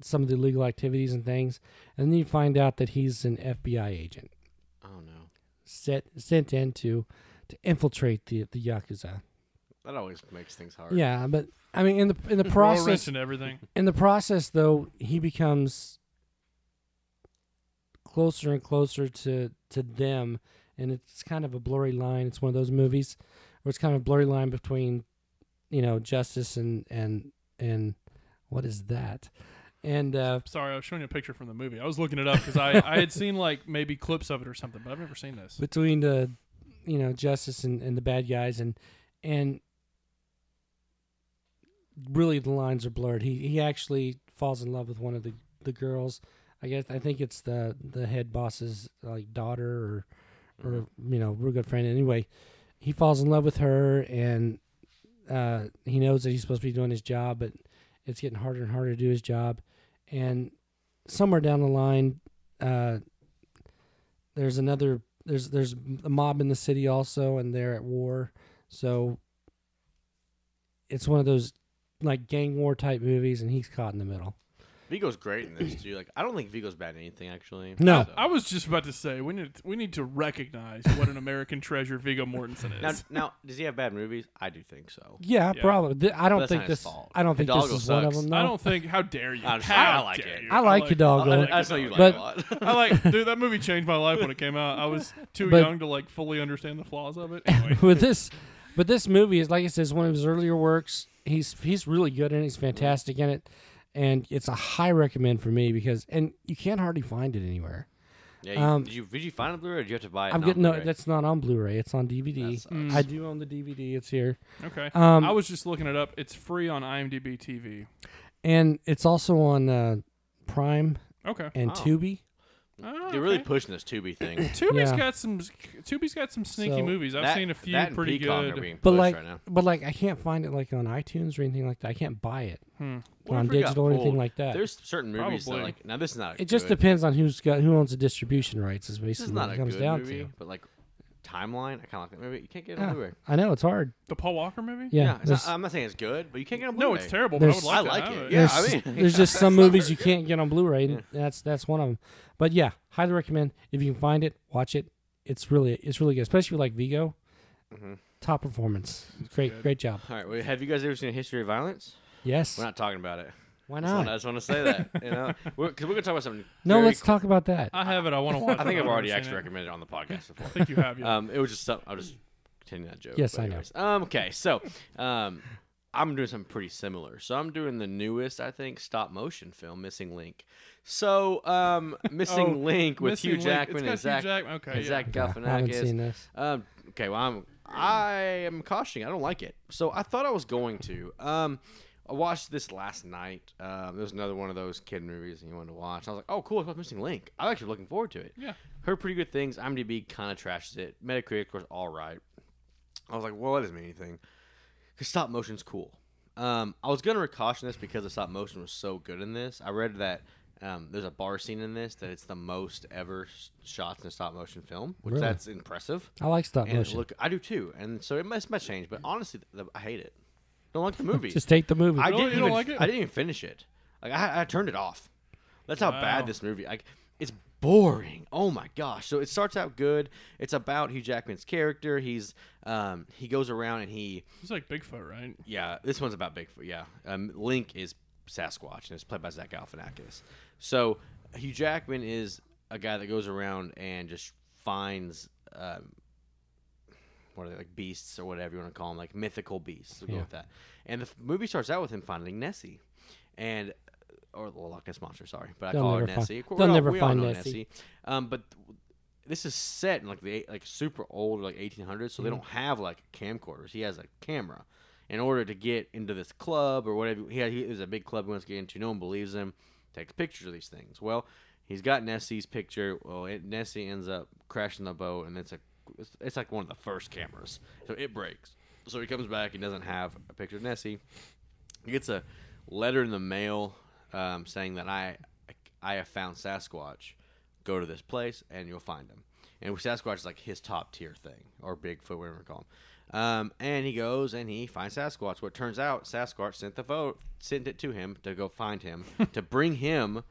[SPEAKER 4] some of the illegal activities and things. And then you find out that he's an FBI agent
[SPEAKER 5] Oh no,
[SPEAKER 4] set, sent in to, to infiltrate the, the Yakuza.
[SPEAKER 5] that always makes things hard.
[SPEAKER 4] Yeah, but I mean, in the in the
[SPEAKER 6] Roll wrench
[SPEAKER 4] process,
[SPEAKER 6] and everything.
[SPEAKER 4] in the process though, he becomes closer and closer to to them, and it's kind of a blurry line. It's one of those movies where it's kind of a blurry line between, you know, justice and and and what is that? And uh,
[SPEAKER 6] Sorry, I was showing you a picture from the movie. I was looking it up because I, I had seen like maybe clips of it or something, but I've never seen this.
[SPEAKER 4] between the you know justice and, and the bad guys and and really the lines are blurred he he actually falls in love with one of the the girls i guess i think it's the the head boss's like daughter or or you know real good friend anyway he falls in love with her and uh he knows that he's supposed to be doing his job but it's getting harder and harder to do his job and somewhere down the line uh there's another there's there's a mob in the city also and they're at war so it's one of those like gang war type movies and he's caught in the middle
[SPEAKER 5] Vigo's great in this too. Like I don't think Vigo's bad at anything actually.
[SPEAKER 4] No.
[SPEAKER 5] So-
[SPEAKER 6] I was just about to say we need we need to recognize what an American treasure Viggo Mortensen is.
[SPEAKER 5] Now, now, does he have bad movies? I do think so.
[SPEAKER 4] yeah,
[SPEAKER 6] Yeah.
[SPEAKER 4] probably Th- i don't
[SPEAKER 5] That's
[SPEAKER 4] think
[SPEAKER 5] not his
[SPEAKER 4] this
[SPEAKER 5] fault.
[SPEAKER 4] i don't think this
[SPEAKER 5] Hidalgo
[SPEAKER 4] is one of
[SPEAKER 5] sucks.
[SPEAKER 4] them no.
[SPEAKER 6] I don't think. How dare you?
[SPEAKER 5] I'm sorry,
[SPEAKER 6] How
[SPEAKER 5] I like
[SPEAKER 6] dare
[SPEAKER 5] it.
[SPEAKER 6] you?
[SPEAKER 4] I like Hidalgo.
[SPEAKER 5] I,
[SPEAKER 4] like
[SPEAKER 5] I just know you like
[SPEAKER 4] But-
[SPEAKER 5] it a lot.
[SPEAKER 6] I like, dude, that movie changed my life when it came out. I was too
[SPEAKER 4] But-
[SPEAKER 6] young to like fully understand the flaws of it. Anyway,
[SPEAKER 4] but this but this movie is like I said, it's one of his earlier works. He's he's really good in it. He's fantastic in it. And it's a high recommend for me because and you can't hardly find it anywhere.
[SPEAKER 5] yeah, you,
[SPEAKER 4] um,
[SPEAKER 5] did you did you find a Blu-ray? Or did you have to buy it?
[SPEAKER 4] I'm
[SPEAKER 5] on
[SPEAKER 4] getting no
[SPEAKER 5] Blu-ray?
[SPEAKER 4] that's not on Blu-ray, it's on
[SPEAKER 5] That
[SPEAKER 4] DVD.
[SPEAKER 5] sucks.
[SPEAKER 4] I do own the DVD, it's here.
[SPEAKER 6] okay.
[SPEAKER 4] Um,
[SPEAKER 6] I was just looking it up. It's free on IMDb TV.
[SPEAKER 4] And it's also on uh, Prime
[SPEAKER 6] Okay.
[SPEAKER 4] and Tubi.
[SPEAKER 6] Oh,
[SPEAKER 5] They're really
[SPEAKER 6] okay.
[SPEAKER 5] pushing this Tubi thing.
[SPEAKER 6] Tubi's
[SPEAKER 4] Yeah.
[SPEAKER 6] got some. Tubi's got some sneaky
[SPEAKER 4] So-
[SPEAKER 6] movies. I've
[SPEAKER 5] That-
[SPEAKER 6] seen a few
[SPEAKER 5] that and
[SPEAKER 6] pretty
[SPEAKER 5] Peacock are
[SPEAKER 6] good.
[SPEAKER 5] being
[SPEAKER 4] But
[SPEAKER 5] pushed
[SPEAKER 4] like
[SPEAKER 5] right now.
[SPEAKER 4] but like I can't find it like on iTunes or anything like that. I can't buy it
[SPEAKER 5] What
[SPEAKER 4] on
[SPEAKER 5] if we got
[SPEAKER 4] digital or anything
[SPEAKER 5] pulled?
[SPEAKER 4] like that.
[SPEAKER 5] There's certain movies that
[SPEAKER 6] Probably.
[SPEAKER 5] like now this is not.
[SPEAKER 4] it just
[SPEAKER 5] good-
[SPEAKER 4] depends on who's got who owns the distribution rights is
[SPEAKER 5] This is
[SPEAKER 4] basically
[SPEAKER 5] not
[SPEAKER 4] what
[SPEAKER 5] a
[SPEAKER 4] it comes
[SPEAKER 5] good
[SPEAKER 4] down
[SPEAKER 5] movie,
[SPEAKER 4] to.
[SPEAKER 5] but like timeline, I kind of like that movie. You can't get it on
[SPEAKER 4] Yeah.
[SPEAKER 5] Blu-ray.
[SPEAKER 4] I know it's hard.
[SPEAKER 6] The Paul Walker movie.
[SPEAKER 4] Yeah.
[SPEAKER 5] Yeah, it's not- um,
[SPEAKER 4] there's-
[SPEAKER 5] I'm not saying it's good, but you can't get it on Blu-ray.
[SPEAKER 6] No, it's terrible. But I would
[SPEAKER 4] There's-
[SPEAKER 6] like.
[SPEAKER 5] I
[SPEAKER 6] to
[SPEAKER 5] like
[SPEAKER 6] have
[SPEAKER 5] it,
[SPEAKER 6] it.
[SPEAKER 5] yeah.
[SPEAKER 4] there's,
[SPEAKER 5] I mean-
[SPEAKER 4] there's just some movies you can't get on Blu-ray. and That's that's one of them. But yeah, highly recommend if you can find it, watch it. It's really it's really good, especially if you like Vigo.
[SPEAKER 5] Mm-hmm.
[SPEAKER 4] Top performance, great great job.
[SPEAKER 5] All right, well, have you guys ever seen History of Violence?
[SPEAKER 4] Yes,
[SPEAKER 5] We're not talking about it.
[SPEAKER 4] why
[SPEAKER 5] I just wanna- I
[SPEAKER 4] not?
[SPEAKER 5] just want to say that. You know, because we're, 'cause we're gonna talk about something.
[SPEAKER 4] No,
[SPEAKER 5] very
[SPEAKER 4] let's
[SPEAKER 5] cool.
[SPEAKER 4] talk about that.
[SPEAKER 6] I have it. I want to watch.
[SPEAKER 5] I think
[SPEAKER 6] it.
[SPEAKER 5] I've already
[SPEAKER 6] never
[SPEAKER 5] actually
[SPEAKER 6] seen
[SPEAKER 5] recommended it on the podcast
[SPEAKER 6] it.
[SPEAKER 5] before.
[SPEAKER 6] I think you have. Yeah.
[SPEAKER 5] Um, it was just something. I'll just continue that joke.
[SPEAKER 4] Yes,
[SPEAKER 5] but
[SPEAKER 4] I know.
[SPEAKER 5] anyways. Um, okay, so um, I'm doing something pretty similar. So I'm doing the newest, I think, stop motion film, Missing Link. So um, Missing
[SPEAKER 6] Oh,
[SPEAKER 5] Link with
[SPEAKER 6] Missing
[SPEAKER 5] Hugh
[SPEAKER 6] Link. It's
[SPEAKER 5] Jackman
[SPEAKER 6] got
[SPEAKER 5] and
[SPEAKER 6] Hugh
[SPEAKER 5] Zach,
[SPEAKER 6] Jackman. Okay,
[SPEAKER 5] and
[SPEAKER 6] yeah.
[SPEAKER 5] Zach
[SPEAKER 4] Yeah, I haven't
[SPEAKER 5] Galifianakis.
[SPEAKER 4] seen this.
[SPEAKER 5] Um, okay, well, I'm I am cautioning. I don't like it. So I thought I was going to. Um, I watched this last night. Um, there was another one of those kid movies you wanted to watch. I was like, oh, cool. It's about Missing Link. I'm actually looking forward to it.
[SPEAKER 6] Yeah.
[SPEAKER 5] Heard pretty good things. IMDb kind of trashes it. Metacritic was all right. I was like, well, that doesn't mean anything. Because stop motion's cool. Um, I was gonna caution this because the stop motion was so good in this. I read that um, there's a bar scene in this that it's the most ever s- shots in a stop motion film, which
[SPEAKER 4] Really?
[SPEAKER 5] that's impressive.
[SPEAKER 4] I like stop
[SPEAKER 5] and
[SPEAKER 4] motion.
[SPEAKER 5] look, I do too, and so it must, must change. But honestly, th th- I hate it. Don't like the movie.
[SPEAKER 4] Just take the movie.
[SPEAKER 5] I
[SPEAKER 6] don't-
[SPEAKER 5] didn't
[SPEAKER 6] you don't
[SPEAKER 5] even,
[SPEAKER 6] like it?
[SPEAKER 5] I didn't even finish it. Like I, I turned it off. That's how bad this movie. Like it's boring. Oh my gosh. So it starts out good. It's about Hugh Jackman's character. He's um he goes around and he
[SPEAKER 6] It's like Bigfoot, right?
[SPEAKER 5] yeah, this one's about Bigfoot. Yeah, um, Link is Sasquatch, and it's played by Zach Galifianakis. So Hugh Jackman is a guy that goes around and just finds um, what are they like beasts or whatever you want to call them, like mythical beasts. We'll go with that. And the f- movie starts out with him finding Nessie, and or the Loch Ness monster. Sorry, but I
[SPEAKER 4] They'll
[SPEAKER 5] call her
[SPEAKER 4] never find-
[SPEAKER 5] Nessie. Of course,
[SPEAKER 4] they'll
[SPEAKER 5] we all-
[SPEAKER 4] never
[SPEAKER 5] we all
[SPEAKER 4] find
[SPEAKER 5] know
[SPEAKER 4] Nessie.
[SPEAKER 5] Um, but th- this is set in like the eight- like super old like 1800s so they
[SPEAKER 4] Mm-hmm.
[SPEAKER 5] don't have like camcorders he has a camera in order to get into this club or whatever he, had, he there's a big club he wants to get into no one believes him takes pictures of these things well he's got nessie's picture well it, nessie ends up crashing the boat and it's a it's, it's like one of the first cameras so it breaks so he comes back and doesn't have a picture of nessie he gets a letter in the mail um, saying that I I have found Sasquatch. Go to this place and you'll find him. And Sasquatch is like his top tier thing or Bigfoot, whatever you call him. Um, and he goes and he finds Sasquatch. What turns out Sasquatch sent the vote sent it to him to go find him to bring him.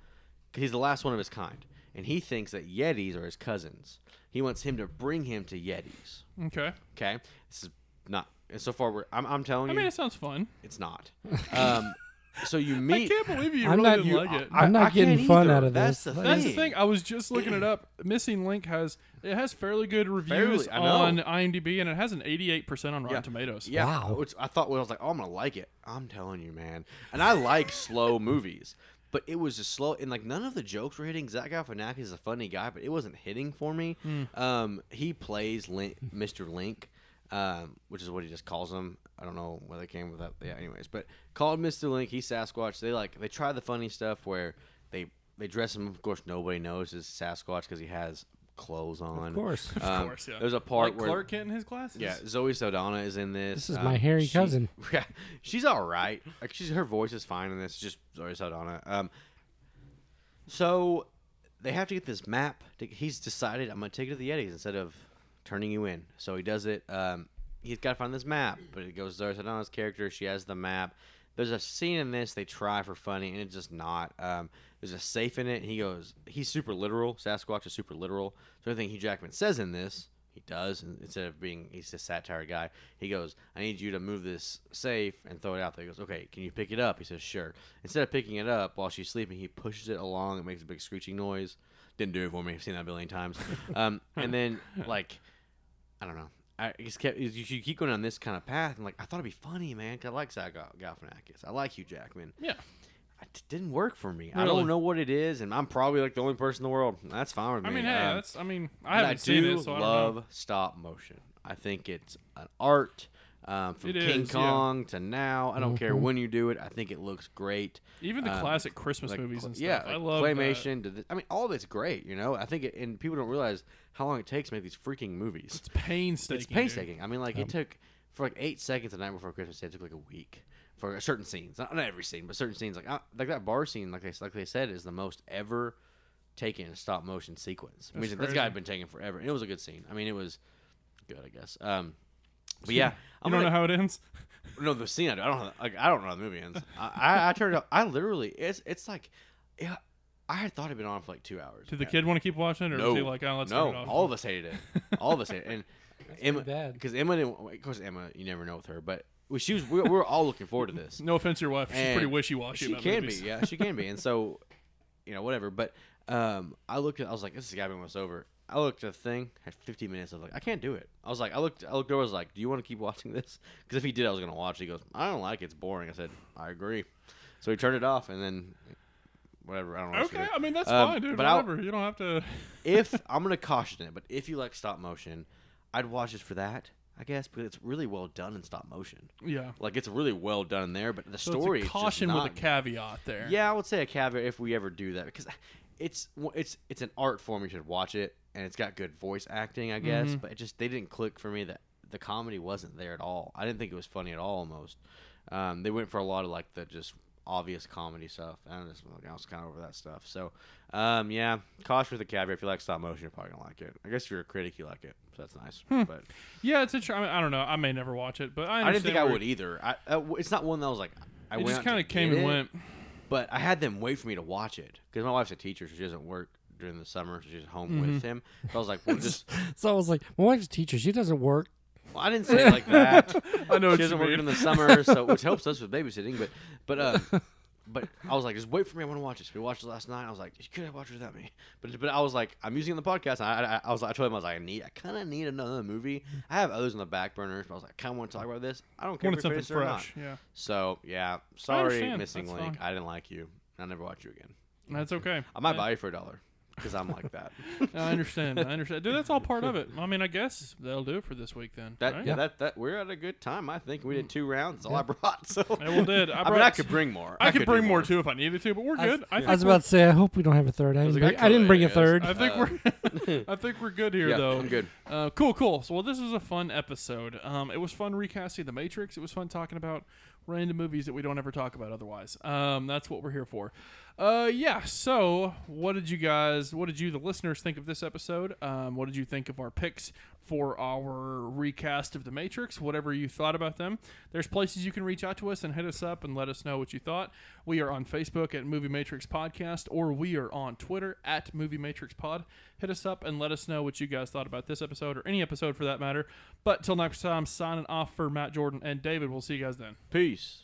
[SPEAKER 5] 'cause he's the last one of his kind, and he thinks that Yetis are his cousins. He wants him to bring him to Yetis.
[SPEAKER 6] Okay.
[SPEAKER 5] Okay, this is not. And so far, we're I'm, I'm telling
[SPEAKER 6] I
[SPEAKER 5] you,
[SPEAKER 6] mean, it sounds fun.
[SPEAKER 5] it's not. Um, so you meet.
[SPEAKER 6] I can't believe you
[SPEAKER 4] I'm
[SPEAKER 6] really
[SPEAKER 4] not-
[SPEAKER 6] didn't
[SPEAKER 4] you-
[SPEAKER 6] like it.
[SPEAKER 4] I'm not
[SPEAKER 5] I
[SPEAKER 4] getting
[SPEAKER 5] can't
[SPEAKER 4] fun
[SPEAKER 5] either.
[SPEAKER 4] out of
[SPEAKER 5] That's
[SPEAKER 4] this.
[SPEAKER 5] The
[SPEAKER 6] That's the
[SPEAKER 5] thing.
[SPEAKER 6] thing. I was just looking it up. Missing Link has it has fairly good reviews
[SPEAKER 5] Fairly, I know.
[SPEAKER 6] on IMDb, and it has an 88 percent on Rotten Tomatoes.
[SPEAKER 5] Yeah,
[SPEAKER 4] Wow.
[SPEAKER 5] which I thought well, I was like, oh, I'm gonna like it. I'm telling you, man. And I like slow movies, but it was just slow. And like none of the jokes were hitting. Zach Galifianakis is a funny guy, but it wasn't hitting for me. Um, he plays Link, Mr. Link, um, which is what he just calls him. I don't know where they came with that. Yeah, anyways, but called Mr. Link. He's Sasquatch. They like they try the funny stuff where they they dress him. Of course, nobody knows is Sasquatch because he has clothes on. Of
[SPEAKER 4] course. Of
[SPEAKER 6] course, yeah.
[SPEAKER 5] Um, There's a part
[SPEAKER 6] Like
[SPEAKER 5] where
[SPEAKER 6] Clark Kent in his glasses.
[SPEAKER 5] yeah, Zoe Saldana is in this. uh,
[SPEAKER 4] This is my hairy cousin.
[SPEAKER 5] Yeah, she's all right. Like she's her voice is fine in this. It's Just Zoe Saldana. Um, so they have to get this map. To, he's decided I'm gonna take it to the Yetis instead of turning you in. So he does it. Um, he's got to find this map, but it goes Zoe Saldana's character. She has the map. There's a scene in this they try for funny and it's just not. Um, there's a safe in it. And he goes, he's super literal. Sasquatch is super literal. So anything Hugh Jackman says in this, he does and instead of being he's a satire guy he goes i need you to move this safe and throw it out there he goes okay can you pick it up he says sure instead of picking it up while she's sleeping he pushes it along and makes a big screeching noise didn't do it for me i've seen that a billion times um, and then like i don't know I just kept you should keep going on this kind of path and like I thought it'd be funny, man. 'cause I like Zach Gal- Galifianakis. I like Hugh Jackman.
[SPEAKER 6] Yeah.
[SPEAKER 5] It just didn't work for me. I
[SPEAKER 6] Really?
[SPEAKER 5] don't know what it is, and I'm probably like the only person in the world. That's fine with me.
[SPEAKER 6] I mean, hey,
[SPEAKER 5] Um,
[SPEAKER 6] that's. I mean, I
[SPEAKER 5] but
[SPEAKER 6] haven't seen
[SPEAKER 5] do
[SPEAKER 6] it, so I don't know.
[SPEAKER 5] love stop motion. I think it's an art um, from
[SPEAKER 6] It
[SPEAKER 5] King
[SPEAKER 6] is, yeah.
[SPEAKER 5] Kong to now. I don't care when you do it. I think it looks great.
[SPEAKER 6] Even the
[SPEAKER 5] um,
[SPEAKER 6] classic Christmas
[SPEAKER 5] Like,
[SPEAKER 6] movies
[SPEAKER 5] cl-
[SPEAKER 6] and stuff.
[SPEAKER 5] yeah,
[SPEAKER 6] I
[SPEAKER 5] like
[SPEAKER 6] love that.
[SPEAKER 5] claymation. To the, I mean, all of it's great. You know, I think, it, and people don't realize how long it takes to make these freaking movies.
[SPEAKER 6] It's painstaking.
[SPEAKER 5] It's
[SPEAKER 6] dude.
[SPEAKER 5] painstaking. I mean, like it took for like eight seconds the night before Christmas Day. It took like a week for certain scenes. Not, not every scene, but certain scenes. Like I, like that bar scene, like they like they said, is the most ever taken in a stop motion sequence. I mean, this
[SPEAKER 6] crazy.
[SPEAKER 5] guy had been taking forever, and it was a good scene. I mean, it was good, I guess. Um, but yeah,
[SPEAKER 6] You
[SPEAKER 5] I'm
[SPEAKER 6] don't
[SPEAKER 5] gonna,
[SPEAKER 6] know how it ends.
[SPEAKER 5] no, the scene. I do. I don't. Know, like, I don't know how the movie ends. I, I, I turned up. I literally. It's. It's like. Yeah, I had thought it'd been on for like two hours.
[SPEAKER 6] Did the
[SPEAKER 5] Yeah.
[SPEAKER 6] kid want to keep watching, or
[SPEAKER 5] No,
[SPEAKER 6] was he like, oh, let's
[SPEAKER 5] no,
[SPEAKER 6] turn it off?
[SPEAKER 5] all of us hated it. All of us hated it. And Emma,
[SPEAKER 4] bad.
[SPEAKER 5] because Emma, didn't, of course, Emma, you never know with her, but well, she was. We, we were all looking forward to this.
[SPEAKER 6] no offense to your wife. She's pretty
[SPEAKER 5] And
[SPEAKER 6] wishy washy
[SPEAKER 5] She
[SPEAKER 6] about
[SPEAKER 5] can
[SPEAKER 6] movies.
[SPEAKER 5] be, yeah, she can be. And so, you know, whatever. But um, I looked at, I was like, this is gotta be almost over. I looked at the thing, had 15 minutes. I was like, I can't do it. I was like, I looked, I looked over. I was like, do you want to keep watching this? Because if he did, I was gonna watch. it. He goes, I don't like it. It's boring. I said, I agree. So he turned it off, and then whatever. I don't know. what she
[SPEAKER 6] Okay,
[SPEAKER 5] did.
[SPEAKER 6] I mean that's
[SPEAKER 5] Um,
[SPEAKER 6] fine, dude.
[SPEAKER 5] But I,
[SPEAKER 6] Whatever. you don't have to.
[SPEAKER 5] if I'm gonna caution it, but if you like stop motion, I'd watch it for that, I guess, because it's really well done in stop motion.
[SPEAKER 6] Yeah.
[SPEAKER 5] Like it's really well done there, but the
[SPEAKER 6] So
[SPEAKER 5] story
[SPEAKER 6] It's
[SPEAKER 5] is
[SPEAKER 6] a
[SPEAKER 5] just
[SPEAKER 6] caution
[SPEAKER 5] not-
[SPEAKER 6] with a caveat there.
[SPEAKER 5] Yeah, I would say a caveat if we ever do that because it's it's it's an art form. You should watch it, and it's got good voice acting, I guess. But it just they didn't click for me that the comedy wasn't there at all. I didn't think it was funny at all. Almost, um, they went for a lot of like the just obvious comedy stuff, and I, just, I was kind of over that stuff. So, um, yeah, caution with the caveat. If you like stop motion, you're probably gonna like it. I guess if you're a critic, you like it, so that's nice. But
[SPEAKER 6] Yeah, it's a. Tr- I, mean, I don't know. I may never watch it, but I,
[SPEAKER 5] I didn't think I
[SPEAKER 6] understand
[SPEAKER 5] would either. I, uh, it's not one that was like I
[SPEAKER 6] where- It
[SPEAKER 5] went
[SPEAKER 6] just
[SPEAKER 5] out to
[SPEAKER 6] kind of came
[SPEAKER 5] get
[SPEAKER 6] and
[SPEAKER 5] it.
[SPEAKER 6] went.
[SPEAKER 5] but I had them wait for me to watch it because my wife's a teacher, so she doesn't work during the summer, so she's home with
[SPEAKER 6] Mm-hmm.
[SPEAKER 5] him. So I was like, well, just
[SPEAKER 4] So I was like, my wife's a teacher. She doesn't work.
[SPEAKER 5] well, I didn't say it like that.
[SPEAKER 6] I know
[SPEAKER 5] she
[SPEAKER 6] what you
[SPEAKER 5] doesn't work
[SPEAKER 6] mean.
[SPEAKER 5] in the summer, so which helps us with babysitting. But but uh, but I was like, just wait for me. I want to watch this. We watched it last night. I was like, you could have watched it without me. But but I was like, I'm using it on the podcast. And I, I I was like, I told him I was like, I need, I kind of need another movie. I have others on the back burner, but I was like, I kind of want to talk about this. I don't care
[SPEAKER 6] Wanted
[SPEAKER 5] if we
[SPEAKER 6] something
[SPEAKER 5] finish it or not.
[SPEAKER 6] fresh. Yeah,
[SPEAKER 5] So yeah, sorry,
[SPEAKER 6] understand.
[SPEAKER 5] missing
[SPEAKER 6] That's
[SPEAKER 5] link.
[SPEAKER 6] fine.
[SPEAKER 5] I didn't like you. and I'll never watch you again.
[SPEAKER 6] that's okay.
[SPEAKER 5] I might buy you for a dollar because I'm like that.
[SPEAKER 6] I understand. I understand. Dude, that's all part of it. I mean, I guess that'll do it for this week then.
[SPEAKER 5] That,
[SPEAKER 6] right? Mm.
[SPEAKER 5] yeah, that that we're at a good time. I think we did two rounds. That's all I brought. So
[SPEAKER 6] Yeah, well, did. I
[SPEAKER 5] I, mean,
[SPEAKER 6] brought-
[SPEAKER 5] I could bring more.
[SPEAKER 6] I, could
[SPEAKER 5] do
[SPEAKER 6] bring more too if I needed to, but we're good. I,
[SPEAKER 4] I
[SPEAKER 6] think
[SPEAKER 4] was
[SPEAKER 6] we're,
[SPEAKER 4] about to say, I hope we don't have a third. I,
[SPEAKER 5] was
[SPEAKER 4] didn't
[SPEAKER 5] like,
[SPEAKER 4] bring,
[SPEAKER 5] I
[SPEAKER 4] I didn't
[SPEAKER 5] could,
[SPEAKER 4] bring
[SPEAKER 5] I
[SPEAKER 4] a
[SPEAKER 5] guess.
[SPEAKER 4] third.
[SPEAKER 6] I think we're I think we're good here
[SPEAKER 5] Uh, Yeah,
[SPEAKER 6] though.
[SPEAKER 5] I'm good.
[SPEAKER 6] Uh, cool, cool. So well, this was a fhan episode. Um, it was fun recasting the Matrix. It was fun talking about random movies that we don't ever talk about otherwise. Um, that's what we're here for. Uh, yeah. So what did you guys, what did you, the listeners, think of this episode? Um, what did you think of our picks for our recast of the Matrix? Whatever you thought about them, there's places you can reach out to us and hit us up and let us know what you thought. We are on Facebook at Movie Matrix Podcast, or we are on Twitter at Movie Matrix Pod. Hit us up and let us know what you guys thought about this episode or any episode for that matter. But till next time, signing off for Matt Jordan and David. We'll see you guys then.
[SPEAKER 5] Peace.